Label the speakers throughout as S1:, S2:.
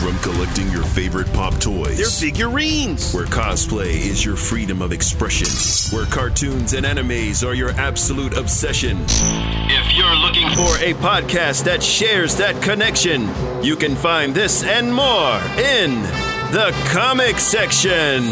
S1: from collecting your favorite pop toys.
S2: They're figurines.
S1: Where cosplay is your freedom of expression, where cartoons and animes are your absolute obsession. If you're looking for a podcast that shares that connection, you can find this and more in the comic section.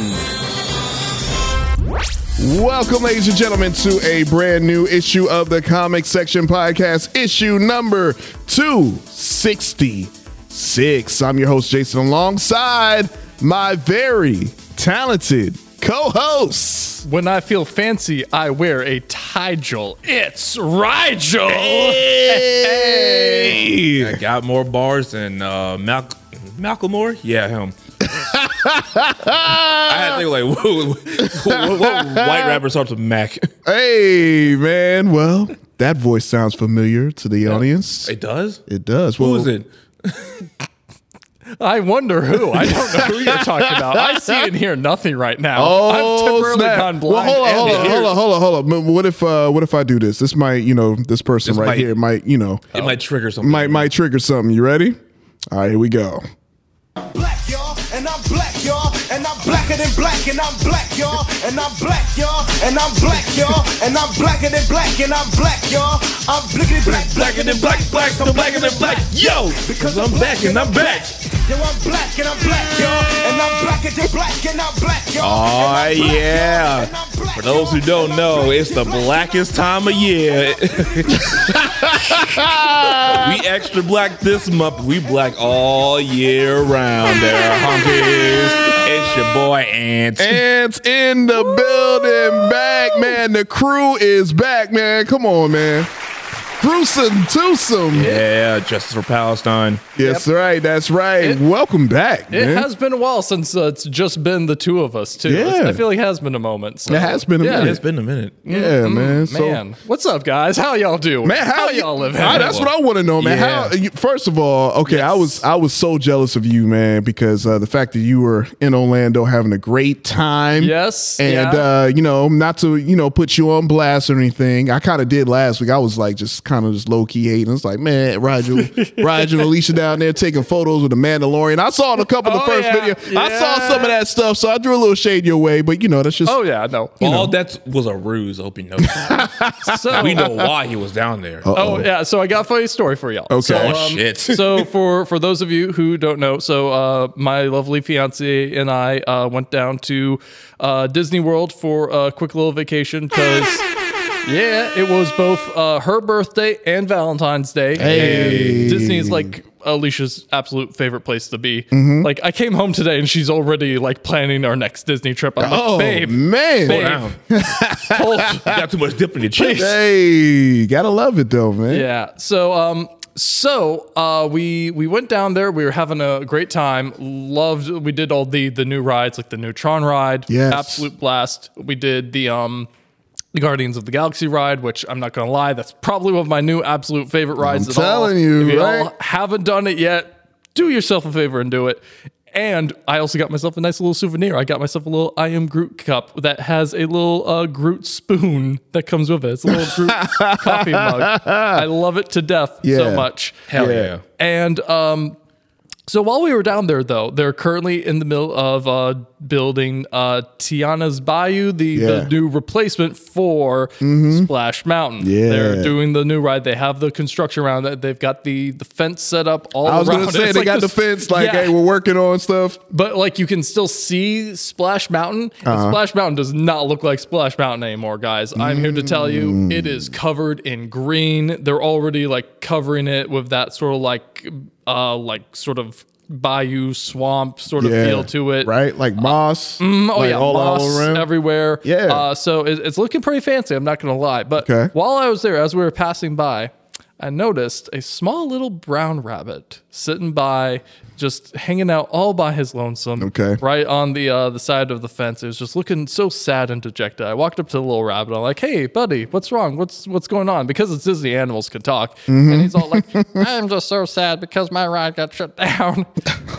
S3: Welcome, ladies and gentlemen, to a brand new issue of the Comic Section Podcast, issue number 266. I'm your host, Jason, alongside my very talented co host.
S4: When I feel fancy, I wear a Tigel. It's Rigel.
S3: Hey!
S5: Got more bars than uh, Mal- Malcolm Moore? Yeah, him. I had to think like, whoa, whoa, whoa, white rapper starts with Mac.
S3: Hey, man. Well, that voice sounds familiar to the audience.
S5: It does.
S3: It does.
S5: Who
S3: Well,
S5: is it?
S4: I wonder who. I don't know who you're talking about. I see and hear nothing right now. I've temporarily
S3: Oh, snap.
S4: gone blind.
S3: Well, hold on,
S4: and
S3: hold on,
S4: ear-
S3: hold on, hold on, hold on. M- What if uh, what if I do this? This might, you know, this person
S5: This
S3: right
S5: might-
S3: here might, you know,
S5: It might trigger something.
S3: might might trigger something. You ready? All right, here we go.
S6: black, y'all, and I'm black, y'all, and I'm blacker than black, and I'm black, y'all, and I'm black, y'all, and I'm black, y'all, and I'm blacker than black, and I'm black, y'all. I'm blickety black,
S5: blacker than black, black, I'm blacker than black. Yo, because I'm back and I'm back.
S6: Yo, I'm black, and I'm black, y'all, and I'm blacker than black, and I'm black, y'all.
S5: Oh yeah. For those who don't know, it's the blackest time of year. we extra black this month. We black all year round. There, honkies. It's your boy Ant.
S3: Ants in the building, back man. The crew is back, man. Come on, man. Gruesome, twosome.
S5: Yeah, justice for Palestine.
S3: Yes, right. That's right. Welcome back,
S4: It
S3: man.
S4: has been a while since uh, it's just been the two of us, too.
S3: Yeah.
S4: I feel like it has been a moment. so-
S3: It has been a
S4: Yeah, Mm-hmm.
S3: minute.
S5: It's been a minute.
S3: yeah, man. So,
S4: Man, what's up, guys? How y'all doing?
S3: Man, how, you-
S4: y'all living?
S3: Ah, that's what I want to know, man.
S5: Yeah.
S3: How? You, first of all, okay, I was I was so jealous of you, man, because uh, the fact that you were in Orlando having a great time.
S4: Yes,
S3: and
S4: yeah.
S3: uh, you know, not to you know put you on blast or anything. I kind of did last week. I was like just kind of just low key hating. It's like, man, Roger, Roger and Alicia down there taking photos with the Mandalorian. I saw it in a couple of the
S4: Oh,
S3: first
S4: yeah.
S3: video. I saw
S4: Yeah.
S3: some of that stuff, so I drew a little shade your way. But you know, that's just
S4: Oh, yeah, no.
S5: All that was a ruse. I hope you know. that.
S4: So,
S5: we know why he was down there. Oh,
S4: Oh, yeah. So I got a funny story for y'all.
S3: okay.
S4: um,
S5: shit.
S4: so for for those of you who don't know, so uh, my lovely fiance and I uh, went down to uh, Disney World for a quick little vacation because. Yeah, it was both uh, her birthday and Valentine's Day.
S3: Hey.
S4: And Disney is like Alicia's absolute favorite place to be.
S3: Mm-hmm.
S4: Like, I came home today and she's already like planning our next Disney trip. I'm like,
S3: Oh,
S4: babe,
S3: man.
S4: babe,
S5: Down.
S4: hold-
S5: Got too much dip in your cheeks.
S3: Hey, gotta love it though, man.
S4: Yeah. So um so uh we we went down there, we were having a great time. Loved we did all the the new rides, like the Neutron ride.
S3: Yes.
S4: Absolute blast. We did the um the Guardians of the Galaxy ride, which I'm not gonna lie, that's probably one of my new absolute favorite rides at all.
S3: telling you,
S4: if you
S3: right?
S4: all haven't done it yet, do yourself a favor and do it. And I also got myself a nice little souvenir. I got myself a little I am Groot cup that has a little uh, Groot spoon that comes with it. It's a little Groot coffee mug. I love it to death
S3: Yeah.
S4: so much.
S5: Hell yeah.
S4: And um, so while we were down there, though, they're currently in the middle of uh, building uh, Tiana's Bayou, the,
S3: Yeah. Mm-hmm.
S4: the new replacement for Splash Mountain.
S3: Yeah.
S4: They're doing the new ride. They have the construction around it. They've got the, the fence set up all
S3: I was
S4: around.
S3: gonna say
S4: It's
S3: they
S4: like
S3: got
S4: this-
S3: the fence, like,
S4: Yeah.
S3: hey, we're working on stuff.
S4: But like you can still see Splash Mountain. and
S3: Uh-huh.
S4: Splash Mountain does not look like Splash Mountain anymore, guys. I'm here to tell you
S3: Mm.
S4: it is covered in green. They're already like covering it with that sort of like uh like sort of bayou swamp sort of feel to it.
S3: right? Like moss.
S4: Oh
S3: like
S4: yeah, moss everywhere.
S3: Yeah.
S4: Uh, so it, it's looking pretty fancy. I'm not gonna lie. But
S3: Okay.
S4: while I was there, as we were passing by, I noticed a small little brown rabbit sitting by, just hanging out all by his lonesome.
S3: Okay.
S4: Right on the uh, the side of the fence. It was just looking so sad and dejected. I walked up to the little rabbit. I'm like, hey, buddy, what's wrong? What's what's going on? Because it's Disney animals can talk. And he's all like, I'm just so sad because my ride got shut down.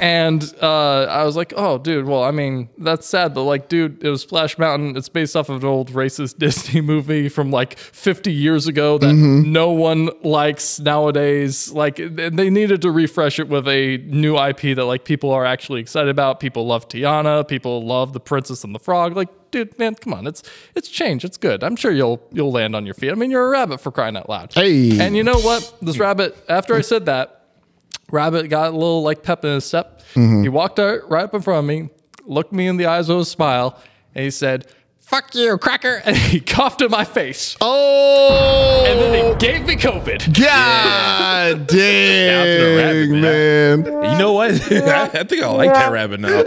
S4: and uh, I was like, oh, dude, well, I mean, that's sad, but like, dude, it was Splash Mountain. It's based off of an old racist Disney movie from like 50 years ago that no one likes nowadays. Like, th- they needed to refresh it with a new IP that like people are actually excited about. People love Tiana. People love the Princess and the Frog. Like, dude, man, come on, it's it's change. It's good. I'm sure you'll you'll land on your feet. I mean, you're a rabbit for crying out loud.
S3: Hey.
S4: And you know what? This rabbit. After I said that. Rabbit got a little like pep in his step.
S3: Mm-hmm.
S4: He walked out right up in front of me, looked me in the eyes with a smile, and he said, Fuck you, cracker. And he coughed in my face.
S3: Oh,
S4: And then he gave me COVID.
S3: God
S5: the rabbit,
S3: dang, man.
S5: You know what? I, I think I like that rabbit now.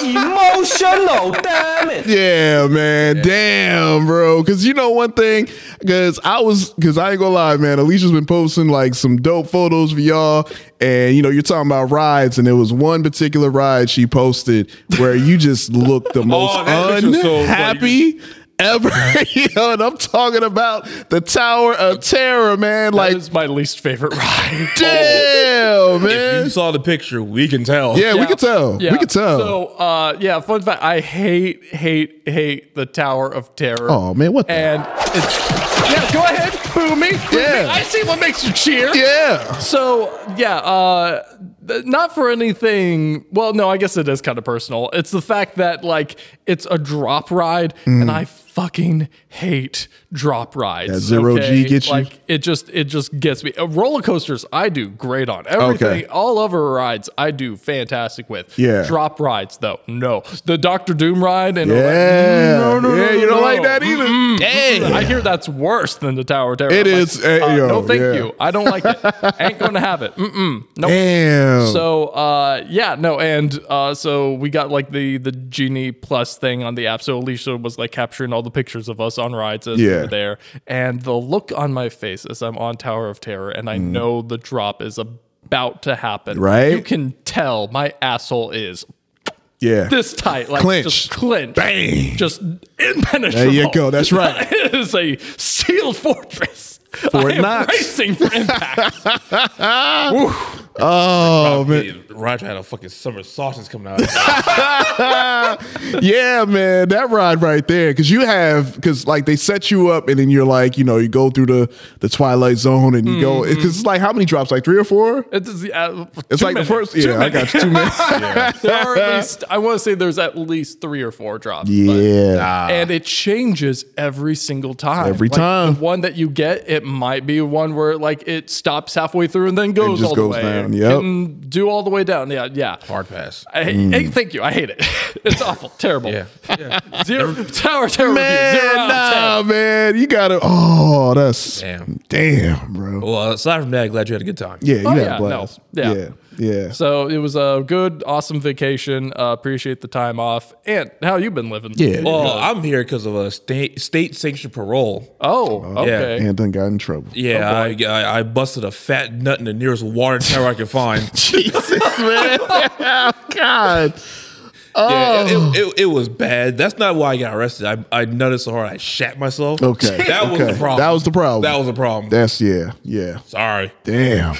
S2: Emotional, damn it.
S3: Yeah, man. Damn, bro. Cause you know one thing, cause I was cause I ain't gonna lie, man. Alicia's been posting like some dope photos for y'all. And you know, you're talking about rides, and there was one particular ride she posted where you just looked the most
S5: that picture was so funny.
S3: unhappy. Ever, you know, and I'm talking about the Tower of Terror, man.
S4: That
S3: Like,
S4: is my least favorite ride.
S3: damn,
S5: If
S3: man.
S5: you saw the picture, we can tell.
S3: Yeah, we
S4: Yeah.
S3: can tell.
S4: Yeah.
S3: We can tell.
S4: So, uh, yeah, fun fact I hate, hate, hate the Tower of Terror.
S3: oh man, what? The-
S4: And it's. Yeah, go ahead, boo me. boo
S3: Yeah.
S4: me. I see what makes you cheer.
S3: yeah.
S4: So yeah, uh, th- not for anything. Well, no, I guess it is kind of personal. It's the fact that like it's a drop ride, and I fucking hate drop rides.
S3: Mm. That zero G gets you?
S4: Like it just it just gets me. Uh, roller coasters, I do great on everything.
S3: Okay.
S4: All over rides, I do fantastic with.
S3: Yeah.
S4: drop rides though, no. The Doctor Doom ride and all that,
S3: Yeah.
S4: "Mm, no, no, no,
S3: yeah,
S4: no,
S3: you don't
S4: no.
S3: like that either. Dang.
S4: Mm. I hear that's worse than the Tower of Terror.
S3: It
S4: I'm like,
S3: is, eh,
S4: uh,
S3: yo,
S4: no, thank
S3: yeah.
S4: you. I don't like it. Ain't going to have it. Mm-mm. Nope.
S3: Damn.
S4: So uh, yeah, no, and uh, so we got like the the genie plus thing on the app. So Alicia was like capturing all the pictures of us on rides as we
S3: Yeah.
S4: were there, and the look on my face as I'm on Tower of Terror, and I know the drop is about to happen.
S3: Mm. Right?
S4: you can tell my asshole is
S3: yeah.
S4: this tight, like
S3: Clench.
S4: just clenched,
S3: Bang.
S4: just impenetrable.
S3: There you go. That's right.
S4: it is a sealed fortress. I am
S3: Knox.
S4: racing for impact.
S3: oh man.
S5: Man, Roger had a fucking summer sausage coming out. of his
S3: Yeah, man. That ride right there. Cause you have cause like they set you up and then you're like, you know, you go through the the Twilight Zone and you go
S4: Mm-hmm.
S3: cause it's like how many drops? Like three or four?
S4: It's, just, uh,
S3: It's
S4: two
S3: like
S4: minutes.
S3: the first
S4: Two
S3: Yeah, I
S4: minutes.
S3: got you two minutes.
S4: there are at least I want to say there's at least three or four drops. but-
S3: yeah.
S4: and it changes every single time.
S3: Every
S4: Like,
S3: time.
S4: the one that you get, it might be one where like it stops halfway through and then goes
S3: just
S4: all
S3: goes
S4: the way
S3: down,
S4: You
S3: yep.
S4: can do all the way down. Yeah, yeah.
S5: hard pass.
S4: I,
S3: Hmm.
S4: hey, thank you. I hate it. It's awful, terrible.
S5: Yeah.
S4: Zero tower, terrible. Zero
S3: Man,
S4: out of ten.
S3: nah, man. You gotta oh that's damn,
S5: Damn.
S3: bro.
S5: Well, aside from that, glad you had a good time.
S3: Yeah, you
S4: Oh,
S3: had
S4: yeah,
S3: a
S4: no.
S3: blast.
S4: Yeah.
S3: yeah. Yeah.
S4: So it was a good, awesome vacation. Uh, appreciate the time off. And how you been living?
S3: Yeah.
S5: Well, Oh, I'm here because of a state state sanctioned parole.
S4: Oh, okay.
S3: and then got in trouble.
S5: Yeah,
S3: Oh,
S5: I, I I busted a fat nut in the nearest water tower I could find.
S3: Jesus, man. God.
S5: Yeah,
S3: Oh.
S5: it, it, it, it was bad. That's not why I got arrested. I, I nutted so hard I shat myself.
S3: Okay,
S5: That was
S3: okay.
S5: the problem.
S3: That was the problem.
S5: That was the problem.
S3: That's yeah, yeah.
S5: Sorry.
S3: Damn.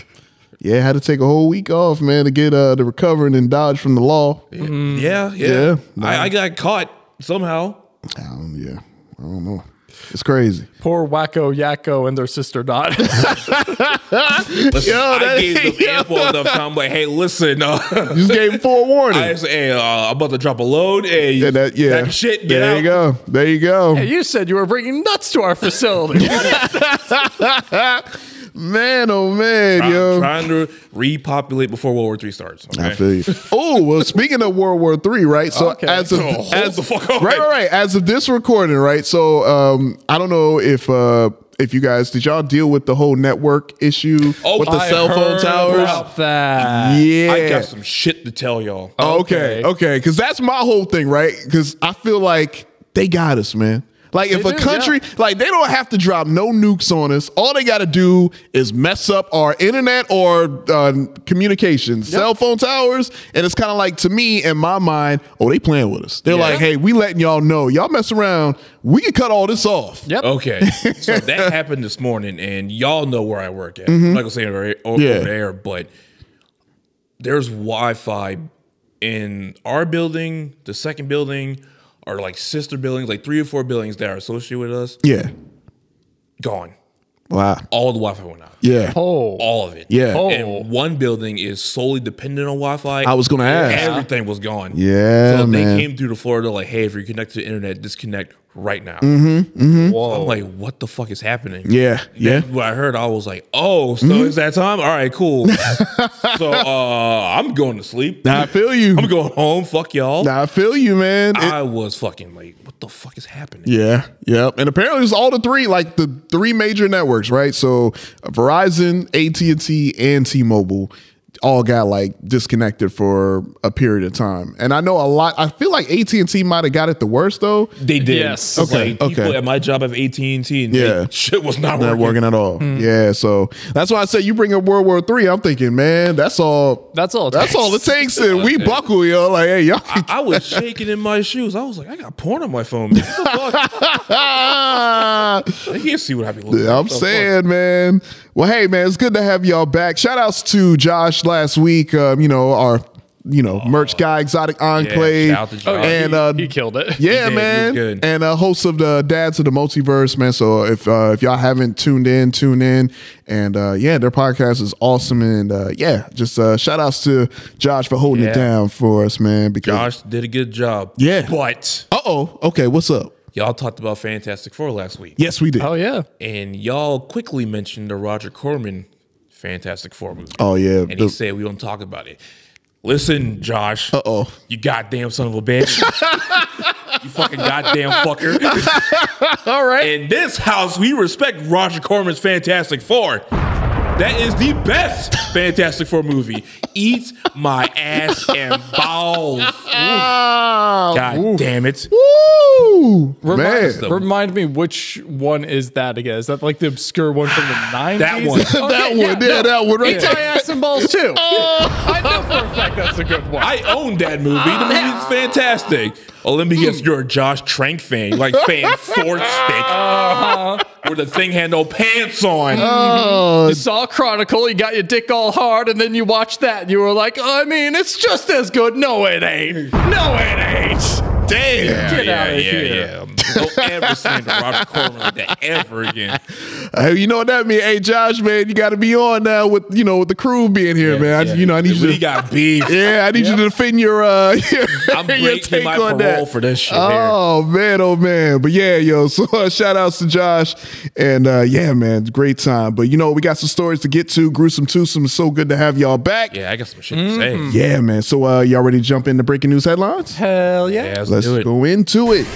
S3: Yeah, had to take a whole week off, man, to get uh to recover and then dodge from the law. Yeah.
S5: Yeah, yeah.
S3: Mm. Yeah,
S5: I, I got caught somehow.
S3: I don't, Um, yeah. I don't know. It's crazy.
S4: Poor Wacko Yakko and their sister Dot.
S5: Listen,
S3: Yo,
S5: I
S3: that-
S5: gave them ample enough time. Like, hey, listen, uh,
S3: You just gave him forewarning.
S5: I said, hey, uh, I'm about to drop a load. Hey,
S3: yeah, that, yeah.
S5: that shit. Get
S3: there
S5: out.
S3: you go. There you go.
S4: you said you were bringing nuts to our facility.
S3: Man, oh man,
S5: I'm
S3: yo.
S5: trying to repopulate before World War Three starts.
S3: I
S5: Okay?
S3: feel you. Oh well, speaking of World War Three, right? So
S4: Okay.
S3: as of
S5: Oh, hold
S3: as
S5: the fuck on.
S3: right, right, right, as of this recording, right? So um, I don't know if uh if you guys did y'all deal with the whole network issue
S5: Oh,
S3: with the
S5: I
S3: cell phone
S5: heard
S3: towers?
S4: About that.
S3: Yeah,
S5: I got some shit to tell y'all.
S3: Oh. Okay, okay, because that's my whole thing, right? Because I feel like they got us, man. Like if
S4: They
S3: a
S4: do,
S3: country,
S4: yeah.
S3: like they don't have to drop no nukes on us. All they got to do is mess up our internet or uh, communications, cell phone towers, and it's kind of like to me in my mind, oh, they playing with us. They're
S5: Yeah.
S3: like, hey, we letting y'all know, y'all mess around, we can cut all this off.
S4: Yep.
S5: Okay, so that happened this morning, and y'all know where I work at. I'm not gonna say it over,
S3: Mm-hmm.
S5: over
S3: Yeah.
S5: there, but there's Wi-Fi in our building, the second building, or like sister buildings, like three or four buildings that are associated with us.
S3: Yeah.
S5: Gone.
S3: Wow.
S5: All the Wi-Fi went out.
S3: Yeah.
S4: Oh.
S5: All of it.
S3: Yeah.
S4: Oh.
S5: And one building is solely dependent on Wi-Fi.
S3: I was gonna ask.
S5: Everything was gone.
S3: Yeah,
S5: So
S3: man.
S5: they came through to Florida like, hey, if you're connected to the internet, disconnect right now. I'm like, what the fuck is happening?
S3: Mm-hmm, Yeah. Yeah. Mm-hmm.
S5: When I heard, I was like, oh, so it's that time? All right, cool. so uh, I'm going to sleep.
S3: Nah, I feel you.
S5: I'm going home. Fuck y'all.
S3: Nah, I feel you, man. It-
S5: I was fucking like, what the fuck is happening?
S3: Yeah, yep. And apparently it's all the three, like the three major networks, right? So uh, Verizon, AT&T, and T-Mobile all got like disconnected for a period of time. And I know a lot I feel like AT&T might have got it the worst though.
S5: They did.
S4: Yes.
S3: Okay,
S5: Like, people
S3: okay.
S5: at my job have AT and T, and
S3: Yeah.
S5: yeah, shit was not,
S3: Not
S5: working.
S3: working
S5: Mm-hmm.
S3: at all. Yeah, so that's why I say you bring up World War Three. I'm thinking, man, that's all.
S4: That's all it
S3: that's
S4: takes.
S3: all it takes. And we buckle, yo. Like, hey, y'all.
S5: I, I was shaking in my shoes. I was like, I got porn on my phone. Man. What the fuck?
S3: Ah.
S5: They can't see what I be looking. at.
S3: I'm
S5: What the fuck?
S3: saying, man. Well, hey, man, it's good to have y'all back. Shout outs to Josh last week. Um, you know, our you know, merch guy, Exotic Enclave.
S5: shout out to Josh. Oh, yeah,
S3: and
S4: he,
S3: uh,
S4: he killed
S3: yeah,
S4: it.
S5: He did. He was
S3: man,
S5: good.
S3: and uh, host of the Dads of the Multiverse, man. So if uh, if y'all haven't tuned in, tune in, and uh, yeah, their podcast is awesome, and uh, yeah, just uh, shout outs to Josh for holding it
S5: Yeah.
S3: down for us, man. Because
S5: Josh did a good job.
S3: Yeah.
S5: but
S3: uh oh, okay, what's up?
S5: y'all talked about Fantastic Four last week.
S3: Yes, we did.
S4: Oh yeah.
S5: and y'all quickly mentioned the Roger Corman Fantastic Four movie.
S3: Oh, yeah.
S5: and he said we don't talk about it. Listen, Josh. Uh
S3: Uh-oh.
S5: You goddamn son of a bitch. you fucking goddamn fucker.
S4: All right.
S5: In this house, we respect Roger Corman's Fantastic Four. That is the best Fantastic Four movie. Eat my ass and balls.
S3: Ah,
S5: God damn it.
S3: Woo!
S4: Remind,
S3: Man.
S4: us- remind me which one is that again? Is that like the obscure one from the 90s?
S5: one.
S3: That one, Oh, yeah, that one right
S4: Eat
S3: there.
S4: my ass and balls too. I know for a fact that's a good one.
S5: I own that movie. The movie's fantastic. Oh, let me guess, you're a Josh Trank fan. You like fan fourth stick.
S4: Uh-huh.
S5: Where the thing had no pants on.
S4: you saw Chronicle, you got your dick all hard, and then you watched that, and you were like, I mean, it's just as good. No, it ain't. No, it ain't.
S5: Damn. Yeah,
S4: Get outta
S5: yeah, yeah. Don't ever stand to Roger Corman like that ever again.
S3: Hey, you know what that means? Hey, Josh, man, you got to be on now with you know with the crew being here, man. I, you know, I need you
S5: We
S3: to.
S5: got beef.
S3: yeah, I need you to defend your uh, your,
S5: I'm breaking
S3: take
S5: my
S3: on
S5: parole
S3: that.
S5: for this shit here.
S3: Oh man, oh man. But yeah, yo, so uh, shout outs to Josh. And uh yeah, man, great time. But you know, we got some stories to get to. Gruesome twosome. It's so good to have y'all back.
S5: Yeah, I got some shit to say.
S4: Mm-hmm.
S3: Yeah, man. So uh y'all ready to jump into breaking news headlines?
S4: Hell yeah.
S5: Yeah, let's,
S3: Let's
S5: do it.
S3: go into it.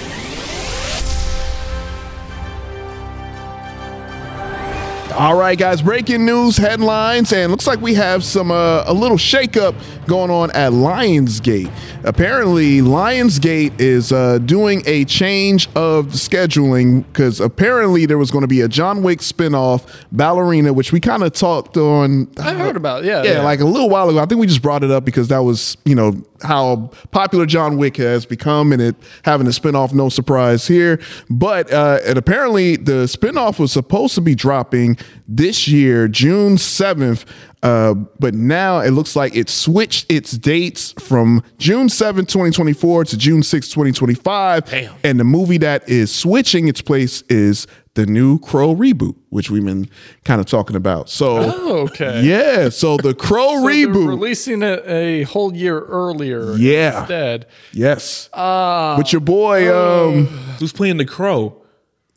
S3: All right, guys, breaking news headlines, and looks like we have some uh, a little shakeup going on at Lionsgate. Apparently, Lionsgate is uh, doing a change of scheduling because apparently there was going to be a John Wick spinoff, Ballerina, which we kind of talked on.
S4: I've heard about it, yeah,
S3: yeah,
S4: yeah.
S3: like a little while ago. I think we just brought it up because that was, you know, how popular John Wick has become and it having a spinoff, no surprise here. But uh, and apparently the spinoff was supposed to be dropping this year, June 7th. Uh, but now it looks like it switched its dates from June 7th, 2024 to June 6th, 2025.
S5: Damn.
S3: And the movie that is switching its place is the new Crow reboot, which we've been kind of talking about. So,
S4: Okay.
S3: yeah, so the Crow
S4: So they're
S3: reboot.
S4: Releasing it a whole year earlier.
S3: Yeah.
S4: Instead.
S3: yes. With your boy, um,
S5: Who's playing the crow?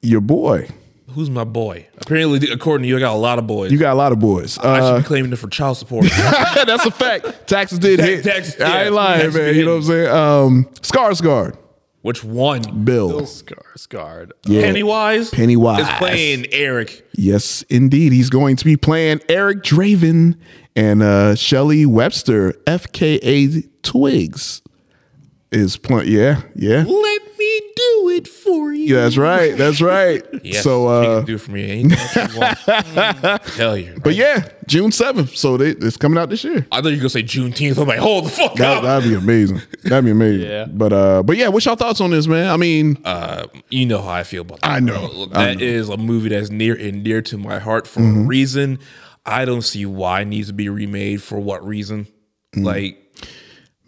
S3: your boy.
S5: Who's my boy? Apparently, according to you, I got a lot of boys.
S3: You got a lot of boys.
S5: I
S3: Uh,
S5: should be claiming it for child support.
S3: that's a fact. Taxes did hit.
S5: tax-
S3: I
S5: yeah,
S3: ain't lying,
S5: taxes
S3: man.
S5: did
S3: You know what I'm saying? Um, Skarsgård,
S5: Which one?
S3: Bill.
S4: Skarsgård.
S3: Yeah.
S5: Pennywise.
S3: Pennywise.
S5: is playing Eric.
S3: Yes, indeed. He's going to be playing Eric Draven and uh, Shelly Webster, FKA Twigs. is plenty. Yeah, yeah.
S5: Let me do it for you.
S3: Yeah, that's right. That's right.
S5: Yes,
S3: so,
S5: she
S3: uh,
S5: can do for me anything you want. Tell you.
S3: but yeah, June seventh. So they, it's coming out this year.
S5: I thought you were gonna say Juneteenth. I'm like, hold the fuck
S3: That,
S5: up.
S3: that'd be amazing. That'd be amazing.
S4: Yeah.
S3: But uh, but yeah, what's your thoughts on this, man? I mean,
S5: Uh, you know how I feel about that.
S3: I know. Mm-hmm.
S5: bro.
S3: I
S5: That is a movie that's near and dear to my heart for a reason. I don't see why it needs to be remade for what reason.
S3: Mm.
S5: Like,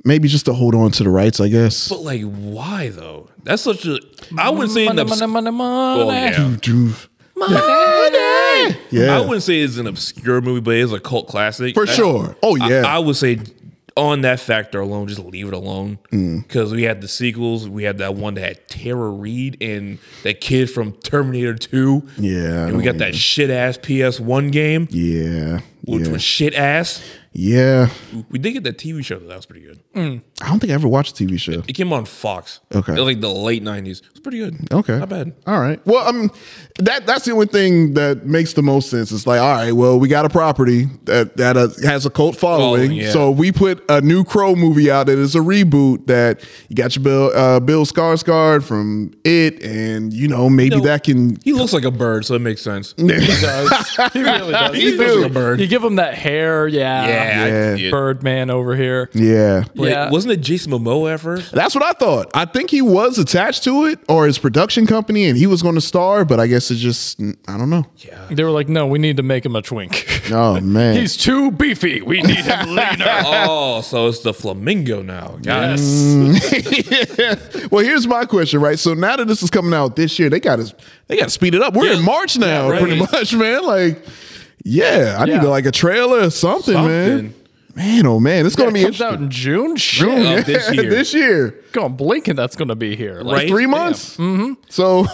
S3: maybe just to hold on to the rights, I guess.
S5: but like, why though? That's such a. I wouldn't say an
S4: Money,
S5: obs-
S4: money, money, money.
S5: well, Oh, yeah.
S3: Yeah.
S5: I wouldn't say it's an obscure movie, but it's a cult classic
S3: For
S5: That's-
S3: sure. Oh
S5: I-
S3: yeah.
S5: I, would say on that factor alone, just leave it alone
S3: Mm.
S5: because we had the sequels. We had that one that had Tara Reid and that kid from Terminator Two.
S3: Yeah, I
S5: and we got
S3: don't
S5: that shit ass PS One game,
S3: yeah.
S5: which
S3: Yeah.
S5: was shit ass.
S3: yeah.
S5: We did get that TV show though. that was pretty good.
S3: I don't think I ever watched a TV show.
S5: It came on Fox.
S3: Okay.
S5: It was like the late nineties. It was pretty good.
S3: Okay.
S5: not bad.
S3: All right. Well, um, that that's the only thing that makes the most sense. It's like, all right, well, we got a property that that uh, has a cult following.
S5: Following, yeah.
S3: So we put a new Crow movie out that is a reboot that you got your Bill uh, Bill Skarsgård from it, and you know maybe
S5: No.
S3: that can.
S5: He looks like a bird, so it makes sense.
S4: he really does.
S3: You
S4: He looks
S3: do.
S4: like a bird. You give him that hair, yeah.
S5: yeah.
S3: Yeah.
S5: I-
S4: Birdman over here.
S3: Yeah.
S5: Wait,
S4: Yeah.
S5: Wasn't it Jason Momoa at first?
S3: That's what I thought. I think he was attached to it or his production company, and he was going to star, but I guess it just I don't know.
S4: They were like, no, we need to make him a twink.
S3: Oh man,
S4: He's too beefy. We need him leaner.
S5: oh, so it's the flamingo now. Got it.
S3: Well, here's my question, right? So now that this is coming out this year, they got to they got to speed it up. We're in
S5: Yeah.
S3: March now,
S5: Yeah, right.
S3: pretty much, man. Like, yeah, I
S4: Yeah.
S3: need to, like a trailer or something, man.
S5: Something.
S3: Man, oh man, it's gonna be
S4: comes out
S3: interesting.
S4: in June.
S3: June,
S4: Shit.
S5: of this
S3: yeah,
S5: year.
S3: this year,
S4: Going blinking, that's going to be here. Like,
S5: Right?
S3: three
S5: Yeah.
S3: months. Mm-hmm. So,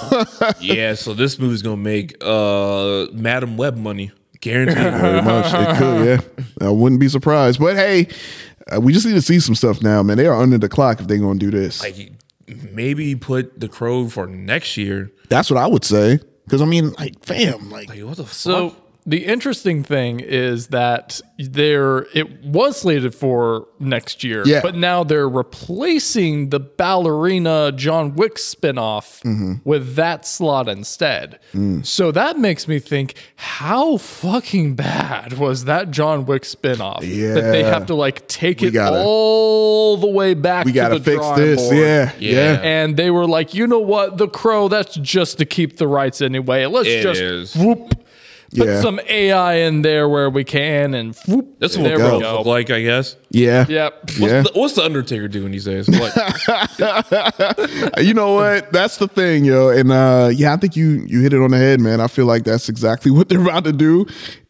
S5: Yeah, so this movie's gonna make uh Madam Web money. Guaranteed.
S3: pretty much, it could, yeah. I wouldn't be surprised. But hey, uh, we just need to see some stuff now, man. They are under the clock if they're gonna do this.
S5: like maybe put the crow for next year.
S3: That's what I would say. Because I mean, like, fam, like,
S5: Like what the fuck?
S4: So the interesting thing is that there it was slated for next year,
S3: Yeah.
S4: but now they're replacing the ballerina John Wick spinoff
S3: Mm-hmm.
S4: with that slot instead.
S3: Mm.
S4: So that makes me think, how fucking bad was that John Wick spinoff that they
S3: Yeah.
S4: have to like take it
S3: gotta-
S4: all the way back?
S3: we
S4: got to
S3: gotta
S4: the
S3: fix
S4: drawing
S3: this.
S4: board?
S3: Yeah, yeah,
S5: Yeah.
S4: and they were like, you know what, the crow, that's just to keep the rights anyway. Let's
S5: It
S4: just
S5: is.
S4: whoop, put
S3: Yeah.
S4: some AI in there where we can, and whoop,
S5: That's what
S4: there
S5: crows
S4: we
S5: look
S4: go.
S5: like, I guess.
S3: yeah.
S4: Yep.
S5: What's,
S3: Yeah.
S5: the, what's the Undertaker doing these days? Like,
S3: you know what? That's the thing, yo. And uh, yeah, I think you you hit it on the head, man. I feel like that's exactly what they're about to do.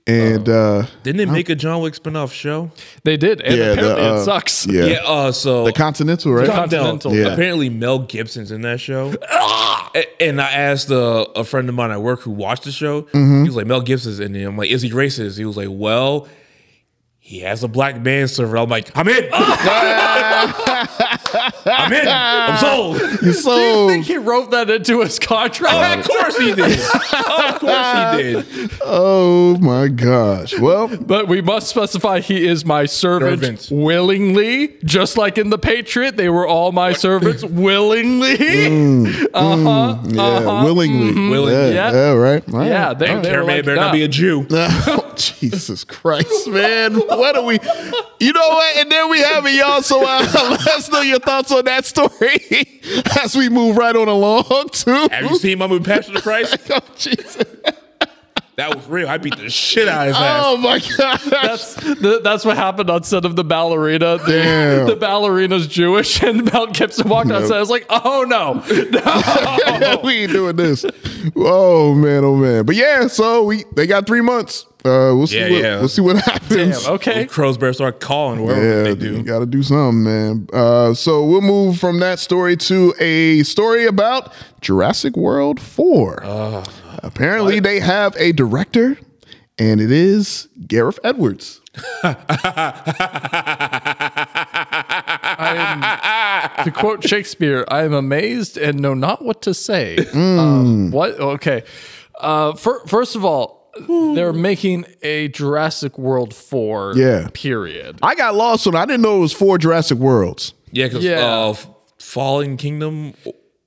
S3: And uh,
S5: didn't they make a John Wick spinoff show?
S4: They did, and
S3: yeah, the,
S4: apparently
S3: uh,
S4: it sucks.
S3: Yeah,
S5: Yeah, uh so
S3: the Continental, right?
S4: Con-
S5: No,
S4: Continental.
S3: Yeah.
S5: Apparently, Mel Gibson's in that show. A- and I asked uh, a friend of mine at work who watched the show.
S3: Mm-hmm.
S5: He was like, Mel Gibson's in it. I'm like, is he racist? He was like, well, he has a black manservant. I'm like, I'm in. I'm in. I'm sold.
S4: I
S3: so
S4: think he wrote that into his contract.
S5: of course he did. Of course he did.
S3: oh my gosh. Well,
S4: But we must specify he is my servant
S5: Servant.
S4: willingly, just like in The Patriot, they were all my servants willingly.
S3: Mm.
S4: uh huh.
S3: yeah, willingly,
S5: Uh-huh. Mm-hmm. Willingly.
S3: yeah,
S4: Yeah.
S3: yeah, right, right.
S4: Yeah, they, they were
S5: Karen May
S4: like,
S5: better
S4: nah.
S5: not be a Jew.
S3: Oh, Jesus Christ, man. What are we? You know what? And then we have it, y'all. So uh, let us know your thoughts on that story as we move right on along, too.
S5: Have you seen my movie Passion of the Christ?
S3: Oh, Jesus.
S5: That was real. I beat the shit out of his ass.
S3: Oh, my God.
S4: That's the, that's what happened on set of the ballerina. The,
S3: Damn.
S4: the ballerina's Jewish, and Mel Gibson walked on set. I was like, oh no, no.
S3: we ain't doing this. Oh man, oh man. But yeah, so we they got three months. Uh, we'll see.
S5: Yeah,
S3: what,
S5: yeah.
S3: We'll see what happens.
S4: Damn, okay.
S5: Crows better start calling wherever
S3: Yeah,
S5: they
S3: You
S5: do.
S3: gotta do something, man. Uh, so we'll move from that story to a story about Jurassic World Four.
S4: Uh,
S3: Apparently, they have a director, and it is Gareth Edwards.
S4: To quote Shakespeare, I am amazed and know not what to say.
S3: Mm.
S4: Um, what? Okay. Uh, fir- first of all, they're making a Jurassic World four.
S3: Yeah.
S4: Period.
S3: I got lost on. it. I didn't know it was four Jurassic Worlds.
S5: Yeah, because
S4: Yeah.
S5: uh, Fallen Kingdom.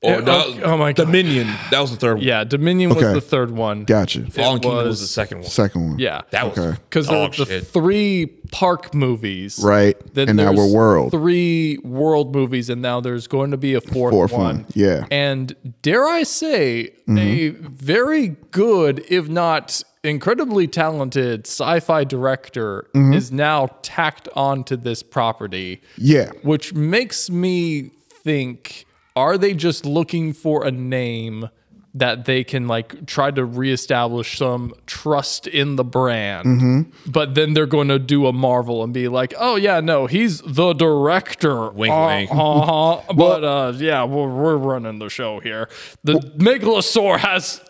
S5: Or,
S4: Yeah, oh, oh my God.
S5: Dominion. That was the third one.
S4: Yeah, Dominion
S3: Okay.
S4: was the third one.
S3: Gotcha.
S5: Fallen Kingdom was,
S4: was-
S5: the second one.
S3: Second one.
S4: Yeah,
S5: That was
S3: Okay.
S4: because there were
S5: dog
S4: the
S5: shit.
S4: three park movies,
S3: Right, and now
S4: there's
S3: we're world.
S4: three world movies, and now there's going to be a fourth,
S3: Fourth one,
S4: one.
S3: yeah. Mm-hmm.
S4: and dare I say, a very good, if not incredibly talented, sci-fi director
S3: Mm-hmm.
S4: is now tacked onto this property
S3: Yeah.
S4: which makes me think are they just looking for a name that they can like try to reestablish some trust in the brand but then they're going to do a marvel and be like oh yeah no he's the director
S5: Wink,
S4: Uh,
S5: wink.
S4: uh-huh. but uh yeah we're, we're running the show here the megalosaur has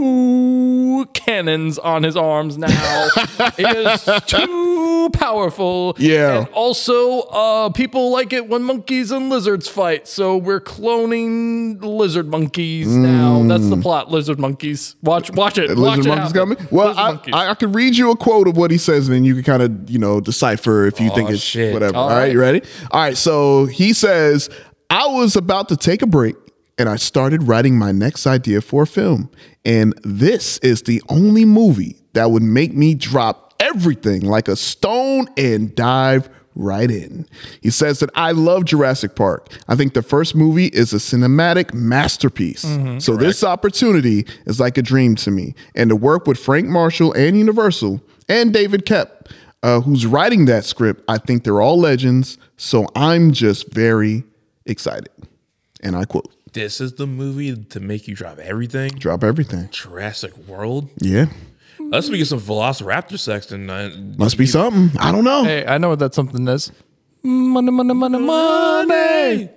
S4: two cannons on his arms now he is too powerful
S3: Yeah.
S4: and also, uh, people like it when monkeys and lizards fight, so we're cloning lizard monkeys now. That's the plot. Lizard monkeys. Watch, watch it. watch
S3: Mm. Lizard
S4: it
S3: Monkey's
S4: happen.
S3: coming. Well,
S4: Lizard
S3: I,
S4: monkeys.
S3: I, I could read you a quote of what he says, and then you can kind of, you know, decipher if you think it's
S5: shit.
S3: whatever. All
S4: right.
S3: right, you ready? All right, so he says, I was about to take a break and I started writing my next idea for a film. And this is the only movie that would make me drop everything like a stone and dive right in. He says that I love Jurassic Park. I think the first movie is a cinematic masterpiece. so this opportunity is like a dream to me. And to work with Frank Marshall and Universal and David Kep, uh, who's writing that script, I think they're all legends. So I'm just very excited. And I quote,
S5: This is the movie to make you drop everything.
S3: drop everything.
S5: Jurassic World.
S3: Yeah.
S5: Unless we get some Velociraptor sex tonight.
S3: Must be something. I don't know.
S4: hey, I know what that something is. Money, money, money, money.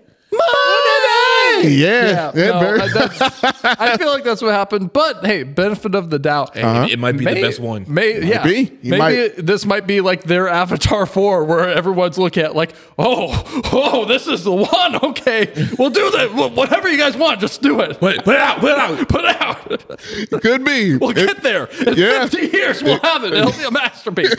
S3: Yeah. Yeah.
S4: no,
S3: very-
S4: I- that's- I feel like that's what happened. But hey, benefit of the doubt.
S3: uh-huh.
S5: It, it might be the best one.
S4: May, yeah,
S3: be. You
S4: maybe
S3: might-
S4: it- this might be like their Avatar Four, where everyone's looking at like, oh, oh, this is the one. Okay, we'll do that. Wh- Whatever you guys want, just do it.
S5: Put it, put it out. Put it out.
S4: Put it out.
S3: Could be.
S4: We'll get there. In
S3: yeah.
S4: 50 years, we'll have it. It'll be a masterpiece.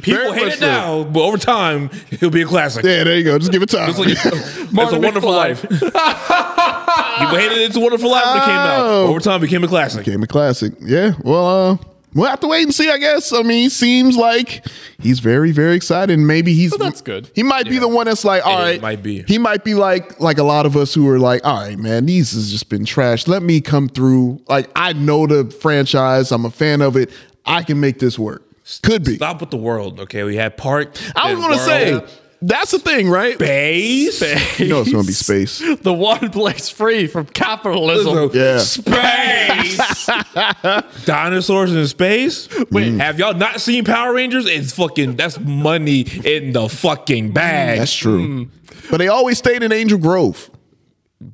S5: People
S3: Very
S5: hate
S3: much
S5: it
S3: so.
S5: now, but over time, it'll be a classic.
S3: Yeah, there you go. Just give it time.
S5: It's like it's a
S4: Marty
S5: wonderful
S4: McFly.
S5: life. People hated It's a Wonderful Life when it came out.
S3: Oh.
S5: Over time, it became a classic.
S3: Became a classic. Yeah. Well, uh, we'll have to wait and see, I guess. I mean, he seems like he's very, very excited. and Maybe he's
S4: Well, that's good.
S3: He might be the one that's like, all
S5: It
S3: right.
S5: might be.
S3: He might be like like a lot of us who are like, all right, man, these has just been trash. Let me come through. Like, I know the franchise. I'm a fan of it. I can make this work. Could be.
S5: Stop with the world, okay? We had Park.
S3: I was
S5: then
S3: gonna
S5: World,
S3: say that's the thing, right?
S5: Base.
S3: You know it's gonna be space.
S4: the one place free from capitalism.
S5: Listen,
S3: Yeah.
S5: Space. Dinosaurs in space.
S3: Mm.
S5: Wait, have y'all not seen Power Rangers? It's fucking, that's money in the fucking bag.
S3: That's
S5: Hmm.
S3: true. But they always stayed in Angel Grove.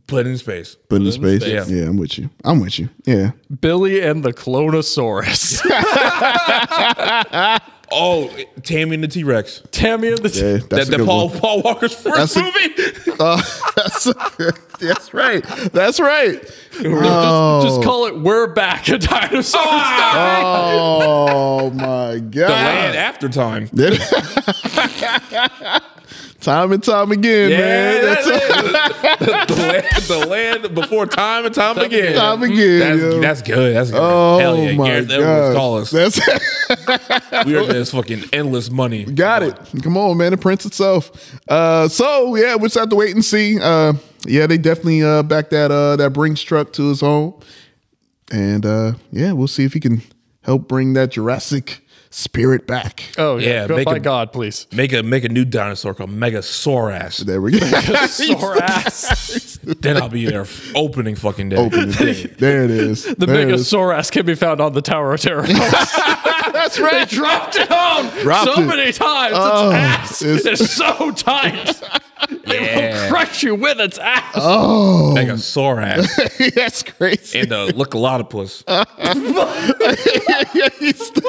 S5: Put in space.
S3: But in the space.
S5: space.
S3: Yeah, I'm with you. I'm with you. Yeah.
S4: Billy and the Clonosaurus.
S5: Oh, Tammy and the T Rex.
S4: Tammy and the.
S3: Yeah,
S4: T-
S3: that's
S5: That,
S3: a
S5: that
S3: good
S5: Paul,
S3: one.
S5: Paul Walker's first
S3: That's a-
S5: movie.
S3: Uh, that's, that's right. That's right.
S4: Just call it We're Back, a Dinosaur
S5: Ah!
S4: Story.
S3: Oh my
S5: Land
S3: god!
S5: after time.
S3: time and time again, man. That's
S5: the, land, the land before time and time again.
S3: time again.
S5: That's,
S3: yo.
S5: that's good. That's good.
S3: oh
S5: Hell yeah.
S3: my
S5: Gareth Edwards, call
S3: god!
S5: us.
S3: That's
S5: we are this fucking endless money.
S3: got it. Come on, man. It prints itself. Uh, so yeah, we just have to wait and see. Uh, yeah, they definitely uh back that uh that Brinks truck to his home, and uh, yeah, we'll see if he can help bring that Jurassic spirit back.
S4: Oh, yeah.
S5: Yeah,
S4: Go
S5: make
S4: by
S5: a-
S4: God, please.
S5: Make a make a new dinosaur called Megasaurus.
S3: There we go.
S4: Saurus.
S5: Then I'll be there f- opening fucking day.
S3: Open the thing. There it is.
S4: The
S3: there it is.
S4: Megasaurus can be found on the Tower of Terror. That's right. They dropped it on
S3: Dropped
S4: so
S3: it.
S4: many times.
S3: Oh,
S4: its ass
S3: it's-
S4: is so tight. It will crush you with its ass.
S3: Oh.
S5: Megasaurus
S3: That's crazy.
S5: and uh, the Lookalotopus.
S3: yeah, he's the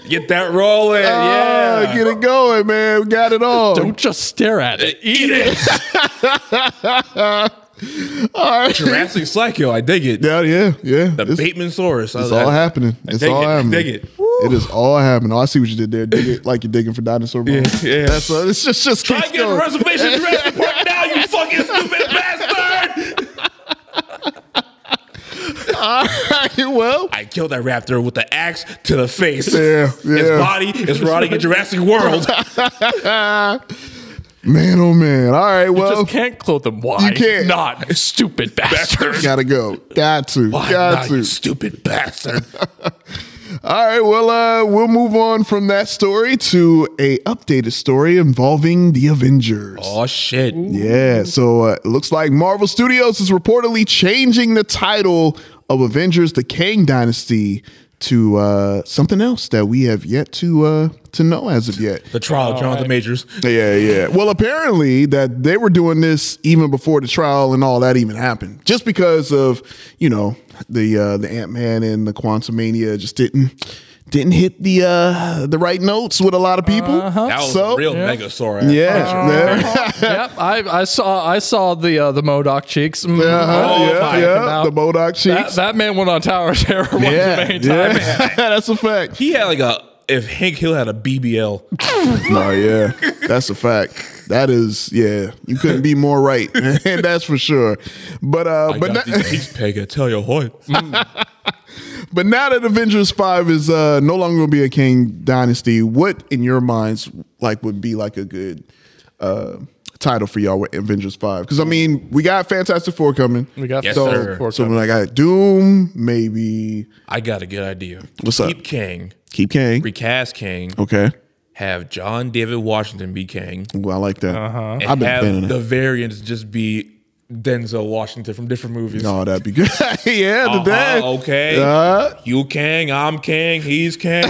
S3: thing.
S5: Get that rolling.
S3: Ah,
S5: yeah.
S3: get it going, man. We got it all.
S4: Don't just stare at it. Eat it.
S5: Jurassic Psycho. I dig it.
S3: yeah, yeah, yeah.
S5: The
S3: It's,
S5: Bateman Saurus.
S3: it's all happening. It's
S5: dig
S3: all
S5: it.
S3: happening.
S5: Dig it.
S3: It is all happening. Oh, I see what you did there. Dig it like you're digging for dinosaur bones.
S5: yeah.
S3: That's uh, it's just just
S5: I
S3: keeps
S5: get a
S3: going.
S5: reservation at the restaurant park now, you fucking stupid bastard!
S3: Alright, well,
S5: I killed that raptor with the axe to the face.
S3: Yeah,
S5: His
S3: yeah.
S5: body is rotting in Jurassic World.
S3: man, oh man. All right, well,
S4: Just can't clothe them. Why?
S3: You can't.
S4: Not stupid bastard.
S3: gotta go. Got to.
S5: Why
S3: got
S5: not,
S3: to.
S5: you stupid bastard?
S3: All right, well, uh, we'll move on from that story to a updated story involving the Avengers.
S5: oh shit.
S3: Yeah, so uh, it looks like Marvel Studios is reportedly changing the title of Avengers: The Kang Dynasty to uh, something else that we have yet to uh, to know as of yet.
S5: The trial, Jonathan Majors.
S3: Yeah, yeah. Well, apparently that they were doing this even before the trial and all that even happened, just because of you know the uh, the Ant Man and the Quantum Mania just didn't didn't hit the uh, the right notes with a lot of people.
S4: Uh-huh.
S5: That was
S3: So-
S5: a real
S4: Yeah.
S5: Megasaur. ass
S3: Yeah,
S5: picture.
S3: man.
S4: yep, I, I saw I saw the uh, the Modoc cheeks. Mm,
S3: Uh-huh,
S4: oh,
S3: yeah,
S4: talking
S3: yeah,
S4: about-
S3: The Modoc
S4: that,
S3: cheeks.
S4: that man went on Tower of Terror one
S3: yeah,
S4: too many
S3: yeah.
S4: times.
S3: that's a fact.
S5: He had like a if Hank Hill had a BBL.
S3: No, yeah, that's a fact. That is, yeah, you couldn't be more right. that's for sure. But uh,
S5: I
S3: but
S5: got
S3: na-
S5: these cheeks, Peg. I tell you what.
S3: but now that Avengers Five is uh no longer gonna be a King Dynasty, what in your minds like would be like a good uh title for y'all with Avengers Five? Because I mean, we got Fantastic Four coming.
S4: We got
S5: Yes,
S4: so,
S5: sir.
S4: four
S3: So
S4: coming.
S3: I got Doom, maybe
S5: I got a good idea.
S3: What's up? Oh.
S5: Keep King.
S3: keep Kang.
S5: Recast King.
S3: Okay,
S5: Have John David Washington be King.
S3: well I like that.
S4: Uh-huh.
S5: And
S3: I've been a fan
S5: have
S3: of
S5: the
S3: that.
S5: variants just be Denzel Washington from different movies.
S3: No, that'd be good. yeah, the
S5: Uh-huh,
S3: dad.
S5: okay.
S3: Uh,
S5: You King, I'm King, he's King.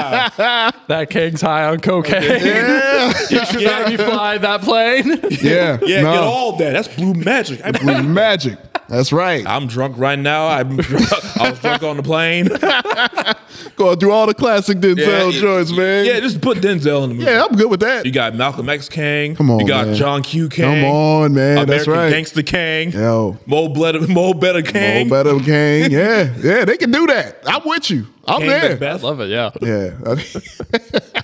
S4: That king's high on cocaine. you should not be flying that plane.
S3: yeah,
S5: Yeah,
S3: no.
S5: get all that. That's blue magic. I
S3: Blue magic. That's right.
S5: I'm drunk right now. I'm drunk. I was drunk on the plane.
S3: Going through all the classic Denzel
S5: yeah,
S3: joints, man.
S5: Yeah, just put Denzel in the movie.
S3: Yeah, I'm good with that.
S5: You got Malcolm X Kang.
S3: Come on,
S5: You got
S3: man.
S5: John Q Kang.
S3: Come on, man.
S5: American
S3: That's right.
S5: Gangster Kang.
S3: Yo.
S5: Mo Better, Mo Better Kang.
S3: Oh, better gang. Yeah, yeah, they can do that. I'm with you. I'm
S5: Kang the
S3: there.
S5: best.
S4: Love it, yeah.
S3: Yeah,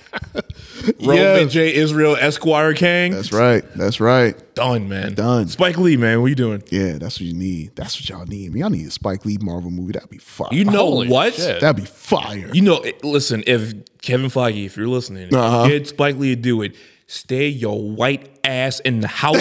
S5: Roman
S3: Yes.
S5: J. Israel Esquire Kang.
S3: that's right. That's right.
S5: Done, man.
S3: Done.
S5: Spike Lee, man. What you doing?
S3: Yeah, that's what you need. That's what y'all need. Y'all need a Spike Lee Marvel movie. That'd be fire.
S5: You know
S4: Holy
S5: what?
S4: shit.
S3: that'd be fire.
S5: You know, it- listen, if Kevin Feige, if you're listening,
S3: Uh-huh.
S5: get Spike Lee to do it. Stay your white ass in the house.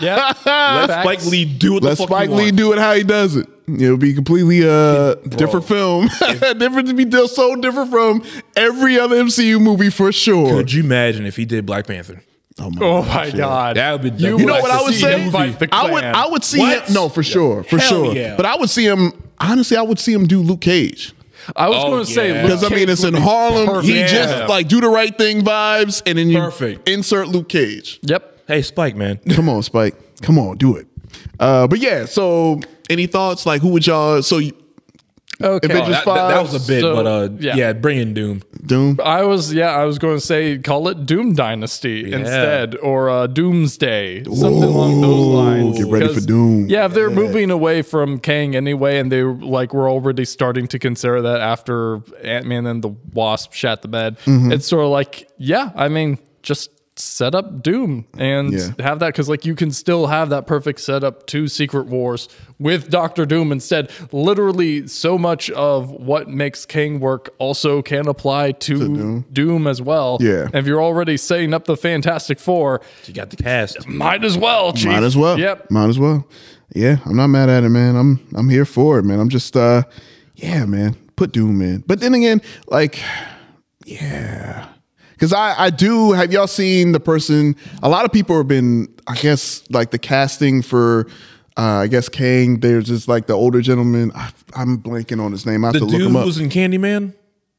S4: Yeah.
S5: Let Spike Lee do what
S3: Let
S5: the fuck
S3: Spike
S5: he
S3: Lee
S5: wants.
S3: do it how he does it. It'll be completely uh different film. different to be di- so different from every other MCU movie for sure.
S5: Could you imagine if he did Black Panther?
S3: Oh my
S4: Oh my God.
S5: That would be
S4: You
S5: dope.
S3: You know
S4: Like
S3: what
S4: to
S3: I would
S4: see
S3: say?
S4: him fight the
S3: I would
S4: Klan.
S3: I would see
S5: What?
S3: him. No, for sure, for
S5: Hell
S3: sure.
S5: yeah.
S3: But I would see him. Honestly, I would see him do Luke Cage
S4: I was
S5: Oh,
S4: going to say,
S5: yeah.
S4: Luke
S3: because I mean
S4: Cage
S3: it's in
S4: would be
S3: Harlem. He
S4: perfect.
S3: just like do the right thing vibes, and then you
S5: Perfect.
S3: insert Luke Cage.
S4: Yep.
S5: Hey, Spike, man.
S3: Come on, Spike. Come on, do it. Uh, but yeah. So any thoughts? Like who would y'all? So you-
S4: Okay.
S3: Avengers
S5: Oh, That, that- that was a bit,
S4: So,
S5: but uh,
S4: yeah.
S5: yeah. bring in Doom.
S3: Doom.
S4: I was yeah, I was going to say call it Doom Dynasty instead or uh, Doomsday, something along those lines.
S3: get ready for
S4: Because,
S3: Doom.
S4: Yeah, if they're moving away from Kang anyway, and they like were already starting to consider that after Ant Man and the Wasp shat the bed,
S3: Mm-hmm.
S4: it's sort of like yeah, I mean just. Set up Doom and
S3: Yeah.
S4: have that because, like, you can still have that perfect setup to Secret Wars with Doctor Doom instead. Literally, so much of what makes Kang work also can apply to Doom. as well.
S3: Yeah.
S4: And if you're already setting up the Fantastic Four,
S5: You got the cast.
S4: might as well, Chief.
S3: Might as well.
S4: Yep.
S3: Might as well. Yeah, I'm not mad at it, man. I'm I'm here for it, man. I'm just uh yeah, man. Put Doom in. But then again, like yeah. Cause I, I do have y'all seen the person a lot of people have been I guess like the casting for uh, I guess Kang, there's just like the older gentleman. I, I'm blanking on his name. I have
S5: The
S3: to look
S5: dude
S3: him up.
S5: was in Candyman.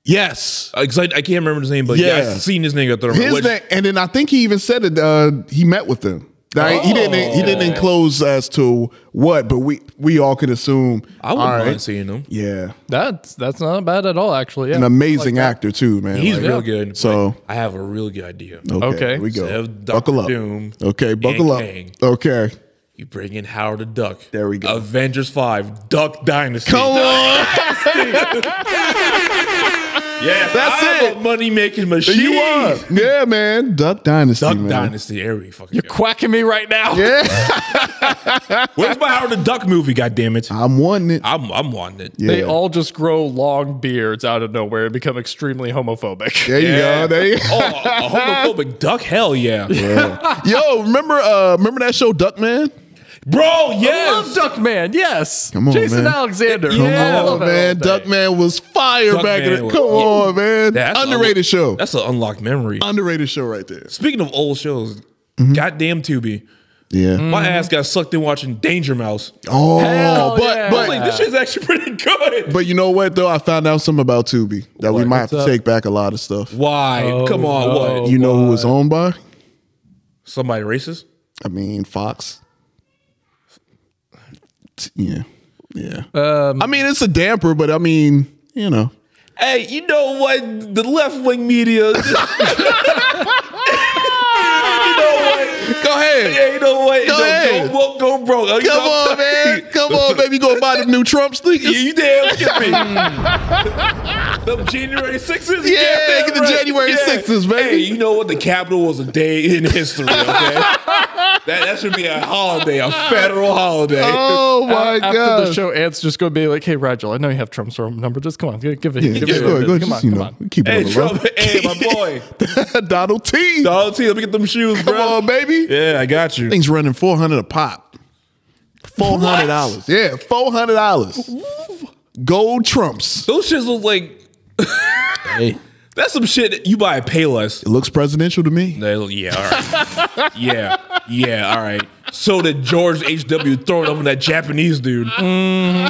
S3: yes,
S5: Uh, 'cause I, I can't remember his name, but yeah,
S3: Yeah.
S5: I've seen his name. at the-
S3: his
S5: which-
S3: name, and then I think he even said it. Uh, he met with them. Like, he didn't. He
S5: Oh.
S3: didn't enclose as to what, but we we all could assume.
S5: I wouldn't
S3: all right,
S5: mind seeing him.
S3: Yeah,
S4: That's that's not bad at all, actually. Yeah.
S3: an amazing actor too, man.
S5: He's
S3: Like,
S5: real good.
S3: So-
S5: Like, I have a real good idea.
S3: Okay,
S4: Okay.
S3: here we go.
S5: Have Dr.
S3: buckle up.
S5: Doom
S3: okay,
S5: and
S3: buckle up.
S5: Kang.
S3: Okay,
S5: You bring in Howard the Duck.
S3: There we go.
S5: Avengers Five, Duck Dynasty.
S3: come on.
S5: Yes,
S3: That's
S5: I
S3: it.
S5: am a money making machine.
S3: You are. Yeah, man. Duck Dynasty.
S5: Duck
S3: man.
S5: Dynasty. There we fucking
S4: You're
S5: go.
S4: quacking me right now.
S3: Yeah.
S5: Where's my Howard the Duck movie? God damn it!
S3: I'm wanting it.
S5: I'm I'm wanting it.
S4: They
S3: Yeah.
S4: all just grow long beards out of nowhere and become extremely homophobic.
S3: There you
S5: Yeah.
S3: go. There you
S5: Oh, a homophobic duck? Hell yeah,
S3: Yo, remember uh remember that show Duckman?
S5: bro. Yes,
S4: I love Duckman. Yes.
S3: Come on,
S4: Jason
S3: man.
S4: Alexander.
S3: Come
S4: I
S3: on,
S4: love it
S3: man.
S4: all day.
S3: Duckman was fire back in
S5: Duckman
S3: the
S5: was-
S3: Come
S5: yeah.
S3: on, man.
S5: That's an
S3: Underrated
S5: unlock-
S3: show.
S5: That's an unlocked memory.
S3: Underrated show right there.
S5: Speaking of old shows,
S3: Mm-hmm.
S5: goddamn Tubi.
S3: Yeah.
S5: My ass got sucked in watching Danger Mouse.
S3: Oh,
S4: Hell
S3: but
S4: yeah.
S5: I was like,
S3: but
S5: this shit's actually pretty good.
S3: but you know what though? I found out something about Tubi that we
S5: What?
S3: might have
S5: What's
S3: to
S5: up?
S3: take back a lot of stuff.
S5: Why? Come on,
S4: no.
S5: what?
S3: You know who it's owned by?
S5: Somebody racist?
S3: I mean, Fox. T- Yeah, yeah.
S5: Um,
S3: I mean, it's a damper, but I mean, you know,
S5: Hey, you know what? The left wing media. you know what?
S3: go ahead.
S5: Hey, you know what?
S3: Go
S5: Go
S3: ahead.
S5: Go, woke, go broke. Uh, You
S3: Come
S5: know what
S3: on,
S5: I'm saying?
S3: man. Come on, baby. You gonna buy them new Trump
S5: Yeah,
S3: sneakers?
S5: you damn skipping. Them January 6th?
S3: Yeah, get the January 6s, baby.
S5: Hey, you know what? The Capitol was a day in history, okay? that, that should be a holiday, a federal holiday.
S3: Oh my
S4: After the
S3: god.
S4: show, Ant's just going to be like, hey, Rigel, I know you have Trump's number. Just come on. Give give it.
S3: Yeah,
S4: give
S3: just
S4: it
S3: go ahead, go ahead,
S4: come
S3: just,
S4: on.
S3: you
S4: Come
S3: know,
S4: on.
S3: keep it on the low.
S5: Hey, Trump. Hey, my boy.
S3: Donald T.
S5: Donald T, let me get them shoes,
S3: Come
S5: bro.
S3: on, baby.
S5: Yeah, I got you.
S3: Things running four hundred a pop. Four hundred dollars. Yeah, four hundred dollars. Gold trumps.
S5: Those shits look like. That's some shit that you buy at Payless.
S3: It looks presidential to me.
S5: They- Yeah, all right. yeah, yeah, all right. So did George H.W. throwing up on that Japanese dude.
S3: Mm.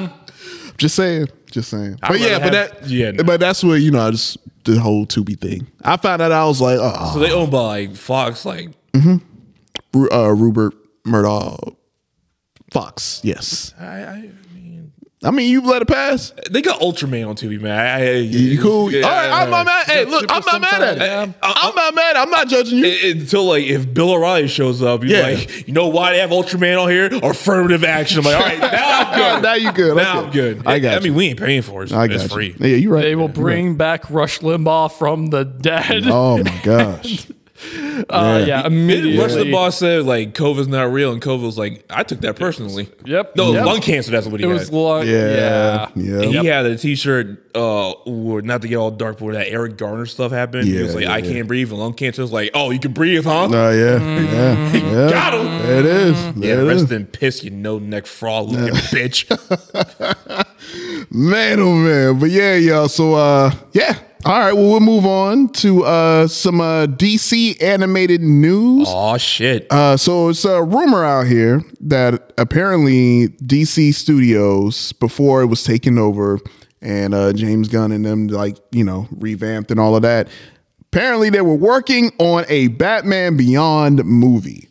S3: Just saying. Just saying. But yeah,
S5: rather
S3: but
S5: have-
S3: that
S5: yeah, no.
S3: but that's where, you know, I just the whole Tubi thing. I found out I was like, oh
S5: So they owned by like Fox, like
S3: Ru- uh Rupert Murdoch Fox. Yes.
S5: I, I mean,
S3: I mean you let it pass.
S5: they got Ultraman on TV, man. I, I,
S3: You cool?
S5: Yeah,
S3: All right, I'm not mad. Hey,
S4: Yeah,
S3: look,
S4: Super
S3: I'm not mad
S4: Sentai,
S3: at it.
S4: yeah.
S3: I'm not mad. I'm not judging you.
S5: I- until like if Bill O'Reilly shows up, you're
S3: Yeah.
S5: like, you know why they have Ultraman on here? Affirmative action. I'm like, all right, now I'm good.
S3: now you good.
S5: Now
S3: okay.
S5: I'm good.
S3: I got.
S5: I mean, we ain't paying for it.
S3: you. I
S5: it's
S3: got. you.
S5: free.
S3: Yeah, you right.
S4: They will
S3: man.
S4: bring back Rush Limbaugh from the dead.
S3: Oh my gosh.
S4: Uh, yeah, immediately.
S5: Rush Limbaugh said like COVID's not real, and COVID was like, I took that personally.
S4: Yep.
S5: No, it was
S4: Yep.
S5: lung cancer. That's what he
S4: It
S5: had.
S4: was long.
S3: Yeah.
S4: Yeah.
S3: Yeah.
S5: And he had a T-shirt, uh, where not to get all dark, but where that Eric Garner stuff happened. he
S3: Yeah,
S5: was like,
S3: yeah,
S5: "I
S3: yeah.
S5: can't breathe," and lung cancer was like, "Oh, you can breathe, huh?"
S3: Oh yeah. Yeah. yeah.
S5: Got him.
S3: There it is.
S5: Mm-hmm. Yeah,
S3: There it
S5: rest
S3: is.
S5: in piss, you no neck frog looking bitch.
S3: Man, oh man. But yeah, y'all. So uh yeah. All right, well we'll move on to uh some uh DC animated news.
S5: oh shit.
S3: Uh, so it's a rumor out here that apparently DC Studios, before it was taken over, and uh, James Gunn and them like you know revamped and all of that. Apparently, they were working on a Batman Beyond movie,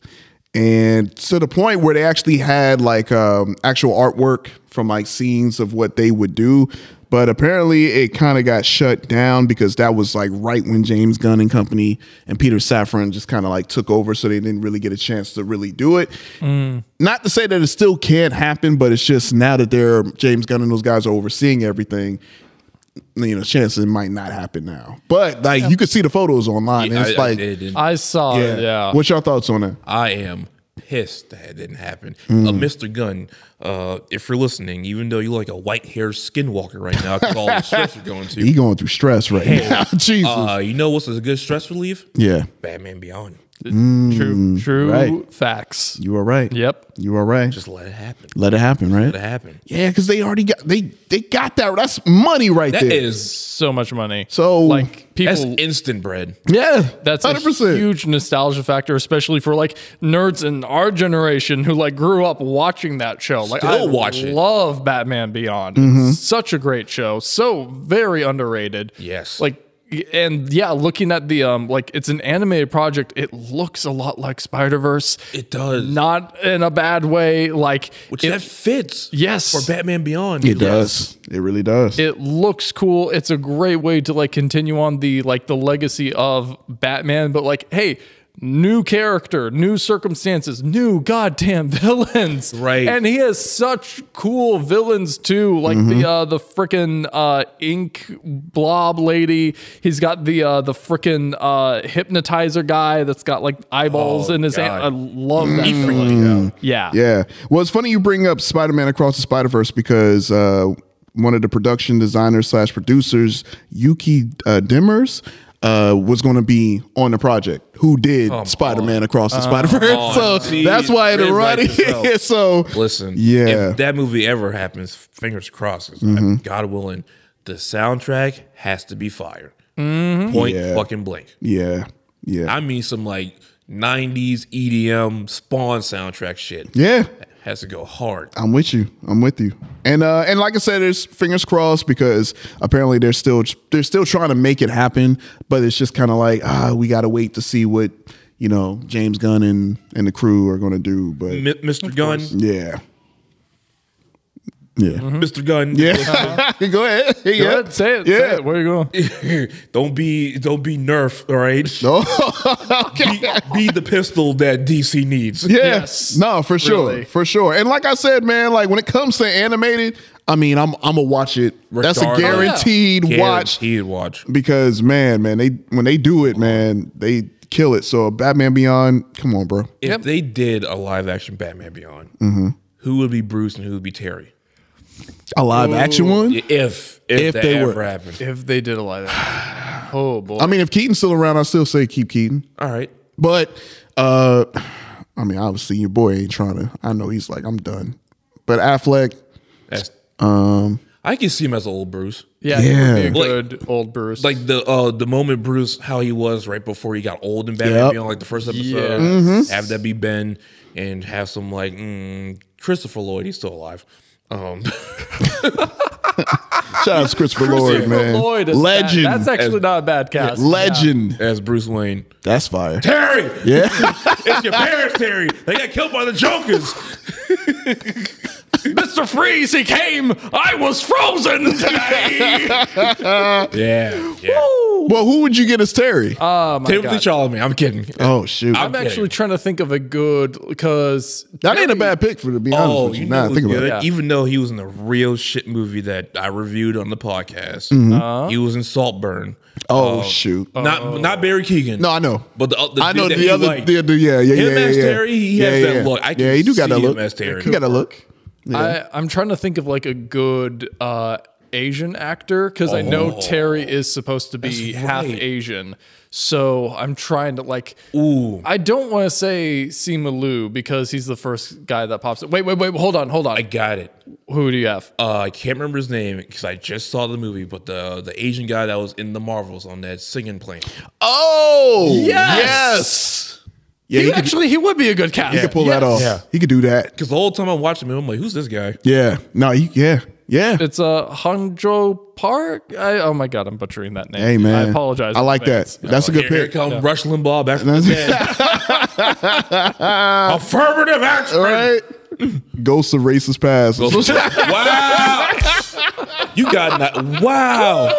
S3: and to the point where they actually had like um, actual artwork from like scenes of what they would do. But apparently, it kind of got shut down because that was like right when James Gunn and company and Peter Safran just kind of like took over, so they didn't really get a chance to really do it.
S5: Mm.
S3: Not to say that it still can't happen, but it's just now that they're James Gunn and those guys are overseeing everything. You know, chances it might not happen now, but like you could see the photos online. and it's
S5: I, I
S3: like,
S5: did.
S4: I saw
S3: yeah.
S4: it. Yeah.
S3: What's your thoughts on that?
S5: I am pissed that it didn't happen.
S3: Mm.
S5: Uh, Mr. Gunn, uh, if you're listening, even though you like a white haired skinwalker right now, because all the stress you're going
S3: He
S5: to.
S3: going through stress right now. Jesus.
S5: Uh, you know what's a good stress relief?
S3: yeah,
S5: Batman Beyond.
S4: true true
S3: Mm, right.
S4: facts.
S3: you are right.
S4: Yep.
S3: you are right.
S5: Just let it happen.
S3: Let it happen, right?
S5: Let it happen.
S3: Yeah, because they already got they they got that. That's money right
S5: That
S3: there.
S5: is
S4: So much money.
S3: So-
S4: like
S5: that's
S4: people
S5: instant bread.
S3: yeah,
S4: that's
S3: hundred
S4: a
S3: percent.
S4: huge nostalgia factor, especially for like nerds in our generation who like grew up watching that show. Like
S5: Still
S4: I
S5: watch it. Mm-hmm.
S4: love Batman Beyond. It's Such a great show. So very underrated.
S5: Yes.
S4: Like and yeah, looking at the um like it's an animated project, it looks a lot like Spider-Verse.
S5: It does.
S4: Not in a bad way. Like
S5: Which
S4: it,
S5: that fits.
S4: Yes.
S5: For Batman Beyond.
S3: It does. It really does.
S4: it looks cool. It's a great way to like continue on the like the legacy of Batman, but like hey, new character, new circumstances, new goddamn villains.
S5: Right.
S4: And he has such cool villains too, like the uh, the freaking uh, ink blob lady. He's got the uh, the freaking uh, hypnotizer guy that's got like eyeballs in his hand. I love that. villain. Oh, Mm-hmm. Yeah.
S3: Yeah. Well, it's funny you bring up Spider Man Across the Spider Verse because uh, one of the production designers slash producers, Yuki uh, Dimmers, uh, was going to be on the project. Who did Spider Man Across the Spider Verse? So
S5: on. See,
S3: that's why it
S5: Red
S3: already.
S5: Light yourself.
S3: yeah, so
S5: Listen,
S3: Yeah. Mm-hmm.
S5: if that movie ever happens, fingers crossed, 'cause I- God willing, the soundtrack has to be fire. Point
S3: Mm-hmm. Yeah.
S5: fucking blank.
S3: yeah, yeah,
S5: I mean, some like 90s EDM spawn soundtrack shit.
S3: yeah.
S5: Has to go hard.
S3: I'm with you. I'm with you. And uh, and like I said, there's fingers crossed because apparently they're still they're still trying to make it happen, but it's just kind of like ah, we got to wait to see what you know James Gunn and and the crew are going to do. But
S5: M- Mr. Gunn,
S3: yeah, yeah,
S5: Mr. Gunn,
S3: yeah. Go ahead.
S4: Mm-hmm. Go
S3: yeah.
S4: ahead, say it.
S3: Yeah.
S4: Say it. Where you going?
S5: don't be don't be nerf, all right? be, be the pistol that DC needs.
S3: Yeah.
S4: Yes.
S3: No, for sure.
S4: Really.
S3: For sure. And like I said, man, like when it comes to animated, I mean, I'm I'm gonna watch it. That's a
S5: Regardless.
S4: Oh,
S3: guaranteed watch.
S5: Guaranteed watch.
S3: because man, man, they when they do it, man, they kill it. So Batman Beyond, come on, bro.
S5: If they did a live action Batman Beyond,
S3: Mm-hmm.
S5: who would be Bruce and who would be Terry?
S3: A live action one.
S5: If if,
S3: If
S5: that
S3: they
S5: ever
S3: were-
S5: happened.
S4: If they did a lot of Oh boy.
S3: I mean, if Keaton's still around, I still say keep Keaton.
S5: All right.
S3: But uh I mean, obviously your boy ain't trying to. I know he's like, I'm done. But Affleck,
S5: That's
S3: um,
S5: I can see him as an old Bruce.
S4: yeah, he
S3: yeah.
S4: would be a
S5: Like-
S4: good old Bruce.
S5: Like the uh the moment Bruce how he was right before he got old in Batman
S3: Yep. Mm-hmm.
S5: Beyond, like the first episode.
S4: Yeah.
S5: Have that be Ben and have some like mm, Christopher Lloyd, he's still alive. Um
S3: shout out to Christopher Lloyd,
S4: Christopher
S3: man,
S4: Lloyd is
S3: legend,
S4: bad. That's actually not a bad cast.
S3: legend.
S5: as Bruce Wayne.
S3: That's fire.
S5: Terry!
S3: Yeah,
S5: It's your parents, Terry! They got killed by the Jokers!
S4: Mr. Freeze, he came. I was frozen today.
S5: Yeah. yeah.
S3: well, who would you get as Terry?
S4: oh my
S5: Timothy
S4: god.
S5: Chalamet, I'm kidding.
S3: oh shoot,
S4: I'm actually trying to think of a good because
S3: that ain't a bad pick for to be honest
S5: Oh,
S3: with
S5: you
S3: you.
S5: know
S3: Nah,
S5: who's
S3: think about
S5: good?
S3: it.
S4: Yeah.
S5: Even though he was in the real shit movie that I reviewed on the podcast,
S3: Mm-hmm.
S5: he was in Saltburn.
S3: Oh shoot,
S5: Not not Barry Keegan.
S3: No, I know.
S5: But the, uh, the
S3: I know
S5: dude that
S3: the
S5: he
S3: other,
S5: liked.
S3: the other, yeah, yeah,
S5: Him
S3: yeah,
S5: as
S3: yeah.
S5: Terry, he
S3: yeah,
S5: has
S3: yeah.
S5: that look. I
S3: yeah,
S5: can
S3: he do got
S5: see
S3: that
S5: him
S3: look.
S5: as Terry.
S3: He got a look.
S4: I, I'm trying to think of like a good uh, Asian actor because I know
S3: Oh.
S4: Terry is supposed to be half
S5: right.
S4: Asian. So I'm trying to like.
S5: Ooh.
S4: I don't want to say Sima Lu because he's the first guy that pops. up. Wait, wait, wait. Hold on, hold on.
S5: I got it.
S4: Who do you have?
S5: Uh, I can't remember his name because I just saw the movie, but the the Asian guy that was in the Marvels on that singing plane.
S3: Oh
S4: Yes!
S3: Yeah,
S4: he
S3: he could,
S4: actually, he would be a good cast.
S3: he could pull that off. He could do that.
S5: Because the whole time I'm watching him, I'm like, who's this guy?
S3: Yeah. No. He, yeah. Yeah.
S4: It's a uh, Hangzhou Park. I, oh my god, I'm butchering that name.
S3: hey man.
S4: I apologize.
S3: I
S4: in
S3: like
S4: advance.
S3: that. That's a good
S5: Here
S3: pick.
S5: comes Rush Limbaugh back from the dead. Affirmative action.
S3: All right. Ghosts of racist past.
S5: wow. You got that. Wow.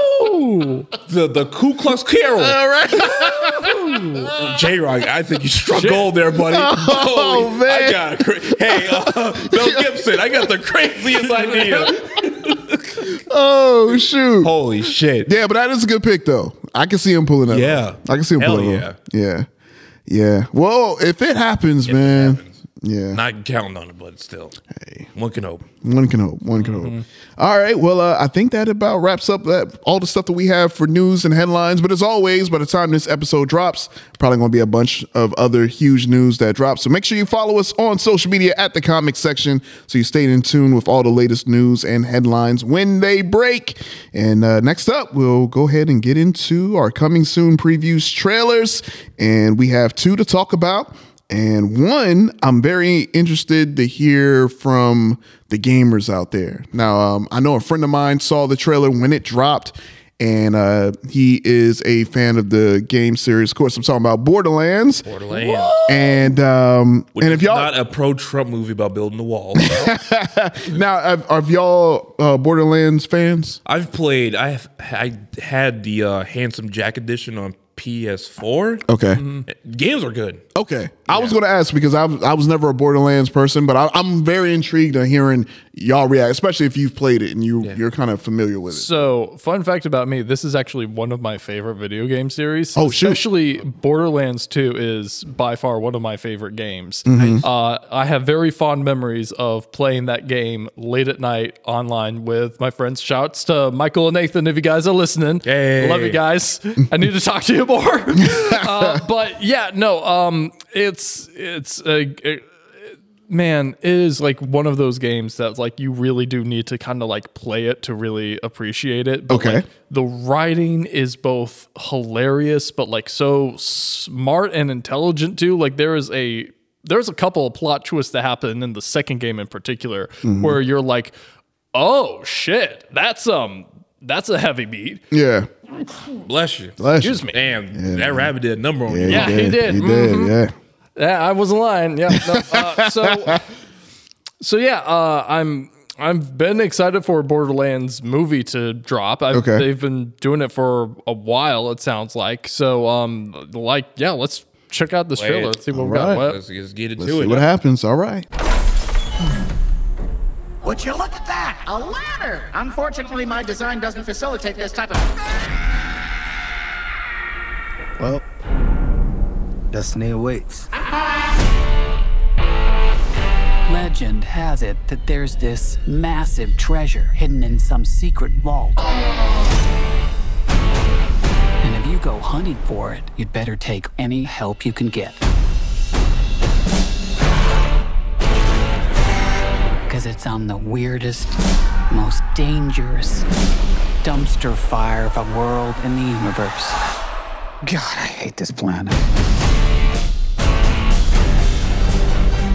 S5: The the Ku Klux Carol. All right. J Rock, I think you struck gold there, buddy. Oh,
S3: man.
S5: I got a cra- hey, uh, Bill Gibson, I got the craziest idea.
S3: oh shoot.
S5: Holy shit.
S3: Yeah, but that is a good pick though. I can see him pulling that.
S5: Yeah.
S3: off. I can see him
S5: Hell
S3: pulling it off. Yeah. Yeah. Well, if it happens, man. Yeah.
S5: Not counting on it, but still. Hey. One can hope.
S3: One can hope. One can hope. All right. Well, uh, I think that about wraps up that all the stuff that we have for news and headlines. But as always, by the time this episode drops, probably going to be a bunch of other huge news that drops. So make sure you follow us on social media at the comic section so you stay in tune with all the latest news and headlines when they break. And uh, next up, we'll go ahead and get into our coming soon previews trailers. And we have two to talk about. And one, I'm very interested to hear from the gamers out there. Now, um, I know a friend of mine saw the trailer when it dropped, and uh, he is a fan of the game series. Of course, I'm talking about Borderlands.
S5: Borderlands.
S3: And um, and if y'all
S5: Not a pro Trump movie about building the wall.
S3: now, are, are y'all uh, Borderlands fans?
S5: I've played. I have, I had the uh, handsome Jack edition on PS4.
S3: Okay.
S5: Mm-hmm. Games are good.
S3: Okay. I was going to ask because I, was- I was never a Borderlands person, but I, I'm very intrigued on hearing y'all react, especially if you've played it and you, you're kind of familiar with it.
S4: So, fun fact about me: this is actually one of my favorite video game series.
S3: Oh, shoot.
S4: Especially Borderlands Two is by far one of my favorite games.
S3: Mm-hmm.
S4: Uh, I have very fond memories of playing that game late at night online with my friends. Shouts to Michael and Nathan if you guys are listening.
S5: Hey.
S4: love you guys. I need to talk to you more. uh, but yeah, no, um, it's it's a. a- man it is like one of those games that like you really do need to kind of like play it to really appreciate it but
S3: Okay.
S4: like, the writing is both hilarious but like so smart and intelligent too like there is a there's a couple of plot twists that happen in the second game in particular where you're like oh shit that's um that's a heavy beat
S3: Yeah.
S5: Bless you.
S3: Bless you.
S4: excuse me
S5: Damn, that rabbit did a number on you.
S4: Yeah, he did.
S3: He did. Yeah.
S4: Yeah, I wasn't lying. Yeah. no, uh, so, so yeah, uh, I'm I've been excited for a Borderlands movie to drop. I've,
S3: Okay.
S4: They've been doing it for a while. It sounds like so. Um, like yeah, let's check out this
S5: Play
S4: trailer.
S5: it.
S4: Let's see what we
S3: All
S4: got.
S3: right.
S4: What?
S5: Let's just get into
S3: Let's see
S5: it.
S3: what happens. All right.
S2: Would you look at that? A ladder! Unfortunately, my design doesn't facilitate this type of.
S7: Well, destiny awaits.
S8: Legend has it that there's this massive treasure hidden in some secret vault. And if you go hunting for it, you'd better take any help you can get. Because it's on the weirdest, most dangerous dumpster fire of a world in the universe. God, I hate this planet.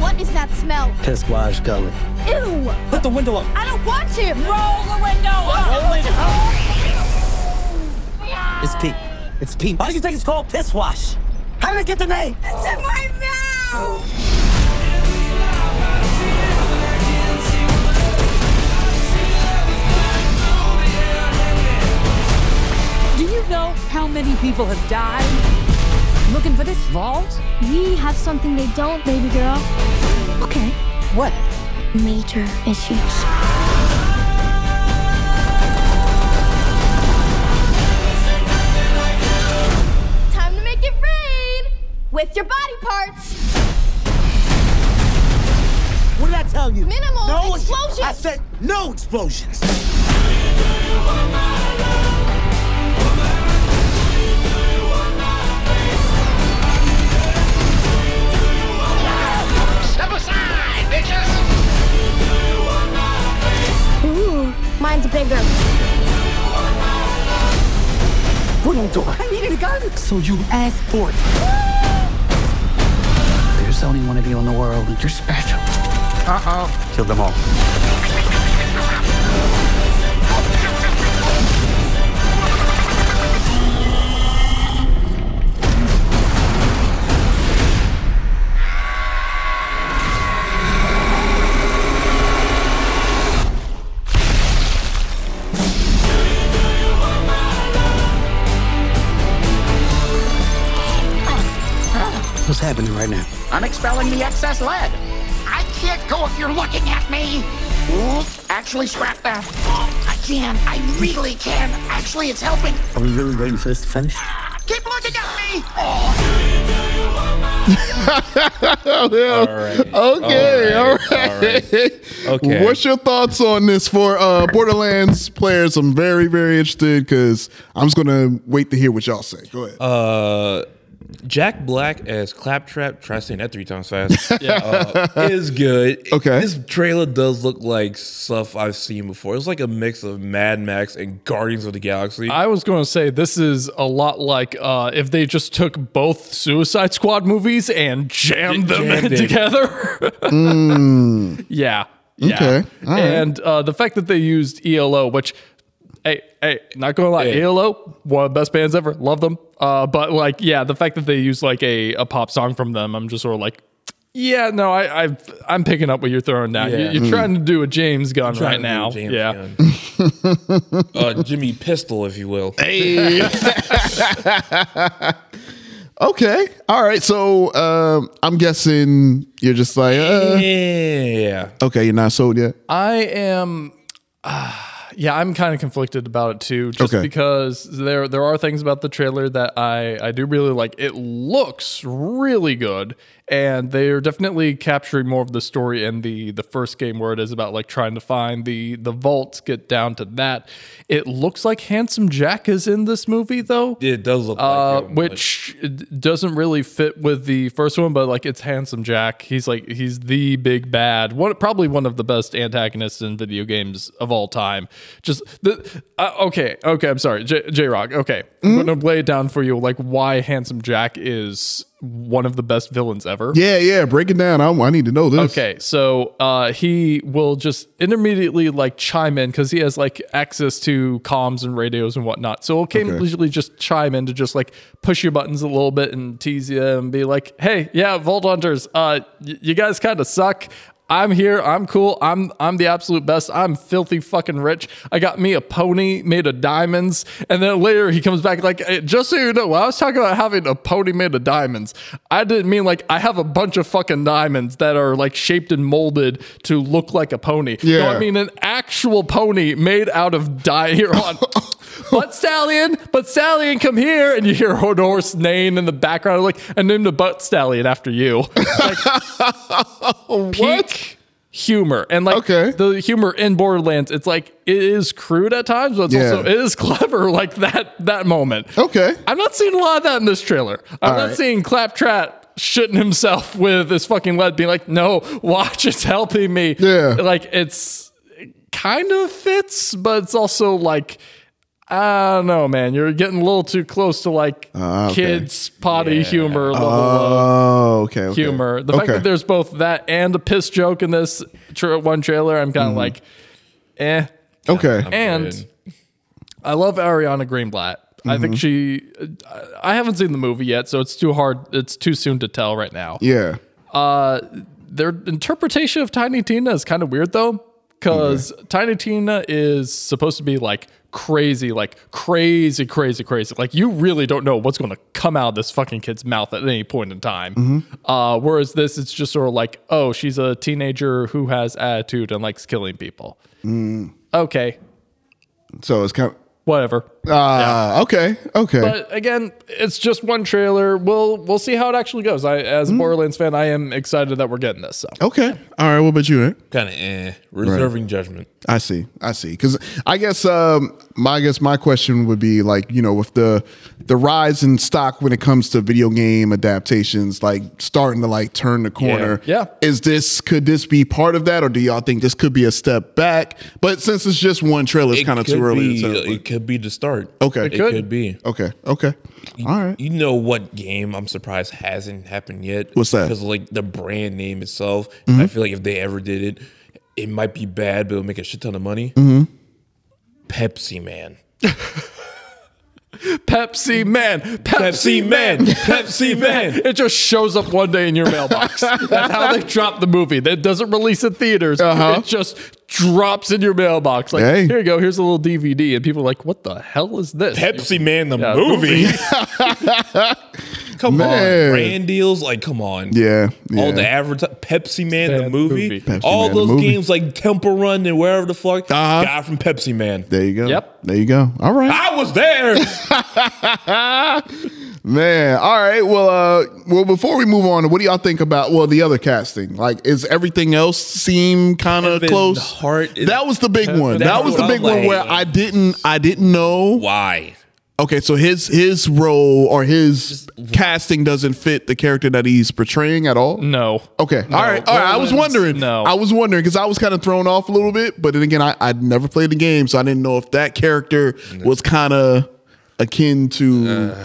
S9: What is that smell?
S7: Piss wash gully.
S9: Ew!
S7: Put the window up.
S9: I don't want to! Roll the window up!
S7: It's pee. It's pee. Why do you think it's called piss wash? How did it get the name?
S9: It's in my mouth!
S10: Do you know how many people have died looking for this vault?
S9: We have something they don't, baby girl. Okay.
S10: What?
S9: Major issues. Time to make it rain! With your body parts!
S7: What did I tell you?
S9: Minimal explosions!
S7: I said no explosions.
S2: Step aside, bitches!
S9: Ooh, mine's bigger.
S7: What am I doing? I needed a gun. So you asked for it.
S8: There's only one of you in the world, and you're special.
S7: Kill them all. What's happening right now?
S2: I'm expelling the excess lead. I can't go if you're looking at me. Actually, scrap that. I can. I really can. Actually, it's helping.
S7: Are we really waiting for this to finish?
S2: Keep looking at me.
S5: All right.
S3: Okay. All right.
S5: All right. Okay.
S3: What's your thoughts on this for uh, Borderlands players? I'm very, very interested because I'm just gonna wait to hear what y'all say. Go ahead.
S5: Uh, Jack Black as Claptrap. Try saying that three times fast. yeah, uh, is good.
S3: Okay.
S5: this trailer does look like stuff I've seen before. It's like a mix of Mad Max and Guardians of the Galaxy.
S4: I was going to say this is a lot like uh, if they just took both Suicide Squad movies and jammed them
S5: Jammed Hmm. it.
S4: together. Yeah. Yeah.
S3: Okay. All right.
S4: And uh, the fact that they used ELO, which, hey, hey, not going to lie,
S5: Hey.
S4: ELO, one of the best bands ever. Love them. Uh, but like, yeah, the fact that they used like a, a pop song from them, I'm just sort of like, Yeah, no, I, I I'm picking up what you're throwing down.
S5: Yeah.
S4: You, are
S5: Mm.
S4: trying to do a James gun
S5: trying
S4: right
S5: to do
S4: now.
S5: a James
S4: yeah,
S5: uh, Jimmy Pistol, if you will.
S3: Hey. okay. All right. So um, I'm guessing you're just like, uh,
S5: yeah.
S3: Okay, you're not sold yet.
S4: I am. ah, yeah, I'm kind of conflicted about it too, just
S3: Okay.
S4: because there there are things about the trailer that I I do really like. It looks really good, and they are definitely capturing more of the story in the the first game where it is about like trying to find the the vaults. Get down to that. It looks like Handsome Jack is in this movie though.
S5: It does look
S4: uh, which it doesn't really fit with the first one, but like it's handsome Jack. He's like he's the big bad, one probably one of the best antagonists in video games of all time. Just the uh, okay, okay. I'm sorry, J, J- Rock. Okay, I'm gonna lay it down for you. Like why handsome Jack is one of the best villains ever.
S3: Yeah, yeah. Break it down. I, I need to know this.
S4: Okay, so uh, he will just intermediately like chime in because he has like access to comms and radios and whatnot. So he'll occasionally just chime in to just like push your buttons a little bit and tease you and be like, "Hey, yeah, Vault Hunters, uh, y- you guys kind of suck. I'm here. I'm cool. I'm I'm the absolute best. I'm filthy fucking rich. I got me a pony made of diamonds." And then later he comes back like, "Hey, "Just so you know, when I was talking about having a pony made of diamonds, I didn't mean like I have a bunch of fucking diamonds that are like shaped and molded to look like a pony. No,
S11: Yeah.
S4: I mean an actual pony made out of di Here on. But stallion, but stallion, come here! And you hear a horse neighing in the background, like I named a butt stallion after you. Like, peak humor and like the humor in Borderlands, it's like it is crude at times, but it's
S11: Yeah.
S4: also it is clever. Like that that moment.
S3: Okay,
S4: I'm not seeing a lot of that in this trailer. I'm
S11: All
S4: not
S11: right.
S4: seeing Claptrap shitting himself with his fucking lead, being like, "No, watch, it's helping me." Yeah, like it's it kind of fits, but it's also like. I don't know, man. You're getting a little too close to like
S3: Ah, okay.
S4: kids' potty humor level of
S3: Oh, okay. okay.
S4: humor. The fact
S3: Okay.
S4: that there's both that and a piss joke in this tra- one trailer, I'm
S3: Mm-hmm.
S4: kind of like, eh.
S3: Okay. I'm
S4: and I love Ariana Greenblatt. I think
S3: Mhm.
S4: she. I haven't seen the movie yet, so it's too hard. It's too soon to tell right now.
S3: Yeah.
S4: Uh, their interpretation of Tiny Tina is kind of weird though, because Tiny Tina is supposed to be like crazy, like crazy, crazy, crazy. Like you really don't know what's going to come out of this fucking kid's mouth at any point in time.
S11: Mhm.
S4: Uh, whereas this, it's just sort of like, oh, she's a teenager who has attitude and likes killing people.
S3: Mm.
S4: Okay,
S3: So it's kind of
S4: whatever.
S3: Ah, okay, okay.
S4: But again, it's just one trailer. We'll we'll see how it actually goes. I, as a Borderlands fan, I am excited that we're getting this. So
S3: okay. All right. What about you? Hank?
S5: kind of eh, reserving judgment.
S3: I see. I see. Because I guess um, my I guess my question would be like you know with the the rise in stock when it comes to video game adaptations like starting to like turn the corner.
S4: Yeah.
S3: Is this could this be part of that or do y'all think this could be a step back? But since it's just one trailer, it's
S5: It
S3: kind of
S5: could
S3: too early.
S5: be- uh,
S3: to tell.
S5: It could be the start.
S3: Okay.
S5: It, could. be.
S3: Okay. Okay. All right.
S5: You know what game I'm surprised hasn't happened yet?
S3: What's that?
S5: Because like the brand name itself,
S3: Mhm.
S5: I feel like if they ever did it, it might be bad, but it'll make a shit ton of money.
S3: Mhm.
S5: Pepsi Man.
S4: Pepsi Man, Pepsi,
S5: Pepsi
S4: Man,
S5: Man, Pepsi Man.
S4: It just shows up one day in your mailbox. That's how they drop the movie. That doesn't release in theaters.
S3: Uh-huh.
S4: It just drops in your mailbox. Like
S3: Hey.
S4: here you go. Here's a little DVD, and people are like, "What the hell is this?"
S5: Pepsi Man, the
S4: Yeah,
S5: movie. come
S3: Man.
S5: on, brand deals. Like, come on.
S3: Yeah, yeah.
S5: All the advertising, Pepsi Man, the movie.
S3: Pepsi
S5: All
S3: Man, the
S5: those
S3: movie. Uh-huh.
S5: games like Temple Run and wherever the fuck. Guy from Pepsi Man.
S3: There you go.
S5: Yep.
S3: There you go. All right.
S5: I was there.
S3: Man, all right. Well, uh, well, before we move on, what do y'all think about well the other casting? Like, is everything else seem kind of
S5: Kevin
S3: close?
S5: Hart is-
S3: that was the big
S5: Kevin-
S3: one. That
S5: That's
S3: was the
S5: what
S3: big
S5: I'm
S3: one where
S5: like-
S3: I didn't, I didn't know
S5: why.
S3: Okay, so his his role or his casting doesn't fit the character that he's portraying at all.
S4: No.
S3: Okay. All right. All right. I was wondering. No. I was wondering because I was kind of thrown off a little bit, but then again, I I'd never played the game, so I didn't know if that character was kind of akin to.
S5: Uh,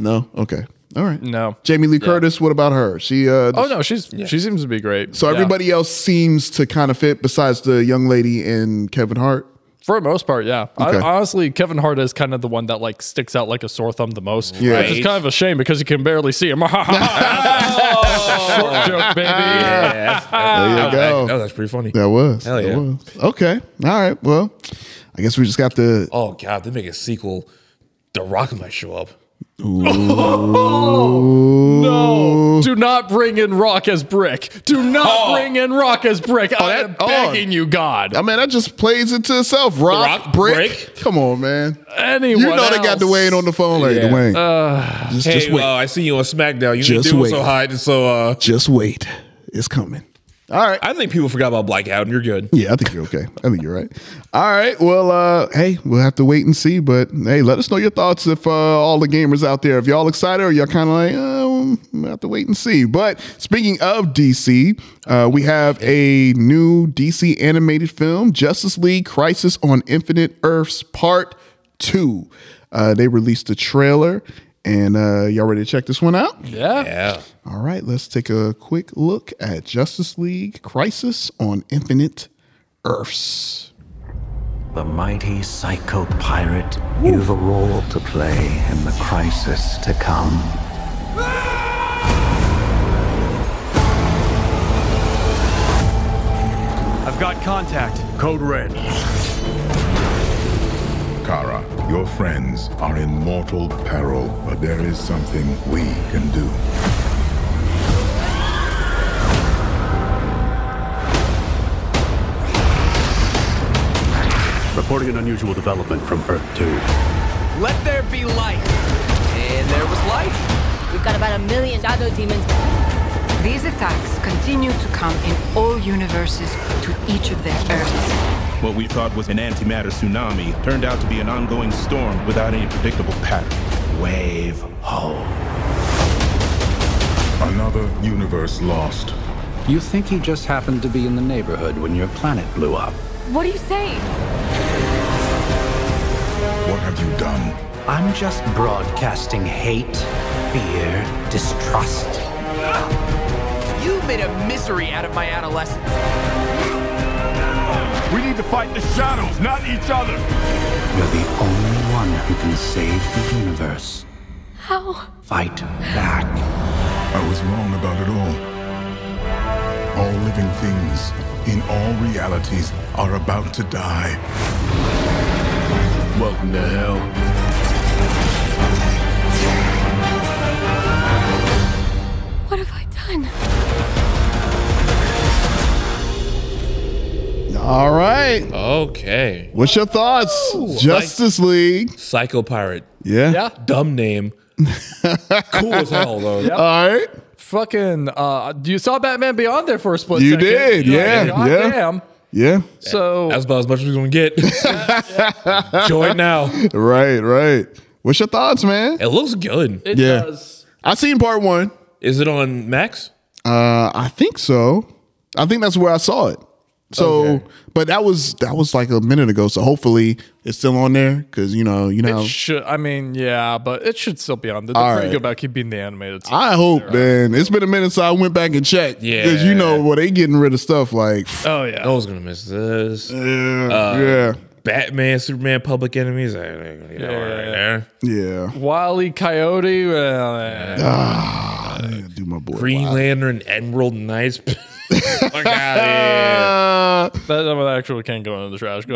S3: no. Okay. All right.
S4: No.
S3: Jamie Lee Curtis. What about her? She. Uh,
S4: Oh no, she's she seems to be great.
S3: So
S4: Yeah.
S3: everybody else seems to kind of fit besides the young lady and Kevin Hart.
S4: For the most part, yeah. I,
S3: Okay.
S4: honestly, Kevin Hart is kind of the one that like sticks out like a sore thumb the most.
S3: Yeah.
S4: Which is kind of a shame because you can barely see him. Short joke, baby.
S3: There you go.
S5: That was actually pretty funny.
S3: That was.
S5: Hell
S3: that
S5: yeah.
S3: was. Okay. All right. Well, I guess we just got the.
S5: Oh god, they make a sequel. The Rock might show up.
S4: No, do not bring in Rock as Brick. Do not
S3: Oh.
S4: bring in Rock as Brick. I am begging you, God.
S3: I mean, that just plays into itself. Rock,
S4: Rock,
S3: brick.
S4: brick.
S3: Come on, man.
S4: Anyone
S3: you know they got
S4: else?
S3: Dwayne on the phone. Like
S5: Yeah.
S3: Dwayne, just,
S5: hey,
S3: just wait.
S5: uh, I see you on SmackDown. You
S3: Just
S5: just doing
S3: wait.
S5: so hot and so. Uh,
S3: just wait. It's coming. All right.
S5: I think people forgot about Blackout, and you're good.
S3: Yeah, I think you're okay. I think you're right. All right. Well, uh, hey, we'll have to wait and see. But hey, let us know your thoughts if uh, all the gamers out there, if y'all excited or y'all kind of like, oh, we'll have to wait and see. But speaking of DC, uh, we have a new DC animated film, Justice League Crisis on Infinite Earths Part 2. Uh, they released the trailer. And uh, y'all ready to check this one out?
S4: Yeah.
S5: Yeah.
S3: All right, let's take a quick look at Justice League Crisis on Infinite Earths.
S11: The mighty psycho pirate knew the role to play in the crisis to come.
S12: I've got contact. Code red.
S13: Kara, your friends are in mortal peril, but there is something we can do.
S12: Reporting an unusual development from Earth 2.
S14: Let there be light. And there was light.
S15: We've got about a million shadow demons. These attacks continue to come in all universes to each of their Earths.
S16: What we thought was an antimatter tsunami turned out to be an ongoing storm without any predictable pattern. Wave ho.
S13: Another universe lost.
S11: You think he just happened to be in the neighborhood when your planet blew up?
S10: What are you saying?
S13: What have you done?
S11: I'm just broadcasting hate, fear, distrust.
S14: You made a misery out of my adolescence.
S12: We need to fight the shadows, not each other.
S11: You're the only one who can save the universe.
S9: How?
S11: Fight back.
S13: I was wrong about it all. All living things in all realities are about to die. Welcome to hell.
S9: What have I done?
S3: All right.
S5: Okay.
S3: What's your thoughts? Justice League.
S5: Psycho Pirate.
S3: Yeah.
S5: Dumb name. cool as hell though.
S4: Yep.
S3: All right.
S4: Fucking, uh, you saw Batman Beyond there for a split
S3: You
S4: second.
S3: did,
S4: You're
S3: yeah,
S4: God
S3: yeah.
S4: damn.
S3: Yeah.
S4: So
S5: That's about as much as we're gonna get. Join now.
S3: Right, right. What's your thoughts, man?
S5: It looks good.
S4: It
S3: yeah.
S4: does.
S3: I seen part one.
S5: Is it on Max?
S3: Uh, I think so. I think that's where I saw it. So, but that was that was like a minute ago. So hopefully it's still on there because you know you know.
S4: It should. I mean, yeah, but it should still be on. They're
S3: All
S4: pretty
S3: right.
S4: good about keeping the animated. stuff.
S3: I hope, man. It's been a minute, so I went back and checked. because you know, well, they getting rid of stuff like
S4: Oh yeah.
S5: I was gonna miss this.
S4: Uh,
S3: yeah.
S5: Batman, Superman, Public Enemies. I ain't gonna get that one right there.
S3: yeah.
S4: Wily E. Coyote. Well, eh.
S3: do my boy.
S5: Green Lantern, Emerald Knights. Fuck outta here.
S3: Uh,
S4: That that one actually can go into the trash. Go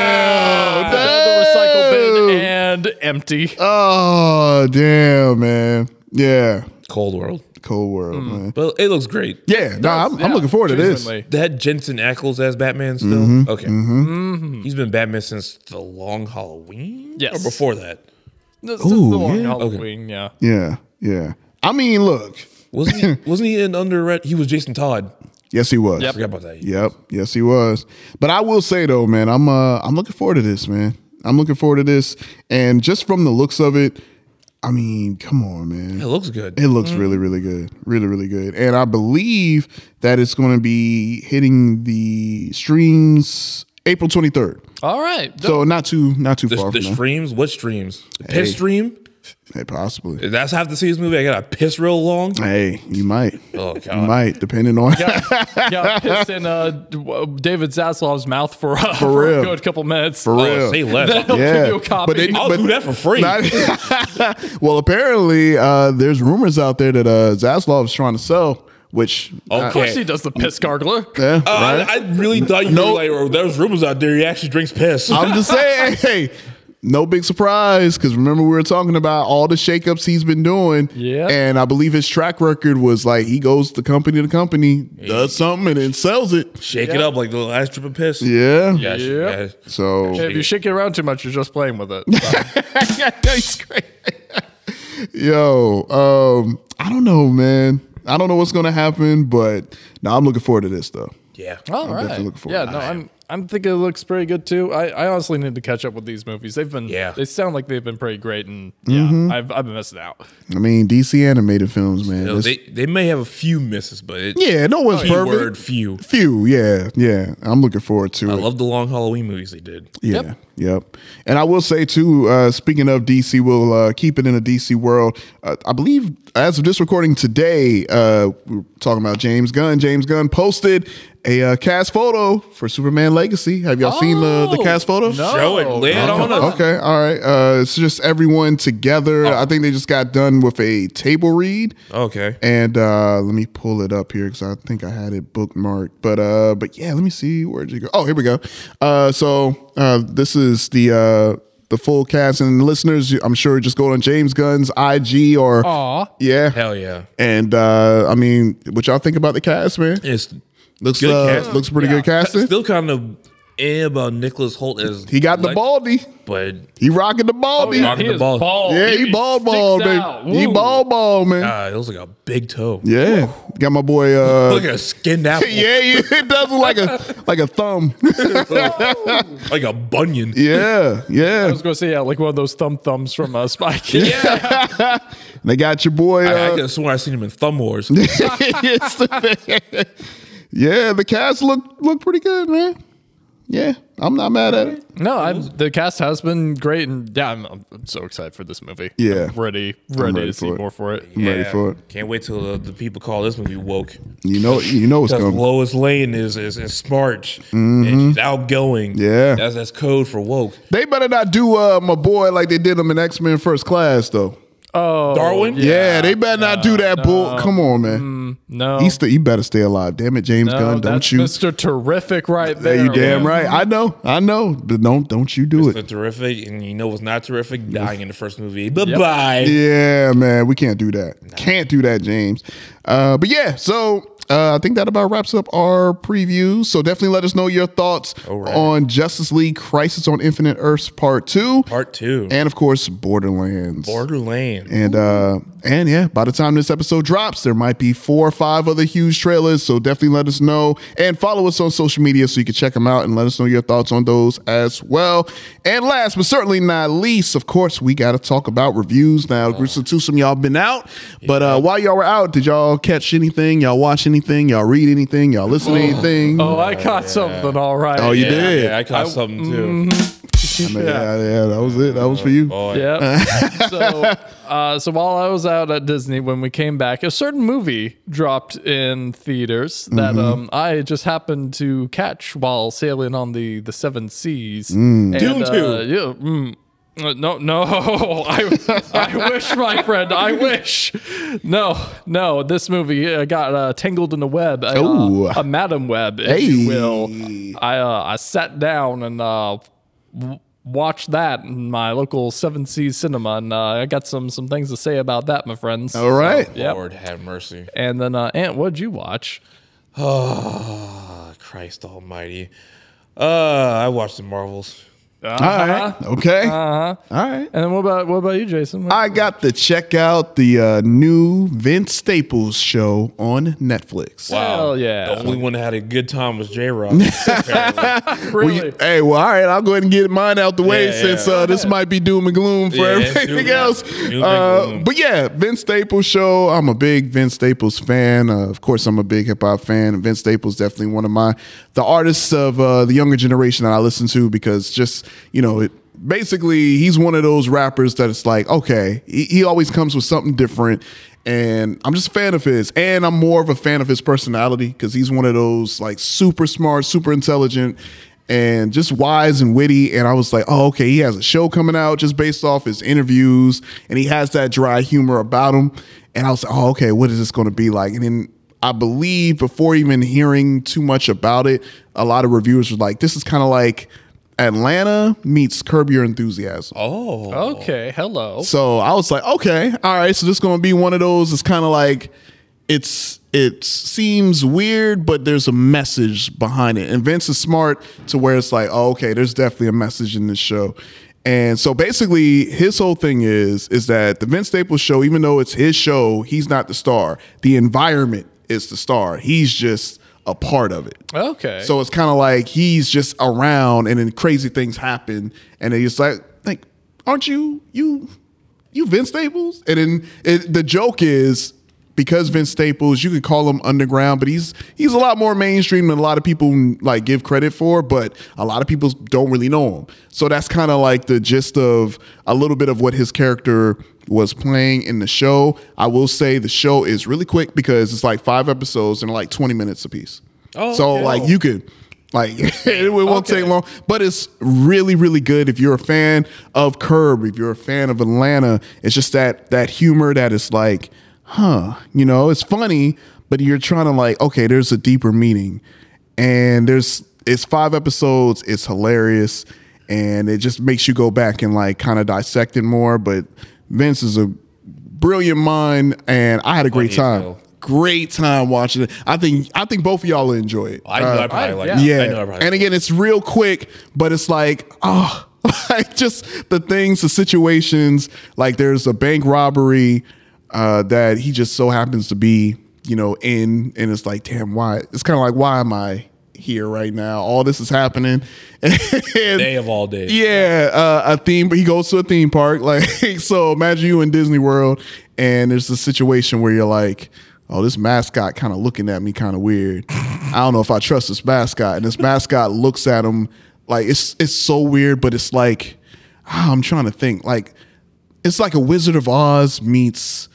S4: ahead. the recycle bin and empty.
S3: Oh damn, man. Yeah.
S5: Cold World.
S3: Cold world, man.
S5: But it looks great.
S3: Hmm. Yeah, nah, I'm, I'm looking forward to this.
S5: That Jensen Ackles as Batman still?
S4: Mm-hmm.
S3: Mhm,
S5: Okay. Mm-hmm.
S3: mhm.
S5: He's been Batman since the long Halloween?
S4: Yes.
S5: Or before that?
S4: This
S3: Ooh,
S4: is the one
S3: yeah.
S4: Halloween. Yeah.
S3: Yeah, yeah. I mean, look.
S5: Wasn't he, wasn't he in Under Red? He was Jason Todd.
S3: Yes, he was.
S5: I forgot about that.
S3: Yep. Yes, he was. But I will say though, man, I'm uh, I'm looking forward to this, man. I'm looking forward to this, and just from the looks of it, I mean, come on, man.
S5: It looks good.
S3: It
S4: Mm.
S3: looks really, really good. Really, really good. And I believe that it's going to be hitting the streams April 23rd.
S4: All right. Oh.
S3: So not too, not too
S5: The,
S3: far.
S5: the
S3: from now.
S5: streams? What streams? The piss
S3: Hey.
S5: stream?
S3: Hey, possibly.
S5: If that's half the season movie, I gotta piss real long.
S3: Hey, you might.
S5: Oh
S3: You might, depending on.
S4: got, got pissed in uh, D- w- David Zaslav's mouth for, uh, for,
S3: real.
S4: a good couple minutes. Oh,
S3: For real.
S4: That'll give you a copy.
S3: not- well, apparently, uh, there's rumors out there that uh, Zaslav's trying to sell, which. uh,
S4: Of course he does the piss gargler.
S3: Yeah,
S5: Uh,
S3: right?
S5: I, I really thought you were like, oh, there's rumors out there he actually drinks piss.
S3: I'm just saying, hey, no big surprise because remember we were talking about all the shakeups he's been doing.
S4: Yeah.
S3: and I believe his track record was like he goes to company to company, does something, and then sells it.
S5: Shake it up like the last drip of piss.
S3: Yeah.
S5: Yeah. yeah.
S3: So
S4: If you shake it around too much, you're just playing with it.
S3: Yo, um, I don't know, man. I don't know what's gonna happen, but no, I'm looking forward to this though.
S5: Yeah.
S4: All
S3: I'm
S4: right.
S3: definitely looking forward
S4: Yeah,
S3: to
S4: no,
S3: that.
S4: I'm I'm thinking it looks pretty good too. I, I honestly need to catch up with these movies. They've been yeah. they sound like they've been pretty great and yeah,
S3: Mhm.
S4: I've I've been missing out.
S3: I mean, DC animated films, man.
S5: No,
S3: It's-
S5: they they may have a few misses, but it,
S3: yeah, no one's
S5: Keyword
S3: perfect.
S5: few.
S3: few, yeah, yeah. I'm looking forward to
S5: I
S3: it.
S5: love the long Halloween movies they did.
S3: Yeah. Yep. And I will say too, uh, speaking of DC, we'll uh, keep it in a DC world. Uh, I believe as of this recording today, uh, we were talking about James Gunn. James Gunn posted a uh, cast photo for Superman Legacy. Have y'all seen the, the cast photo?
S5: no. Show it. Lay it on us.
S3: Oh, Okay. All right. Uh, it's just everyone together. I think they just got done with a table read.
S5: Okay.
S3: And uh, let me pull it up here because I think I had it bookmarked. But uh, but yeah, let me see where would you go. Oh, here we go. Uh, so uh, this is the uh, the full cast and listeners. you- I'm sure just go on James Gunn's IG or
S4: Aw.
S3: yeah,
S5: Hell yeah.
S3: And uh, I mean, what y'all think about the cast, man?
S5: It's
S3: looks
S5: good
S3: uh,
S5: cast.
S3: looks pretty good casting.
S5: Still kind of eh about Nicholas Holt as
S3: He got the baldy.
S5: but
S3: He rocking the
S5: Oh,
S3: baldy.
S5: yeah, Rocking he the is baldy. bald.
S3: Yeah,
S5: He
S3: he bald
S5: sticks
S3: ball, baby.
S5: out.
S3: He
S5: Woo.
S3: ball ball, man.
S5: ah, it was like a big toe.
S3: Yeah, got my boy. Uh,
S5: Look at a skinned apple.
S3: yeah, yeah, it does look like a like a thumb.
S5: like a bunion.
S3: Yeah, yeah.
S4: I was gonna say yeah, like one of those thumb thumbs from uh, Spy Kids.
S3: They got your boy.
S5: I, I
S3: Uh,
S5: could have sworn I seen him in Thumb Wars.
S3: it's the- yeah, the cast looked looked pretty good, man. Yeah, I'm not mad at it.
S4: No, I'm, the cast has been great, and yeah, I'm, I'm I'm so excited for this movie.
S3: Yeah.
S4: I'm ready,
S3: I'm
S4: ready,
S3: ready
S4: to see
S3: for it.
S4: more for it.
S3: I'm ready for it.
S5: Can't wait till the, the people call this movie woke.
S3: You know, you know it's
S5: Because
S3: coming.
S5: Lois Lane is is, is smart and
S3: Mhm.
S5: she's outgoing.
S3: Yeah.
S5: that's that's code for woke.
S3: They better not do uh, my boy like they did him in X Men First Class though.
S4: Oh,
S5: Darwin?
S3: Yeah, they better not do that bull. Come on, man.
S4: Mm, no.
S3: he st- you better stay alive. Damn it, James
S4: No,
S3: Gunn. Don't
S4: Oh, that's
S3: you?
S4: Mr. Terrific right there.
S3: you damn
S4: man.
S3: right. I know. I know. But don't don't you do
S5: The
S3: it.
S5: terrific, and you know what's not terrific? Dying in the first movie. Bye bye.
S3: Yeah, man. We can't do that. Can't do that, James. Uh, but yeah, so uh, I think that about wraps up our preview. So definitely let us know your thoughts on Justice League Crisis on Infinite Earths Part Two.
S5: Part Two.
S3: And of course, Borderlands.
S5: Borderlands.
S3: And uh and yeah, by the time this episode drops, there might be four or five other huge trailers. So definitely let us know and follow us on social media so you can check them out and let us know your thoughts on those as well. And last but certainly not least, of course, we gotta talk about reviews now. Groups of two, some y'all been out, but uh while y'all were out, did y'all catch anything? Y'all watch anything? Y'all read anything? Y'all listen to anything?
S4: Oh, I caught something all right.
S3: Oh, you
S5: Yeah,
S3: did.
S5: yeah, I mm-hmm. caught something too.
S3: I mean, yeah. yeah, that was it. That was for you.
S4: Yeah. so, uh, so while I was out at Disney, when we came back, a certain movie dropped in theaters that
S3: Mhm.
S4: um, I just happened to catch while sailing on the the seven seas.
S3: Mm.
S4: Doom
S5: Dune
S4: Uh,
S5: 2.
S4: yeah. mm. Uh, No, no, I, I wish, my friend, I wish. No, no, this movie uh, got uh, tangled in a web, uh,
S3: Ooh.
S4: a madam web, if you will. I uh, I sat down and uh, w- watched that in my local Seven Seas cinema, and uh, I got some some things to say about that, my friends.
S3: All right.
S4: Yep.
S5: Lord have mercy.
S4: And then, uh, Aunt, what'd you watch?
S5: Oh, Christ Almighty. Uh, I watched the Marvels.
S3: right. Okay.
S4: Uh-huh.
S3: All right.
S4: And then what about what about you, Jason? What-
S3: I got to check out the uh, new Vince Staples show on Netflix.
S5: Wow.
S4: Hell yeah.
S5: The only one that had a good time was J Rock.
S3: Well, you- hey, well, all right. I'll go ahead and get mine out the way
S5: Yeah,
S3: since
S5: yeah.
S3: uh, this might be doom and gloom for
S5: Yeah, it's
S3: everything
S5: doom and-
S3: else.
S5: doom and
S3: Uh,
S5: gloom.
S3: but yeah, Vince Staples show. I'm a big Vince Staples fan. Uh, of course, I'm a big hip hop fan. Vince Staples definitely one of my the artists of uh, the younger generation that I listen to because just you know it. basically he's one of those rappers that it's like okay he, he always comes with something different and i'm just a fan of his and i'm more of a fan of his personality because he's one of those like super smart super intelligent and just wise and witty and i was like oh okay he has a show coming out just based off his interviews and he has that dry humor about him and i was like oh okay what is this going to be like and then I believe before even hearing too much about it, a lot of reviewers were like, this is kind of like Atlanta meets Curb Your Enthusiasm.
S4: Oh. Okay. Hello.
S3: So I was like, okay, all right, so this is gonna be one of those. It's kind of like it's it seems weird, but there's a message behind it. And Vince is smart to where it's like, oh, okay, there's definitely a message in this show. And so basically his whole thing is is that the Vince Staples show, even though it's his show, he's not the star. The environment is the star. He's just a part of it.
S4: Okay.
S3: So it's kind of like he's just around, and then crazy things happen, and then he's like, like, aren't you you you Vince Staples? And then it, the joke is because Vince Staples, you could call him underground, but he's he's a lot more mainstream than a lot of people like give credit for. But a lot of people don't really know him, so that's kind of like the gist of a little bit of what his character was playing in the show. I will say the show is really quick because it's like five episodes and like twenty minutes apiece.
S4: Oh,
S3: so
S4: okay.
S3: like you could like it won't take long, but it's really really good if you're a fan of Curb, if you're a fan of Atlanta. It's just that that humor that is like, huh, you know, it's funny, but you're trying to like, okay, there's a deeper meaning, and there's it's five episodes. It's hilarious. And it just makes you go back and like kind of dissect it more. But Vince is a brilliant mind, and I had a great
S5: Funny
S3: time.
S5: as hell.
S3: Great time watching it. I think I think both of y'all will enjoy it.
S5: I know I probably like it.
S3: Yeah,
S5: I know I probably
S3: and again, it's real quick, but it's like oh, like just the things, the situations. Like there's a bank robbery uh, that he just so happens to be, you know, in, and it's like, damn, why? It's kind of like, why am I here right now? All this is happening.
S5: Day of all days.
S3: Yeah, uh, a theme. But he goes to a theme park. Like, so imagine you in Disney World, and there's a situation where you're like, "Oh, this mascot kind of looking at me, kind of weird. I don't know if I trust this mascot." And this mascot looks at him like it's it's so weird, but it's like ah, I'm trying to think. Like, it's like a Wizard of Oz meets.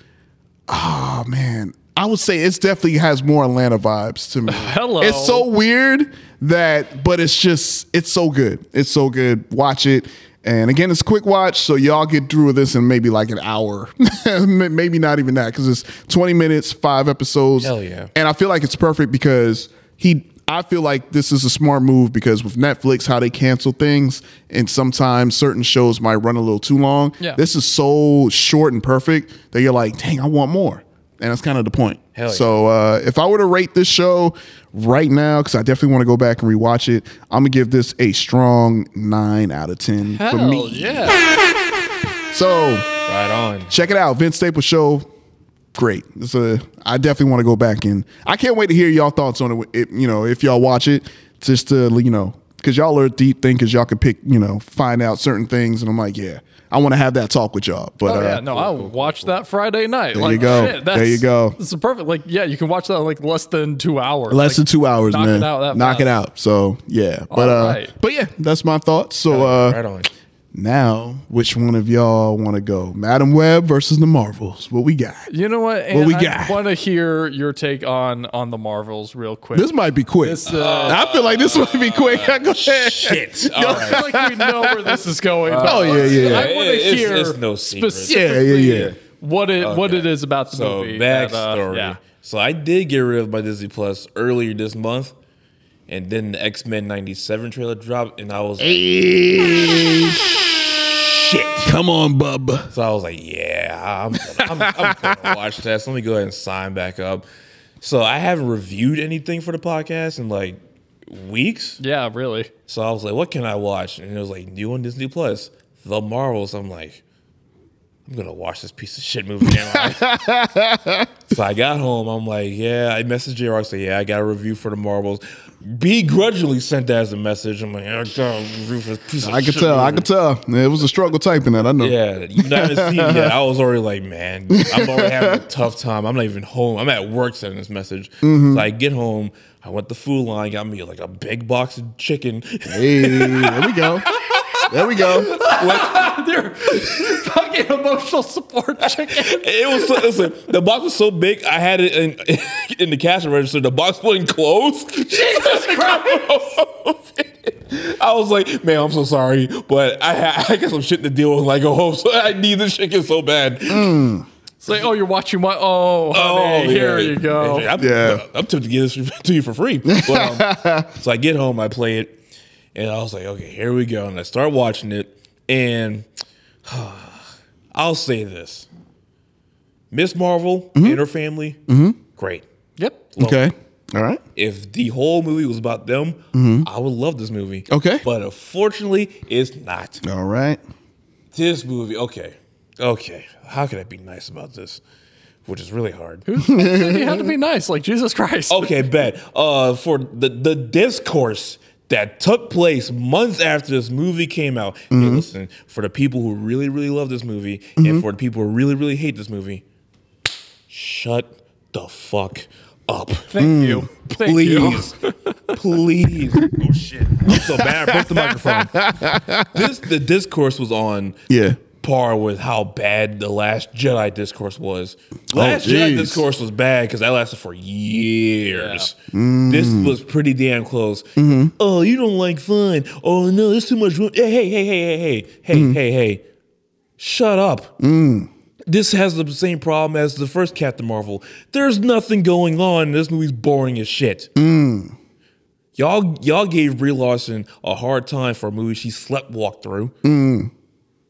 S3: Oh man. I would say it's definitely has more Atlanta vibes to me.
S4: Hello.
S3: It's so weird that, but it's just, it's so good. It's so good. Watch it. And again, it's quick watch, so y'all get through with this in maybe like an hour, M- maybe not even that, because it's twenty minutes, five episodes.
S5: Hell yeah.
S3: And I feel like it's perfect because he. I feel like this is a smart move because with Netflix, how they cancel things, and sometimes certain shows might run a little too long.
S4: Yeah.
S3: This is so short and perfect that you're like, dang, I want more. And that's kind of the point.
S5: Hell yeah.
S3: So uh, if I were to rate this show right now, because I definitely want to go back and rewatch it, I'm gonna give this a strong nine out of ten for
S4: Hell
S3: me.
S4: yeah.
S3: So
S5: Right on.
S3: check it out, Vince Staples show. Great. It's a. I definitely want to go back and I can't wait to hear y'all thoughts on it. it you know, if y'all watch it, just to you know, because y'all are deep thinkers, y'all can pick you know, find out certain things, and I'm like, yeah, I want to have that talk with y'all. But
S4: oh,
S3: uh,
S4: yeah, no, I would watch that Friday night.
S3: There you
S4: like,
S3: go.
S4: Shit,
S3: There
S4: that's,
S3: you go.
S4: This is perfect. Like, yeah, you can watch that in like less than two hours.
S3: less
S4: Like,
S3: than two hours,
S4: knock
S3: man.
S4: It out that
S3: knock it
S4: fast.
S3: out. So yeah, but
S4: All
S3: uh,
S4: right.
S3: but yeah, that's my thoughts. So uh,
S5: Right on.
S3: Now, which one of y'all want to go? Madam Web versus the Marvels. What we got?
S4: You know what? And
S3: What we
S4: I
S3: got?
S4: want to hear your take on on the Marvels real quick.
S3: This might be quick.
S4: This, uh,
S3: I feel like this might be quick. go ahead.
S5: Shit. All
S4: I feel
S5: right.
S4: like we know where this is going. but
S3: oh, yeah, yeah.
S4: I want to
S5: It's-
S4: hear
S5: it's no secret.
S4: specifically
S3: Yeah, yeah, yeah.
S4: what it what it is about the
S5: So
S4: movie. that, uh,
S5: backstory.
S4: yeah.
S5: So I did get rid of my Disney Plus earlier this month, and then the X Men '97 trailer dropped, and I was like,
S3: Hey. Shit. Come on, bub.
S5: so I was like, yeah, I'm gonna, I'm, I'm gonna watch that. So let me go ahead and sign back up. So I haven't reviewed anything for the podcast in like weeks.
S4: Yeah, really.
S5: So I was like, what can I watch? And it was like new on Disney Plus, The Marvels. I'm like, I'm gonna watch this piece of shit movie. Now. so I got home. I'm like, yeah. I messaged J Rock. Say, yeah, I got a review for the Marvels. Begrudgingly sent that as a message. I'm like, I got a review for this piece of
S3: I
S5: shit.
S3: could tell. I
S5: movie."
S3: could tell. It was a struggle typing that. I know.
S5: Yeah, you know, I haven't seen it yet. I was already like, man, I'm already having a tough time. I'm not even home. I'm at work sending this message. So I get home. I went to the food line, got me like a big box of chicken.
S3: Hey, there we go. There we go.
S4: They're fucking emotional support chicken.
S5: It was so, listen. The box was so big. I had it in in the cash register. The box wasn't closed. Jesus Christ! I was like, man, I'm so sorry, but I ha- I got some shit to deal with. Like, oh, so I need this chicken so bad.
S4: It's like, oh, you're watching my. Oh, honey, here
S5: yeah.
S4: you go.
S5: I'm, yeah, I'm tempted to give this to you for free. But, um, so I get home, I play it, and I was like, okay, here we go. And I start watching it, and I'll say this: Miss Marvel and her family,
S3: Mhm.
S5: great.
S4: Yep.
S5: Love
S3: Okay.
S5: it.
S3: All right.
S5: If the whole movie was about them,
S3: Mhm.
S5: I would love this movie.
S3: Okay.
S5: But unfortunately, it's not.
S3: All right.
S5: This movie, okay, okay. How can I be nice about this? Which is really hard.
S4: Dude, you had to be nice, like Jesus Christ.
S5: Okay, bet. Uh, for the the discourse that took place months after this movie came out. Hey,
S3: Mhm.
S5: listen, for the people who really really love this movie, and
S3: Mhm.
S5: for the people who really really hate this movie, shut the fuck up. Thank
S4: you. Thank you.
S5: Please, please. Oh shit! I'm so bad. I broke the microphone. This the discourse was on
S3: Yeah.
S5: par with how bad the last Jedi discourse was. Last Jedi
S3: Oh, jeez.
S5: discourse was bad because that lasted for years.
S3: Mm.
S5: This was pretty damn close.
S3: Mm-hmm.
S5: Oh, you don't like fun. Oh no, there's too much room. Hey, hey, hey, hey, hey, hey, hey,
S3: Mhm.
S5: hey, hey. Shut up.
S3: Mm.
S5: This has the same problem as the first Captain Marvel. There's nothing going on. This movie's boring as shit.
S3: Mm.
S5: Y'all, y'all gave Brie Larson a hard time for a movie she slept walked through
S3: Mm.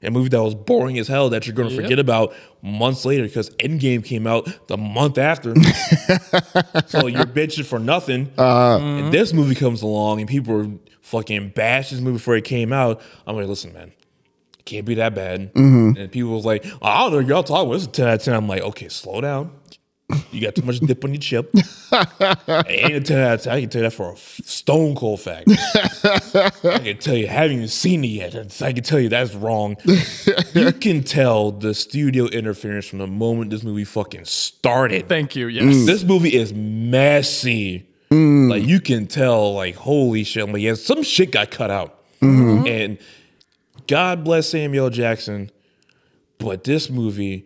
S5: a movie that was boring as hell that you're going to
S3: Yep.
S5: forget about months later because Endgame came out the month after. so you're bitching for nothing.
S3: Uh,
S5: and this movie comes along and people are fucking bash this movie before it came out. I'm like, listen, man, it can't be that bad.
S3: Mhm.
S5: And people was like, I don't know, y'all talking about this is 10 out of 10. I'm like, okay, slow down. You got too much dip on your chip. it ain't a 10 out of 10. I can tell you that for a f- stone cold fact. I can tell you, haven't even seen it yet. it's- I can tell you that's wrong. you can tell the studio interference from the moment this movie fucking started.
S4: Thank you. Yes.
S5: This movie is messy. Like you can tell, like, holy shit. I'm like, yeah, some shit got cut out.
S3: Mhm.
S5: And God bless Samuel Jackson, but this movie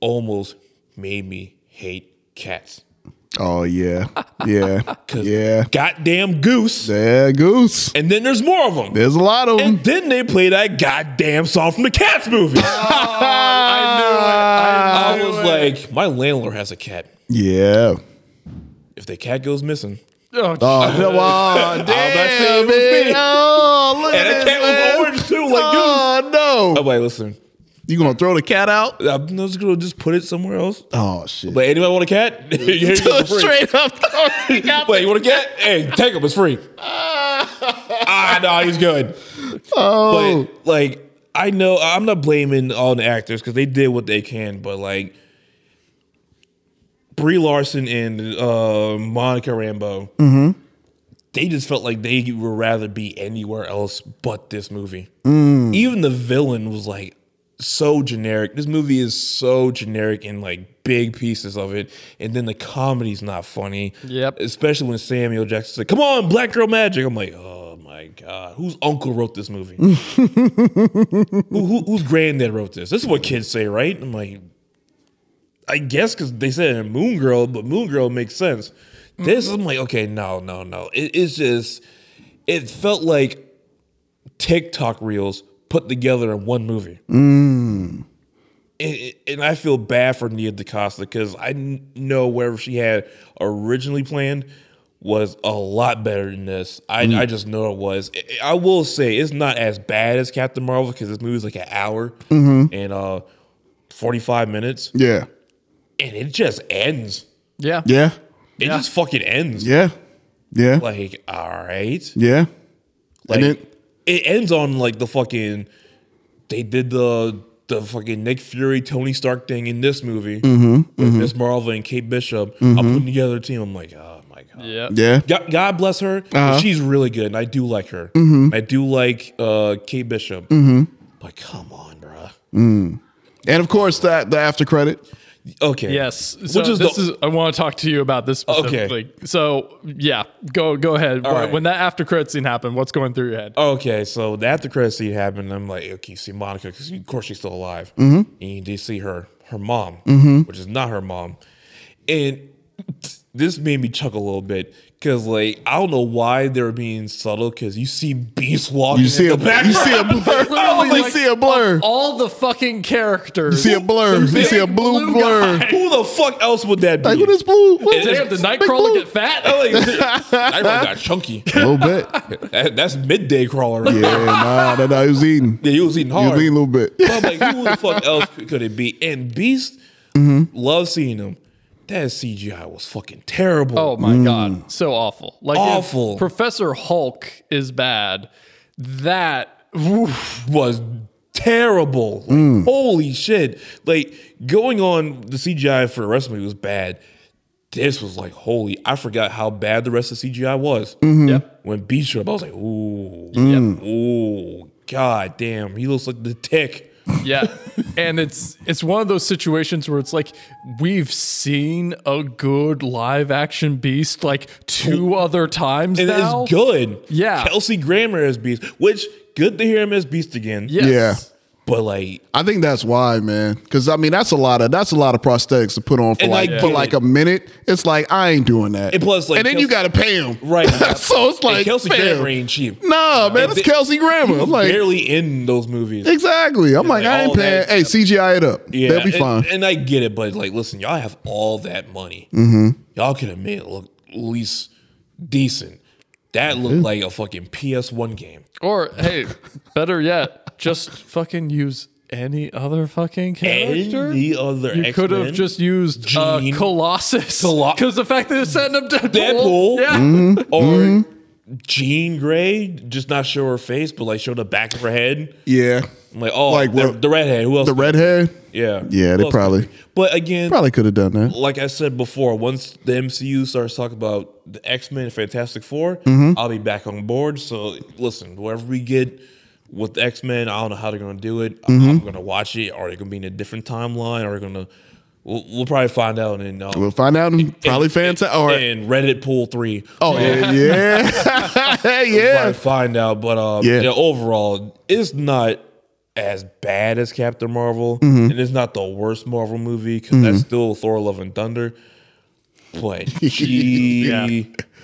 S5: almost made me hate cats.
S3: Oh yeah. Yeah. yeah.
S5: Goddamn goose.
S3: Yeah, goose.
S5: And then there's more of them.
S3: There's a lot of them.
S5: And then they play that goddamn song from the Cats movie. Ah. I was like, my landlord has a cat.
S3: Yeah.
S5: If the cat goes missing,
S4: Oh,
S3: Oh, come on. Damn, man. Oh, look
S5: and
S3: at
S5: the cat
S3: this,
S5: was orange too, like
S3: oh, no.
S5: I'm like, listen.
S3: You gonna throw the cat out?
S5: I'm just gonna just put it somewhere else.
S3: Oh shit.
S5: But anybody want a cat? Here you go for free.
S3: Straight up.
S5: Wait, you want a cat? Hey, take him. It's free. ah, no, he's good.
S3: Oh.
S5: But like, I know I'm not blaming all the actors because they did what they can, but like. Brie Larson and uh, Monica Rambeau,
S3: Mm-hmm.
S5: they just felt like they would rather be anywhere else but this movie.
S3: Mm.
S5: Even the villain was like so generic. This movie is so generic in like big pieces of it, and then the comedy's not funny.
S4: Yep.
S5: Especially when Samuel Jackson's like, "Come on, Black Girl Magic." I'm like, "Oh my god, whose uncle wrote this movie? who, who, whose granddad wrote this? This is what kids say, right?" I'm like, I guess because they said in Moon Girl, but Moon Girl makes sense. This,
S3: Mm-hmm.
S5: I'm like, okay, no, no, no. It, it's just, it felt like TikTok reels put together in one movie.
S3: Mm.
S5: And, and I feel bad for Nia DaCosta because I kn- know wherever she had originally planned was a lot better than this. I,
S3: Mm.
S5: I just know it was. I- I will say it's not as bad as Captain Marvel because this movie's like an hour
S3: Mhm.
S5: and uh, 45 minutes
S3: Yeah.
S5: and it just ends.
S4: Yeah.
S3: Yeah.
S5: It just fucking ends.
S3: Yeah. Yeah.
S5: Like, all right.
S3: Yeah.
S5: Like,
S3: and then
S5: it ends on like the fucking. They did the the fucking Nick Fury Tony Stark thing in this movie
S3: Mhm,
S5: with
S3: mhm.
S5: Miss Marvel and Kate Bishop. I'm
S3: Mhm.
S5: putting together a team. I'm like, oh my god.
S4: Yeah.
S3: Yeah.
S5: God, God bless her. but
S3: Uh-huh.
S5: She's really good, and I do like her.
S3: Mhm.
S5: I do like uh, Kate Bishop.
S3: Mhm.
S5: But come on, bruh.
S3: Mm. And of course that the after credit.
S5: Okay.
S4: Yes. So this is I want to talk to you about this specifically. So yeah, go go ahead.
S5: All
S4: When-
S5: right.
S4: When that after credit scene happened, what's going through your head?
S5: Okay, so the after credit scene happened. I'm like, okay, you see Monica, because of course she's still alive.
S3: Mhm.
S5: And you do see her, her mom,
S3: Mhm.
S5: which is not her mom. And this made me chuckle a little bit because, like, I don't know why they were being subtle. Because you see Beast walking.
S3: You see
S5: in
S3: a-
S5: the background.
S3: you see a blur.
S4: Literally,
S5: You
S4: like,
S5: see a blur.
S3: oh,
S4: of All the fucking characters.
S3: You see a blur. You see a blue blur.
S5: Who the fuck else would that be?
S3: Like, what is blue? What is
S4: Damn, did
S3: big
S4: Nightcrawler get fat?
S5: I like, Nightcrawler got chunky.
S3: A little bit.
S5: That- that's midday crawler.
S3: Yeah, nah, nah, nah, he was eating.
S5: Yeah, he was eating
S3: He
S5: hard.
S3: was eating a little bit.
S5: So I'm like, who the fuck else could it be? And Beast, love seeing him. That CGI was fucking terrible.
S4: Oh my god, so awful. Like if
S5: Awful.
S4: Professor Hulk is bad. That
S5: Oof, was terrible. Like, Holy shit! Like going on the CGI for the rest of me was bad. This was like holy. I forgot how bad the rest of CGI was.
S4: Mm-hmm.
S3: Mhm. Yep.
S5: When Beast showed up, I was like, ooh,
S3: Mm.
S5: ooh, god damn, he looks like the tick.
S4: yeah. and it's it's one of those situations where it's like we've seen a good live action beast like two other times
S5: and
S4: now.
S5: it's good.
S4: Yeah.
S5: Kelsey Grammer as Beast, which good to hear him as Beast again.
S3: Yeah.
S5: but like
S3: I think that's why, man. Because I mean, that's a lot of that's a lot of prosthetics to put on for
S5: And I
S3: like for
S5: get
S3: like
S5: it.
S3: a minute. It's like I ain't doing that.
S5: And plus, like,
S3: and then you got to pay him,
S5: right?
S3: so it's like,
S5: and Kelsey
S3: fam.
S5: Grammer ain't cheap.
S3: Nah, man,
S5: And
S3: it's
S5: they-
S3: Kelsey Grammer.
S5: he was
S3: I'm like-
S5: barely in those movies.
S3: Exactly. I'm like, I ain't
S5: all
S3: paying.
S5: that-
S3: Hey, CGI it up.
S5: Yeah,
S3: They'll be
S5: and,
S3: fine.
S5: And I get it, but like, listen, y'all have all that money.
S3: Mhm.
S5: Y'all could have made it look at least decent. That looked like a fucking PS1 game.
S4: Or hey, better yet, just fucking use any other fucking character.
S5: Any other
S4: you could have
S5: X-Men?
S4: just used uh, Colossus because the fact that it's setting up Deadpool.
S5: Deadpool
S4: yeah.
S3: Mm-hmm.
S5: or Jean Grey, just not show her face, but like show the back of her head.
S3: Yeah.
S5: I'm like, oh,
S3: Like,
S5: like the,
S3: what-
S5: the redhead. Who else?
S3: The redhead. Yeah,
S5: Yeah. Who
S3: they
S5: else could
S3: probably
S5: But again,
S3: probably could have done that.
S5: like I said before, once the MCU starts talking about the X Men and Fantastic 4
S3: Mhm.
S5: I'll be back on board. So listen, wherever we get with X Men, I don't know how they're going to do it. I'm
S3: Mhm.
S5: going to watch it. Are they going to be in a different timeline? Are they going to? We'll, we'll probably find out in uh,
S3: We'll find out. in Probably fantastic. Or
S5: in Reddit Pool Three.
S3: Oh, yeah, yeah, yeah.
S5: We'll probably find out, but um,
S3: Yeah.
S5: yeah. Overall, it's not as bad as Captain Marvel,
S3: Mhm.
S5: and it's not the worst Marvel movie because that's
S3: Mhm.
S5: still Thor: Love and Thunder. But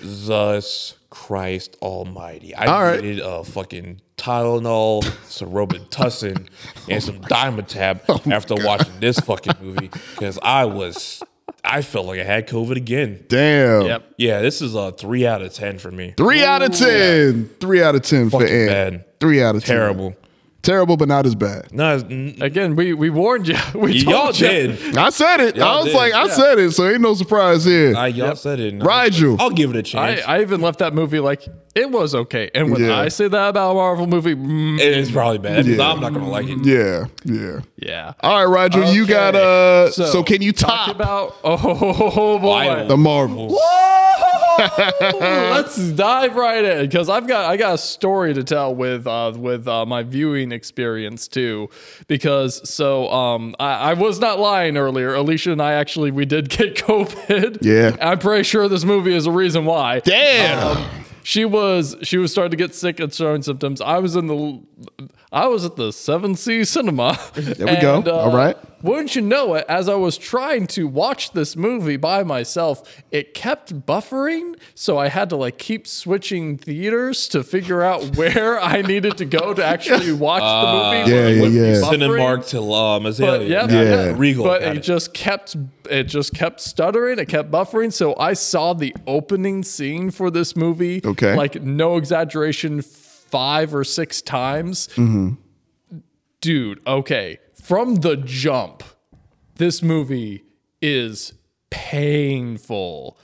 S5: Jesus Christ Almighty! I
S3: All right.
S5: needed a fucking Tylenol, some Robitussin, and some Dimetap
S3: Oh
S5: after watching this fucking movie because I was, I felt like I had COVID again.
S3: Damn.
S5: Yeah, this is a three out of ten for me.
S3: Three out of ten. Three out of ten for Ant.
S5: bad.
S3: Three out of
S5: Terrible.
S3: ten. Terrible, but not as bad.
S5: No,
S4: again, we we warned you. We
S5: Y'all
S4: told ya.
S5: did.
S3: I said it. I
S4: Y'all
S3: was
S4: did.
S3: like, I
S4: Yeah.
S3: said it, so ain't no surprise here.
S5: I y'all said it. and I was
S3: Rigel.
S5: like, I'll give it a
S4: I,
S5: chance.
S4: I even left that movie like it was okay. And when
S3: Yeah.
S4: I say that about a Marvel movie, mm,
S5: it is probably bad.
S3: Yeah.
S5: I'm not gonna like it.
S3: Yeah, yeah.
S4: Yeah.
S5: Uh,
S3: All right, Roger, you
S4: Okay.
S3: got uh. So,
S4: So,
S3: can you
S4: talk
S3: top
S4: about oh, boy
S3: the Marvels?
S4: let's dive right in because I've got I got a story to tell with uh, with uh, my viewing experience too. Because so um, I, I was not lying earlier. Alicia and I actually we did get COVID.
S3: Yeah.
S4: I'm pretty sure this movie is a reason why. Um,
S3: Damn.
S4: she was she was starting to get sick and showing symptoms. I was in the I was at the Seven C Cinema. uh,
S3: There we go. All right.
S4: Wouldn't you know it, as I was trying to watch this movie by myself, it kept buffering. So I had to like keep switching theaters to figure out where I needed to go to actually watch the movie.
S5: Uh,
S4: where it
S3: Yeah,
S4: wouldn't be
S3: yeah, yeah.
S4: buffering.
S5: Cinemark till um,
S4: But
S5: Azalea.
S4: yeah,
S5: Got it.
S4: yeah.
S5: Regal.
S4: But
S5: got
S4: it, just kept it just kept stuttering, it kept buffering. So I saw the opening scene for this movie.
S3: Okay.
S4: Like no exaggeration, five or six times
S3: Mhm.
S4: dude, okay, from the jump, this movie is painful.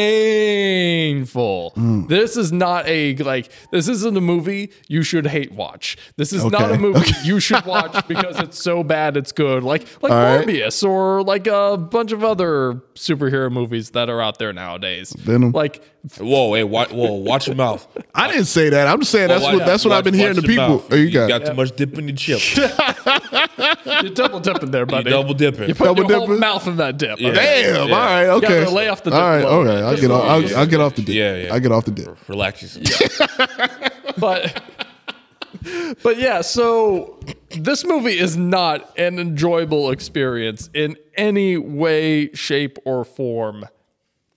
S4: Painful.
S3: Hmm.
S4: This is not a like this isn't a movie you should hate watch. This is not a
S3: Okay.
S4: movie you should watch because it's so bad it's good. Like like
S3: All right.
S4: Morbius or like a bunch of other superhero movies that are out there nowadays.
S3: Venom.
S4: Like
S5: Whoa, hey, wa- whoa, watch your mouth.
S3: I didn't say that. I'm just saying that's
S5: Watch-
S3: what that's what I've been
S5: watch-
S3: hearing to
S5: watch your
S3: people.
S5: mouth.
S3: Oh,
S5: you,
S3: you got,
S5: too much dip in your chip.
S4: You're double dipping there, buddy.
S5: double dipping.
S4: You put
S3: Double
S4: your whole mouth in that dip.
S5: Yeah.
S3: Damn.
S5: Yeah.
S3: All right.
S4: You gotta
S3: Okay.
S4: lay off the
S3: All
S4: dip a
S3: right.
S4: little
S3: Okay.
S4: bit.
S3: I'll get off. I'll, I'll get off the dip. Yeah. I get off the dip.
S5: Relax yourself.
S4: but but yeah so this movie is not an enjoyable experience in any way shape or form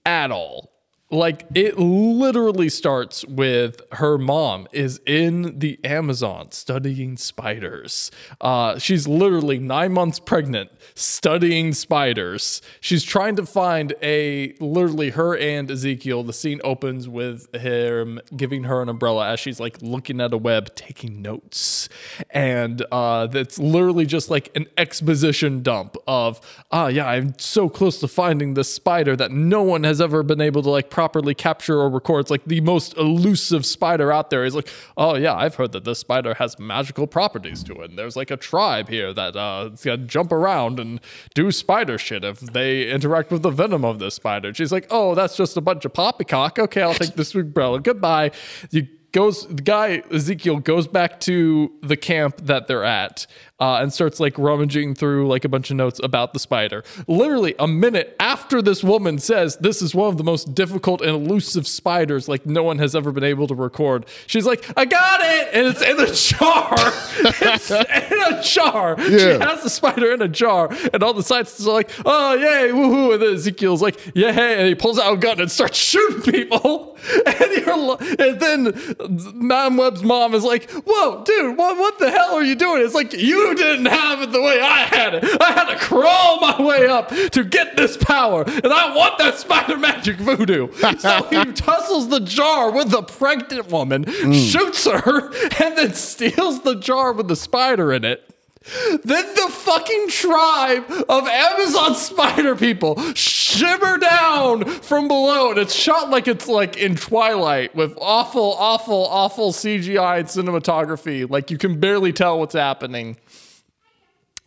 S4: at all like it literally starts with her mom is in the amazon studying spiders uh, she's literally nine months pregnant studying spiders she's trying to find a literally her and ezekiel the scene opens with him giving her an umbrella as she's like looking at a web taking notes and uh, that's literally just like an exposition dump of ah yeah i'm so close to finding this spider that no one has ever been able to like properly capture or record it's like the most elusive spider out there is like oh yeah i've heard that this spider has magical properties to it and there's like a tribe here that uh it's gonna jump around and do spider shit if they interact with the venom of this spider she's like oh that's just a bunch of poppycock okay i'll take this umbrella goodbye you goes the guy Ezekiel goes back to the camp that they're at uh, and starts like rummaging through like a bunch of notes about the spider. Literally a minute after this woman says this is one of the most difficult and elusive spiders like no one has ever been able to record. She's like, I got it, and it's in a jar. it's in a jar. She
S3: Yeah.
S4: has the spider in a jar, and all the scientists are like, oh yay, woohoo, and then Ezekiel's like, yeah, and he pulls out a gun and starts shooting people. And, you're, lo- and then Madam Web's mom is like, "Whoa, dude, what what the hell are you doing?" It's like you didn't have it the way I had it. I had to crawl my way up to get this power, and I want that spider magic voodoo. so he tussles the jar with the pregnant woman, shoots her, and then steals the jar with the spider in it. Then the fucking tribe of Amazon spider people shimmer down from below, and it's shot like it's like in Twilight with awful, awful, awful CGI and cinematography. Like you can barely tell what's happening.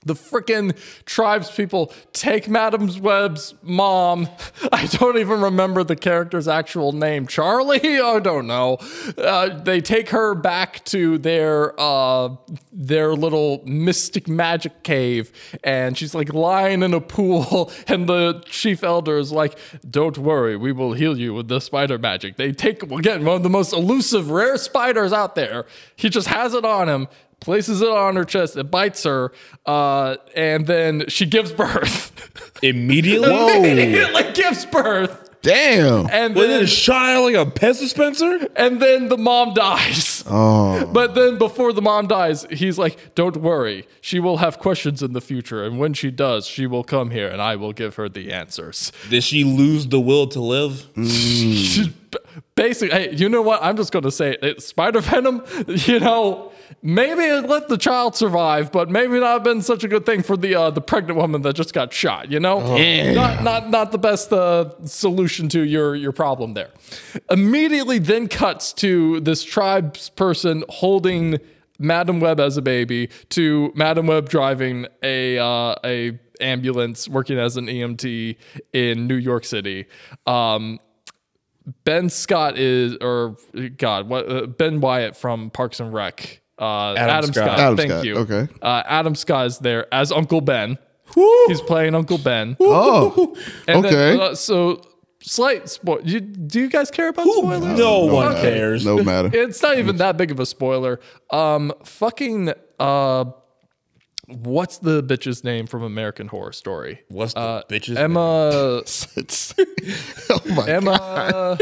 S4: The frickin' tribes people take Madam Web's mom. I don't even remember the character's actual name. Charlie? I don't know. Uh, they take her back to their uh, their little mystic magic cave, and she's like lying in a pool. And the chief elder is like, "Don't worry, we will heal you with the spider magic." They take again one of the most elusive, rare spiders out there. He just has it on him places it on her chest, it bites her, uh, and then she gives birth.
S5: Immediately?
S4: Immediately gives birth.
S3: Damn.
S4: And
S5: Was
S4: then
S5: it shot like a pest dispenser?
S4: And then the mom dies.
S3: Oh.
S4: But then before the mom dies, he's like, Don't worry. She will have questions in the future. And when she does, she will come here and I will give her the answers.
S5: Did she lose the will to live?
S4: Basically, hey, you know what? I'm just going to say it. It's Spider Venom, you know, maybe it let the child survive, but maybe not been such a good thing for the uh, the pregnant woman that just got shot, you know?
S3: Yeah.
S4: Not, not, not the best uh, solution to your, your problem there. Immediately then cuts to this tribe's person holding Madam Web as a baby to Madam Web driving a uh, a ambulance working as an EMT in New York City. Um, Ben Scott is, or God, what uh, Ben Wyatt from Parks and Rec. Uh, Adam, Scott.
S3: Adam
S4: thank
S3: Scott,
S4: you.
S3: okay.
S4: Uh, Adam Scott is there as Uncle Ben. He's playing Uncle Ben.
S3: Oh.
S4: And then,
S3: Okay.
S4: uh, so slight spoil. You, do you guys care about spoilers?
S5: No one cares.
S3: No matter.
S4: It's not even that big of a spoiler. Um, fucking uh, what's the bitch's name from American Horror Story?
S5: What's the bitch's
S4: Emma?
S3: oh my
S4: Emma.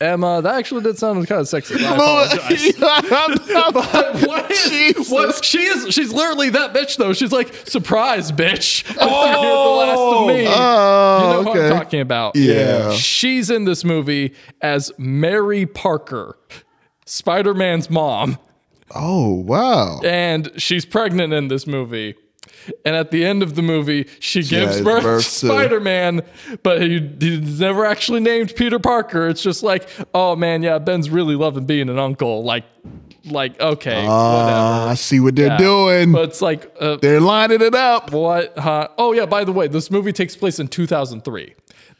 S4: Emma, that actually did sound kind of sexy. I apologize. But what is, what, she is, she's literally that bitch though. She's like, surprise, bitch. I thought you were the last of me.
S3: Oh,
S4: you know
S3: okay.
S4: who I'm talking about.
S3: Yeah.
S4: She's in this movie as Mary Parker, Spider Man's mom,
S3: Oh wow.
S4: and she's pregnant in this movie. And at the end of the movie, she gives
S3: has
S4: birth,
S3: birth
S4: to
S3: to-
S4: Spider Man, but he, he's never actually named Peter Parker. It's just like, oh man, yeah, Ben's really loving being an uncle. Like, like okay,
S3: Ah, I see what they're
S4: yeah.
S3: doing.
S4: But it's like uh,
S3: they're lining it up.
S4: What? Huh? Oh yeah. By the way, this movie takes place in 2003.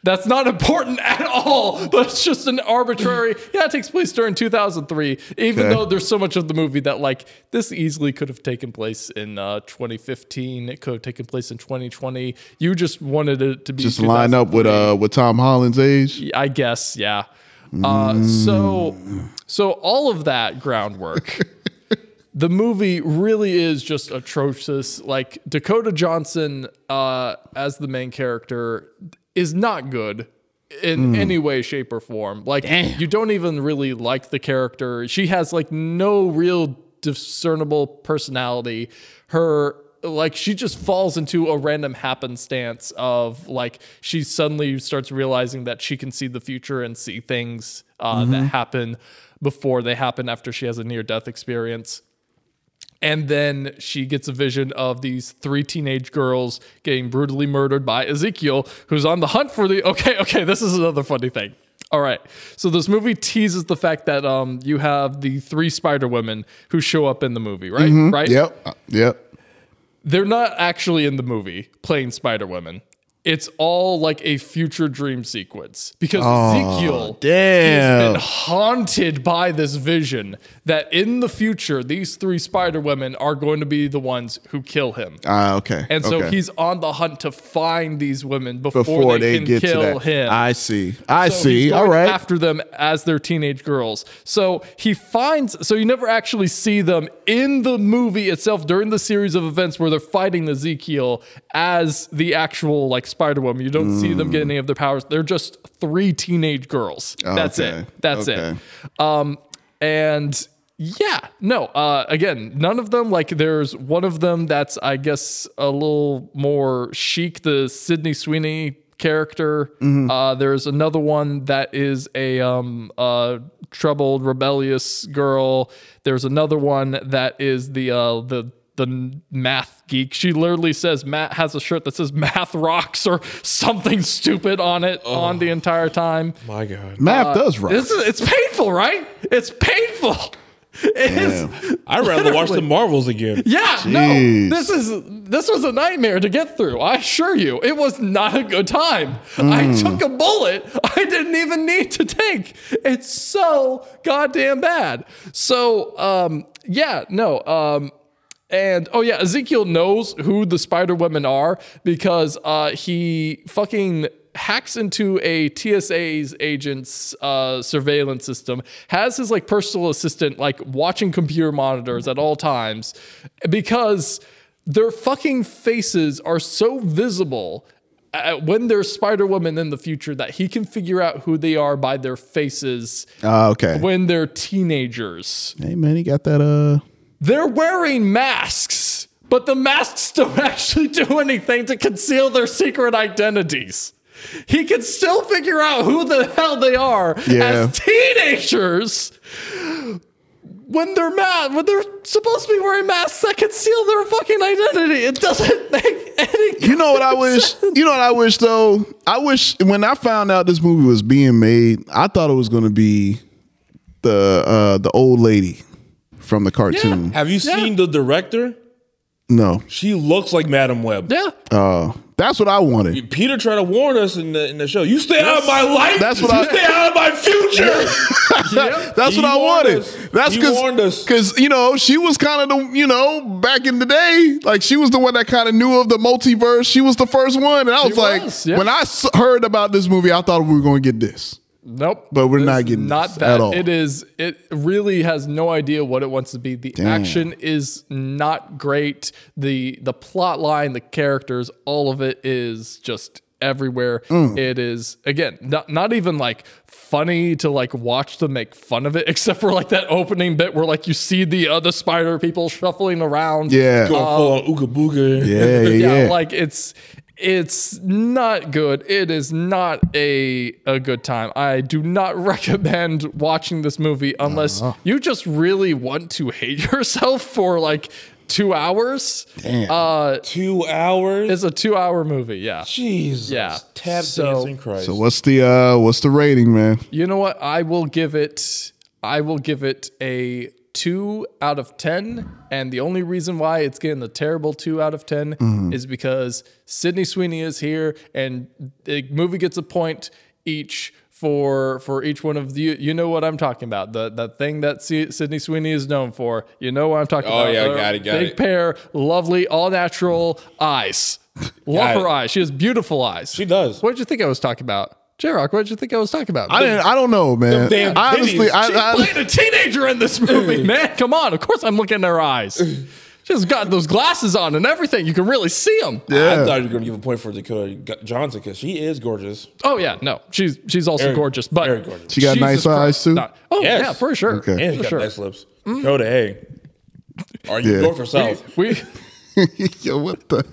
S4: That's not important at all. That's just an arbitrary. Yeah, it takes place during 2003, even
S3: Okay.
S4: though there's so much of the movie that, like, this easily could have taken place in uh, 2015. It could have taken place in 2020. You just wanted it to be
S3: Just line up with uh with Tom Holland's age.
S4: I guess, yeah. Uh, so, so all of that groundwork, the movie really is just atrocious. Like Dakota Johnson uh, as the main character is not good in
S17: Mm.
S4: any way, shape, or form. Like you don't even really like the character. She has like no real discernible personality. Her like she just falls into a random happenstance of like she suddenly starts realizing that she can see the future and see things uh, that
S17: Mhm.
S4: happen before they happen after she has a near death experience. And then she gets a vision of these three teenage girls getting brutally murdered by Ezekiel, who's on the hunt for the. Okay, okay, this is another funny thing. All right, so this movie teases the fact that um you have the three Spider Women who show up in the movie, right?
S3: Mhm.
S4: Right.
S3: Yep. Uh, Yep.
S4: They're not actually in the movie playing Spider Women. It's all like a future dream sequence because
S3: Oh,
S4: Ezekiel has
S3: damn.
S4: been haunted by this vision that in the future these three Spider Women are going to be the ones who kill him.
S3: Ah, okay.
S4: And so
S3: okay.
S4: he's on the hunt to find these women before,
S3: before
S4: they,
S3: they,
S4: can
S3: get
S4: kill
S3: to that.
S4: him.
S3: I see. I
S4: So he's
S3: see.
S4: going
S3: All right.
S4: After them as their teenage girls. So he finds, so you never actually see them in the movie itself during the series of events where they're fighting Ezekiel as the actual like Spider Woman. You don't see
S3: Hmm.
S4: them get any of their powers. They're just three teenage girls. That's
S3: Oh, Okay,
S4: it. That's
S3: okay.
S4: it. Um, and yeah, no. Uh, again, none of them. Like, there's one of them that's, I guess, a little more chic, the Sydney Sweeney character.
S3: Mm-hmm.
S4: Uh, there's another one that is a um, uh, troubled, rebellious girl. There's another one that is the uh, the the math geek. She literally says Matt has a shirt that says math rocks or something stupid on it
S3: Oh.
S4: on the entire time.
S5: My God.
S3: Math
S4: Uh,
S3: does rock.
S4: This is, it's painful, right? It's painful. It is.
S5: I'd rather watch
S4: literally-
S5: the Marvels again.
S4: Yeah,
S5: Jeez.
S4: no. This is this was a nightmare to get through. I assure you, it was not a good time. I
S17: Mm.
S4: took a bullet I didn't even need to take. It's so goddamn bad. So, um, yeah, no. Um, and oh yeah, Ezekiel knows who the Spider Women are because uh, he fucking hacks into a TSA's agent's uh, surveillance system, has his like personal assistant like watching computer monitors at all times because their fucking faces are so visible uh, when there's Spider Woman in the future that he can figure out who they are by their faces
S3: Ah, okay.
S4: when they're teenagers.
S3: hey man, he got that uh
S4: They're wearing masks, but the masks don't actually do anything to conceal their secret identities. He can still figure out who the hell they are
S17: Yeah.
S4: as teenagers when they're mad, when they're supposed to be wearing masks that conceal their fucking identity. It doesn't make any
S3: You know what I wish? You know what I wish though? I wish when I found out this movie was being made, I thought it was going to be the uh the old lady from the cartoon.
S5: Have you seen the director?
S3: No.
S5: She looks like Madam Web.
S4: Yeah.
S3: Uh that's what I wanted.
S5: Peter tried to warn us in the in the show. You stay out of my
S3: That's-
S5: life.
S3: that's what
S5: you
S3: I-
S5: stay out of my future.
S3: That's
S5: He
S3: what I
S5: warned
S3: wanted.
S5: us.
S3: That's
S5: He warned
S3: because because you know she was kind of the you know back in the day like she was the one that kind of knew of the multiverse. She was the first one, and I
S4: She
S3: was like,
S4: was, yeah.
S3: when I s- heard about this movie, I thought we were going to get this,
S4: Nope.
S3: but we're not getting
S4: Not
S3: this
S4: that
S3: at all.
S4: it is. It really has no idea what it wants to be. The
S3: Damn.
S4: action is not great. the The plot line, the characters, all of it is just everywhere.
S17: Mm.
S4: It is again not not even like funny to like watch them make fun of it, except for like that opening bit where like you see the other spider people shuffling around.
S3: Yeah.
S5: Going
S4: Um,
S5: full on ooga booga.
S3: Yeah, yeah, yeah.
S4: like it's it's not good. It is not a a good time. I do not recommend watching this movie unless you just really want to hate yourself for like two hours.
S5: Damn.
S4: Uh,
S5: two hours.
S4: It's a two-hour movie. Yeah.
S5: Jesus.
S4: Yeah.
S5: Tap dancing Christ.
S3: so what's the uh what's the rating, man?
S4: You know what? I will give it. I will give it a two out of 10. And the only reason why it's getting the terrible two out of 10
S5: Mm-hmm.
S17: Mhm.
S4: is because Sydney Sweeney is here and the movie gets a point each. For, for each one of you, you know what I'm talking about. The that thing that C- Sydney Sweeney is known for. You know what I'm talking
S5: Oh,
S4: about.
S5: yeah,
S4: The
S5: got it, got
S4: big
S5: it.
S4: pair, lovely, all natural eyes. Love
S5: Got
S4: her
S5: it.
S4: eyes. She has beautiful eyes. She does. What did you think I was talking about? J Rock, what did you think I was talking about?
S3: I didn't. I don't know, man.
S4: Damn
S3: I honestly,
S4: titties.
S3: I,
S4: She's
S3: I,
S4: playing a teenager in this movie, man. Come on, of course I'm looking in her eyes. She's got those glasses on and everything. You can really see them.
S5: I thought you were going to give a point for Dakota G- Johnson because she is gorgeous.
S4: Oh yeah, no, she's she's also
S5: Very-
S4: gorgeous, but
S3: she got
S4: Jesus
S3: nice
S4: Christ.
S3: eyes too.
S4: Oh yeah, for sure.
S3: Okay.
S5: And she
S4: For
S5: got
S4: sure.
S5: nice lips. Dakota, hey. Are you
S3: Yeah.
S5: north or south?
S4: We,
S3: Yo, what the?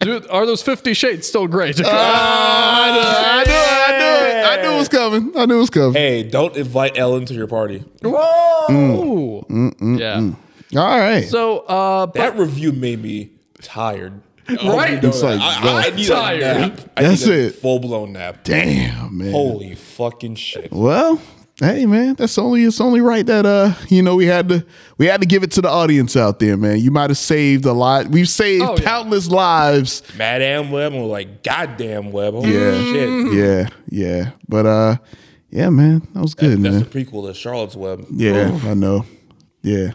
S4: Dude, are those Fifty Shades still great?
S3: Ah. I knew, it, I knew it. I knew it was coming. I knew it was coming.
S5: Hey, don't invite Ellen to your party.
S4: Whoa!
S3: Mm. Mm, mm,
S4: Yeah.
S3: mm. All right.
S4: So uh,
S5: that review made me tired. I hope
S4: Right?
S5: you know
S3: It's
S5: that.
S3: like,
S5: I, I
S3: bro.
S5: need
S3: Tired.
S5: a nap. I
S3: That's
S5: need a
S3: it.
S5: Full blown nap.
S3: Damn, man.
S5: Holy fucking shit.
S3: Well, hey man, that's only it's only right that uh you know we had to we had to give it to the audience out there, man. You might have saved a lot. We've saved
S5: Oh, yeah.
S3: countless lives.
S5: Madame Web was like, goddamn Web. Holy
S3: Yeah,
S5: shit.
S3: yeah, yeah. But uh, yeah, man, that was good,
S5: That's
S3: man.
S5: the prequel to Charlotte's Web.
S3: Yeah, I know. Yeah.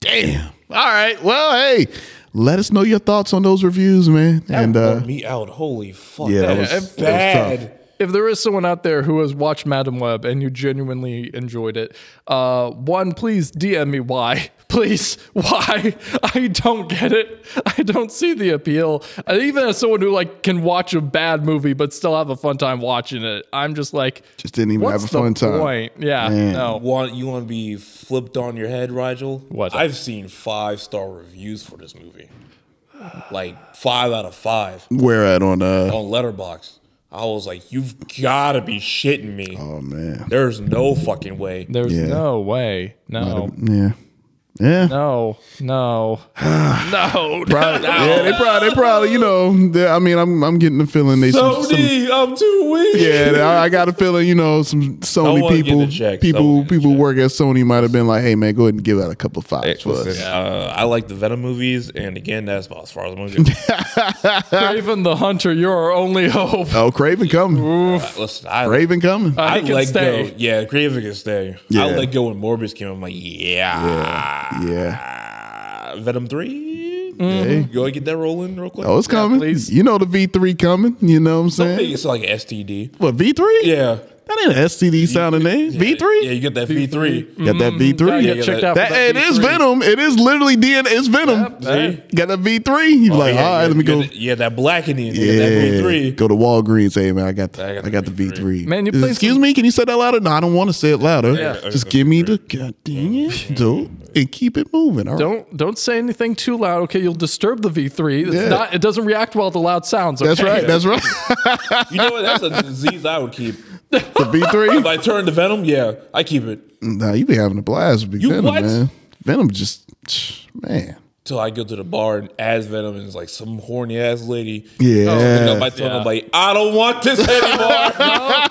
S3: Damn. All right. Well, hey, let us know your thoughts on those reviews, man. and
S5: Bummed
S3: uh,
S5: me out. Holy fuck.
S3: yeah, that
S5: that
S3: was-
S5: is
S3: that was
S5: bad.
S3: tough.
S4: if there is someone out there who has watched Madam Web and you genuinely enjoyed it, uh, one, please DM me why. Please, why? I don't get it. I don't see the appeal. And even as someone who like can watch a bad movie but still have a fun time watching it, I'm just like,
S3: just didn't even
S4: what's
S3: have a fun
S4: the
S3: time.
S4: Point? Yeah,
S3: Man.
S4: no.
S5: Want you want to be flipped on your head, Rigel?
S4: What?
S5: I've seen five star reviews for this movie, like five out of five
S3: Where at on uh?
S5: on Letterbox. I was like, you've got to be shitting me.
S3: Oh man,
S5: there's no fucking way.
S4: There's
S3: Yeah.
S4: no way. No.
S3: Yeah. Yeah.
S4: No. No. no.
S3: Probably,
S4: no.
S3: Yeah, they probably, they probably, you know. they- I mean, I'm, I'm getting the feeling they some, some-
S5: Sony, I'm too weak.
S3: yeah, I, I got a feeling, you know, some Sony
S5: Someone get
S3: people,
S5: the check.
S3: people,
S5: Someone
S3: people work at Sony might have been like, "Hey, man, go ahead and give out a couple of fives for us."
S5: Listen, uh, I like the Venom movies, and again, that's about as far as I'm gonna go.
S4: Craven the Hunter, you're our only hope.
S3: Oh, Craven coming,
S5: Listen, I,
S3: Craven coming.
S4: I
S5: I,
S4: can
S5: let
S4: stay.
S5: go. Yeah, Craven can stay.
S3: Yeah.
S5: I let go when Morbius came. I'm like, yeah, Uh,
S3: yeah.
S5: Venom 3
S3: Hey.
S5: Go ahead, get that rolling real quick.
S3: Oh, it's coming. you know the V three coming. You know what I'm
S5: Don't
S3: saying?
S5: make it sound like an STD.
S3: What V three?
S5: Yeah.
S3: That ain't an STD sounding name. V three.
S5: Yeah, you get that V three.
S3: Got that V three.
S4: Mm-hmm. gotta get checked out
S3: That,
S4: for that
S3: it is
S4: V3.
S3: Venom. It is literally DNA. It's Venom.
S5: See?
S3: Got that V three. You like, all right, let me
S5: you
S3: go.
S5: Get, Oh, yeah, that black in you. Yeah. That V
S3: Yeah,
S5: three.
S3: go to Walgreens. Hey man, I got the, I got, the V three.
S4: Man, you
S3: Is-
S4: play
S3: excuse me, can you say that louder? No, I don't want to say it louder.
S4: Yeah.
S3: Just give me the goddamn it, dude, and keep it moving. All right.
S4: Don't don't say anything too loud. Okay, you'll disturb the V3. It's
S3: Yeah.
S4: not, it doesn't react well to loud sounds.
S3: That's
S4: okay?
S3: right. That's right.
S5: You know what? That's a disease I would keep.
S3: the V
S5: If
S3: three.
S5: I turn to Venom, yeah, I keep it
S3: Nah, you be having a blast with Big
S5: You
S3: Venom,
S5: what?
S3: man. Venom just man.
S5: till I go to the bar and as Venom and it's like some horny ass lady.
S3: Yeah.
S5: Oh, picking up my tongue. I'm like, I don't want this anymore.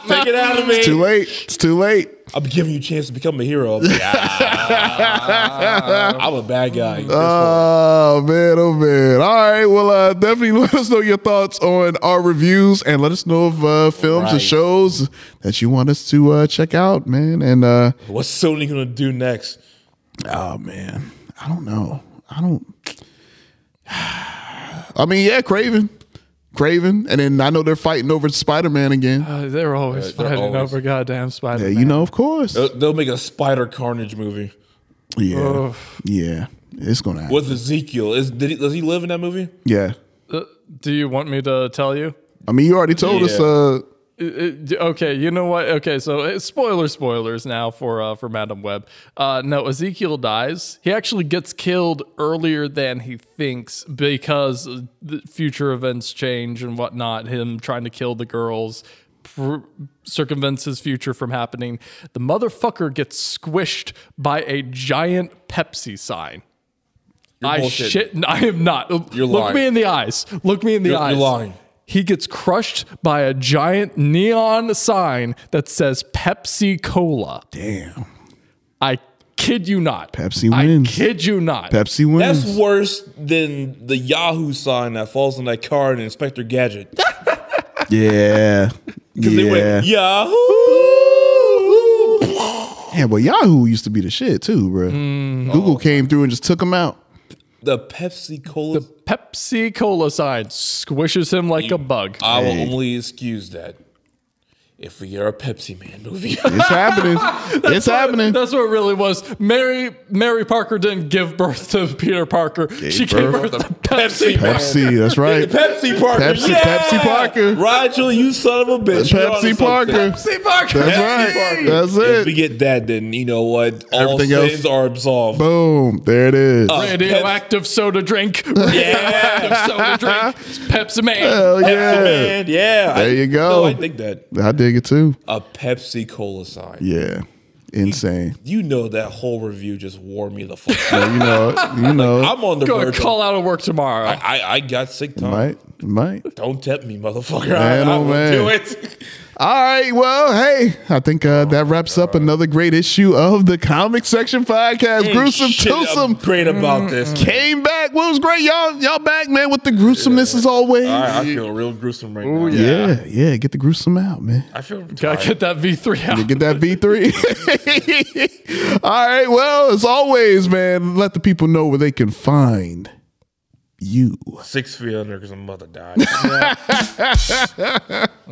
S5: Take it out of me.
S3: It's too late. It's too late.
S5: I'm giving you a chance to become a hero. I'm, like, "Ah, I'm a bad guy.
S3: Oh man, oh man. All right. Well, uh, definitely let us know your thoughts on our reviews and let us know of uh, films or
S5: Right.
S3: shows that you want us to uh, check out, man. And uh,
S5: What's Sony gonna do next?
S3: oh man, I don't know. I don't. I mean, yeah, Craven, Craven, and then I know they're fighting over Spider Man again.
S4: Uh, they're always
S5: Yeah, they're
S4: fighting
S5: always-
S4: over goddamn Spider.
S3: yeah, you know, of course.
S5: They'll, they'll make a Spider Carnage movie
S3: yeah,
S5: uh.
S4: Ugh.
S3: yeah. It's gonna happen.
S5: with Ezekiel. Is did he, does he live in that movie?
S3: Yeah.
S4: Uh, do you want me to tell you?
S3: I mean, you already told us.
S5: Yeah.
S3: Uh,
S4: Uh, uh, d- okay, you know what? Okay, so uh, spoiler spoilers now for uh, for Madam Web. Uh, no, Ezekiel dies. He actually gets killed earlier than he thinks because uh, the future events change and whatnot. Him trying to kill the girls pr- circumvents his future from happening. The motherfucker gets squished by a giant Pepsi sign.
S5: You're
S4: I
S5: bullshitting.
S4: shit. I am not.
S5: You're
S4: Look
S5: lying.
S4: me in the eyes. Look me in the
S5: You're-
S4: eyes.
S5: you're lying.
S4: He gets crushed by a giant neon sign that says Pepsi Cola.
S3: damn.
S4: I kid you not.
S3: Pepsi wins.
S4: Kid you not.
S3: Pepsi wins.
S5: That's worse than the Yahoo sign that falls on that car in Inspector Gadget.
S3: yeah.
S5: Because
S3: yeah.
S5: they went Yahoo.
S3: Yeah, but Yahoo used to be the shit too, bro.
S5: Mm, oh.
S3: Google came through and just took them out.
S5: The Pepsi Cola.
S4: The Pepsi Cola sign squishes him like a bug.
S5: I will only excuse that if we get a Pepsi Man movie.
S3: It's happening. it's happening.
S4: That's what it really was. Mary Mary Parker didn't give birth to Peter Parker. she gave
S3: birth
S4: birth to Pepsi.
S3: Pepsi, that's right.
S5: Pepsi Parker.
S3: Pepsi,
S5: yeah!
S3: Pepsi Parker.
S5: Rigel, you son of a bitch. You're onto
S3: Pepsi Parker.
S5: something.
S4: Parker.
S3: That's
S5: Pepsi
S3: right.
S5: Parker.
S3: That's
S5: If
S3: it.
S5: we get that, then you know what? All
S3: Everything else-
S5: sins are absolved.
S3: Boom. There it is.
S5: Oh.
S4: Radioactive soda drink. Radioactive soda drink. It's Pepsi Man.
S3: Hell yeah.
S5: Man, yeah.
S3: There
S5: I-
S3: you go.
S5: No, I think that.
S3: I dig it too.
S5: A Pepsi Cola sign.
S3: Yeah. Insane.
S5: You know that whole review just wore me the fuck out.
S3: Yeah, you know it. You know it.
S5: I'm on the
S4: Gonna
S5: verge.
S4: call out of work tomorrow.
S5: I, I, I got sick time.
S3: Might. Might.
S5: Don't tempt me, motherfucker.
S3: Man,
S5: I, I
S3: oh,
S5: will
S3: man.
S5: do it.
S3: All right. Well, hey, I think uh, that wraps up another great issue of the Comic Section Podcast.
S5: Mm,
S3: Gruesome, Mm.
S5: shit, I'm
S3: twosome.
S5: great about this.
S3: Came back. Well, it was great. Y'all, y'all back, man, with the gruesomeness as always.
S5: I, I feel real gruesome right now.
S3: yeah. yeah, Get the gruesome out, man.
S5: I feel tired.
S4: Gotta get that V3 out.
S3: You get that V3. All right. Well, as always, man, let the people know where they can find you.
S5: six feet under because my mother died.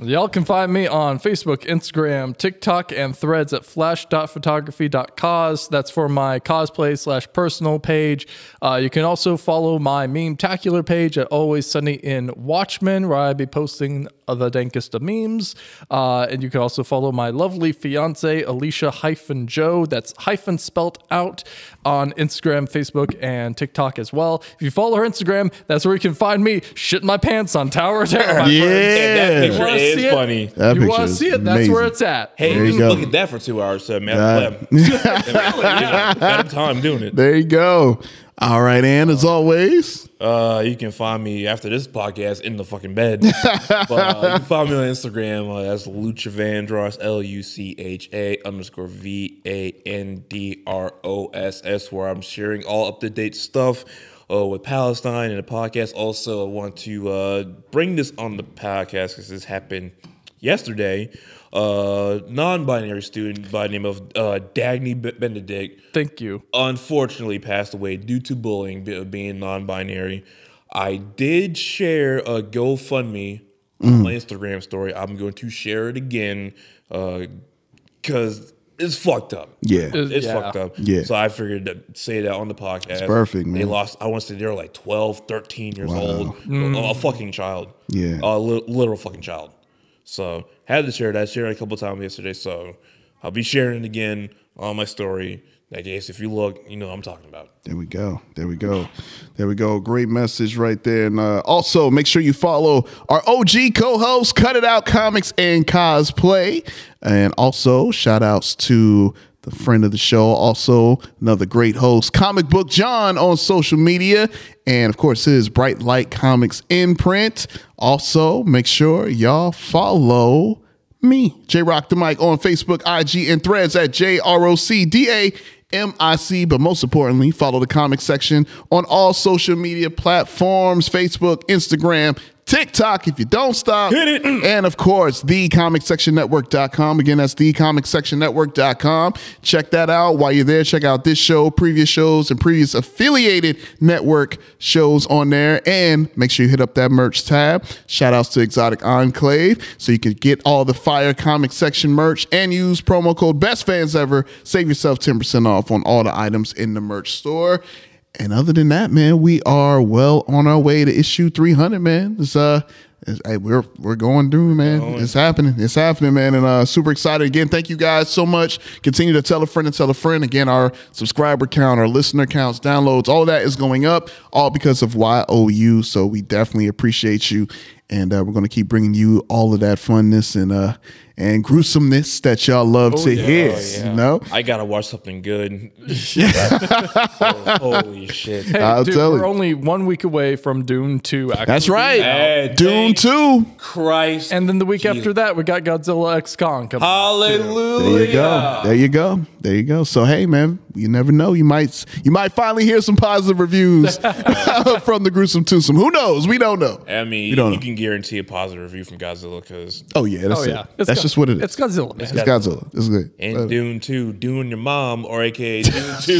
S4: Y'all can find me on Facebook, Instagram, TikTok, and threads at flash.photography.cause. That's for my cosplay slash personal page. Uh, you can also follow my meme-tacular page at Always Sunny in Watchmen, where I be posting the dankest of memes. Uh, and you can also follow my lovely fiance, Alicia hyphen Joe. That's hyphen spelt out on Instagram, Facebook, and TikTok as well. If you follow her Instagram, that's where you can find me shitting my pants on Tower of Terror. my friends.
S3: Yeah.
S4: You wanna
S5: It's
S4: see it?
S5: funny.
S3: That
S4: you
S3: picture
S4: want to
S3: is
S4: see it? That's where
S3: amazing.
S4: it's at.
S5: Hey,
S3: There you
S5: you just
S3: go.
S5: look at that for two hours, so man.
S3: God.
S5: Got a time doing it.
S3: There you go. All right, and as always,
S5: Uh, you can find me after this podcast in the fucking bed. but, uh, you can find me on Instagram. Uh, that's Lucha Vandross, L U C H A underscore V A N D R O S S, where I'm sharing all up to date stuff uh, with Palestine and the podcast. Also, I want to uh, bring this on the podcast because this happened yesterday. Uh, non binary student by the name of uh, Dagny B- Benedict
S4: Thank you.
S5: unfortunately passed away due to bullying be- being non-binary. I did share a GoFundMe on my Instagram story. I'm going to share it again because it's fucked up.
S3: Yeah.
S5: It's, it's
S4: Yeah.
S5: fucked up.
S3: Yeah.
S5: So I figured to say that on the podcast. It's
S3: perfect,
S5: They
S3: man.
S5: lost, I want to say they were like 12, 13 years old. A, a fucking child.
S3: Yeah.
S5: A li- literal fucking child. So had to share that. Shared it a couple times yesterday. So I'll be sharing it again on my story. I guess if you look, you know what I'm talking about.
S3: There we go. There we go. There we go. Great message right there. And uh, also, make sure you follow our OG co host, Cut It Out Comics and Cosplay. And also, shout outs to the friend of the show, also another great host, Comic Book John on social media. And of course, his Bright Light Comics imprint. Also, make sure y'all follow me, J Rock the Mic on Facebook, IG, and threads at J R O C D A M I C. But most importantly, follow the comic section on all social media platforms Facebook, Instagram, TikTok. If you don't stop, hit it. And of course, thecomicsectionnetwork.com. Again, that's thecomicsectionnetwork.com. Check that out. While you're there, check out this show, previous shows, and previous affiliated network shows on there. And make sure you hit up that merch tab. Shout outs to Exotic Enclave. So you can get all the fire comic section merch and use promo code Best Fans Ever. Save yourself 10% off on all the items in the merch store. And other than that, man, we are well on our way to issue 300, man. It's, uh, it's- hey, we're we're going through, man. It's happening. It's happening, man. And uh, super excited again. Thank you guys so much. Continue to tell a friend and tell a friend. Again, our subscriber count, our listener counts, downloads, all that is going up, all because of YOU. So we definitely appreciate you, and uh, we're gonna keep bringing you all of that funness and uh and gruesomeness that y'all love to hear. You know.
S5: I gotta watch something good. holy shit!
S4: Hey,
S3: I'll
S4: dude,
S3: tell
S4: we're
S3: you.
S4: only one week away from Dune 2. Actually.
S3: That's right.
S5: Hey,
S3: Doom
S5: thank
S3: two.
S5: Christ! Oh,
S4: And then the week after that, we got Godzilla X Kong coming. out, too.
S5: Hallelujah!
S3: There you go. There you go. there you go. So hey, man, you never know. You might you might finally hear some positive reviews from the gruesome twosome. Who knows? We don't know.
S5: I mean,
S3: we don't
S5: you
S3: know.
S5: can guarantee a positive review from Godzilla because
S3: Oh yeah, that's it. That's just what it is.
S4: It's Godzilla, man.
S3: It's Godzilla. It's good.
S5: And
S3: Uh,
S5: Dune 2, Dune your mom, or aka Dune 2,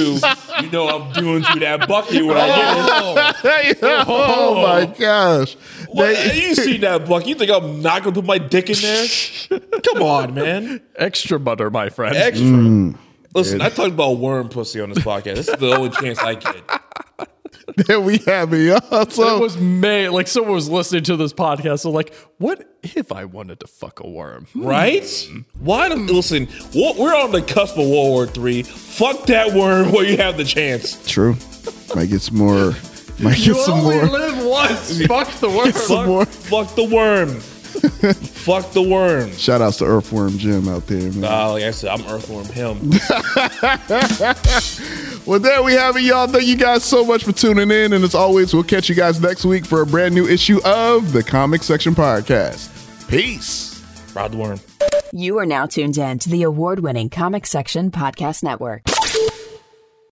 S5: you know I'm doing to that bucky when I get it.
S3: Hey, oh, my gosh.
S5: What, you see that bucky. You think I'm not going to put my dick in there? Come on, man.
S4: Extra butter, my friend.
S5: Extra.
S3: Mm.
S5: Listen,
S3: Yeah.
S5: I talked about worm pussy on this podcast. This is the only chance I get.
S3: there we have it. y'all. So
S4: it was May. Like someone was listening to this podcast. So like, what if I wanted to fuck a worm?
S5: Right? Why? The, listen, wa- we're on the cusp of World War Three. Fuck that worm while you have the chance.
S3: True. Might get some more. Might get some more.
S4: live once. Fuck the worm.
S5: Fuck, fuck the worm. fuck the worm.
S3: Shout outs to Earthworm Jim out there, man.
S5: Oh, like I said, I'm Earthworm him.
S3: Well, there we have it, y'all. Thank you guys so much for tuning in. And as always, we'll catch you guys next week for a brand new issue of the Comic Section Podcast. Peace.
S5: Rod the Worm.
S18: You are now tuned in to the award winning Comic Section Podcast Network.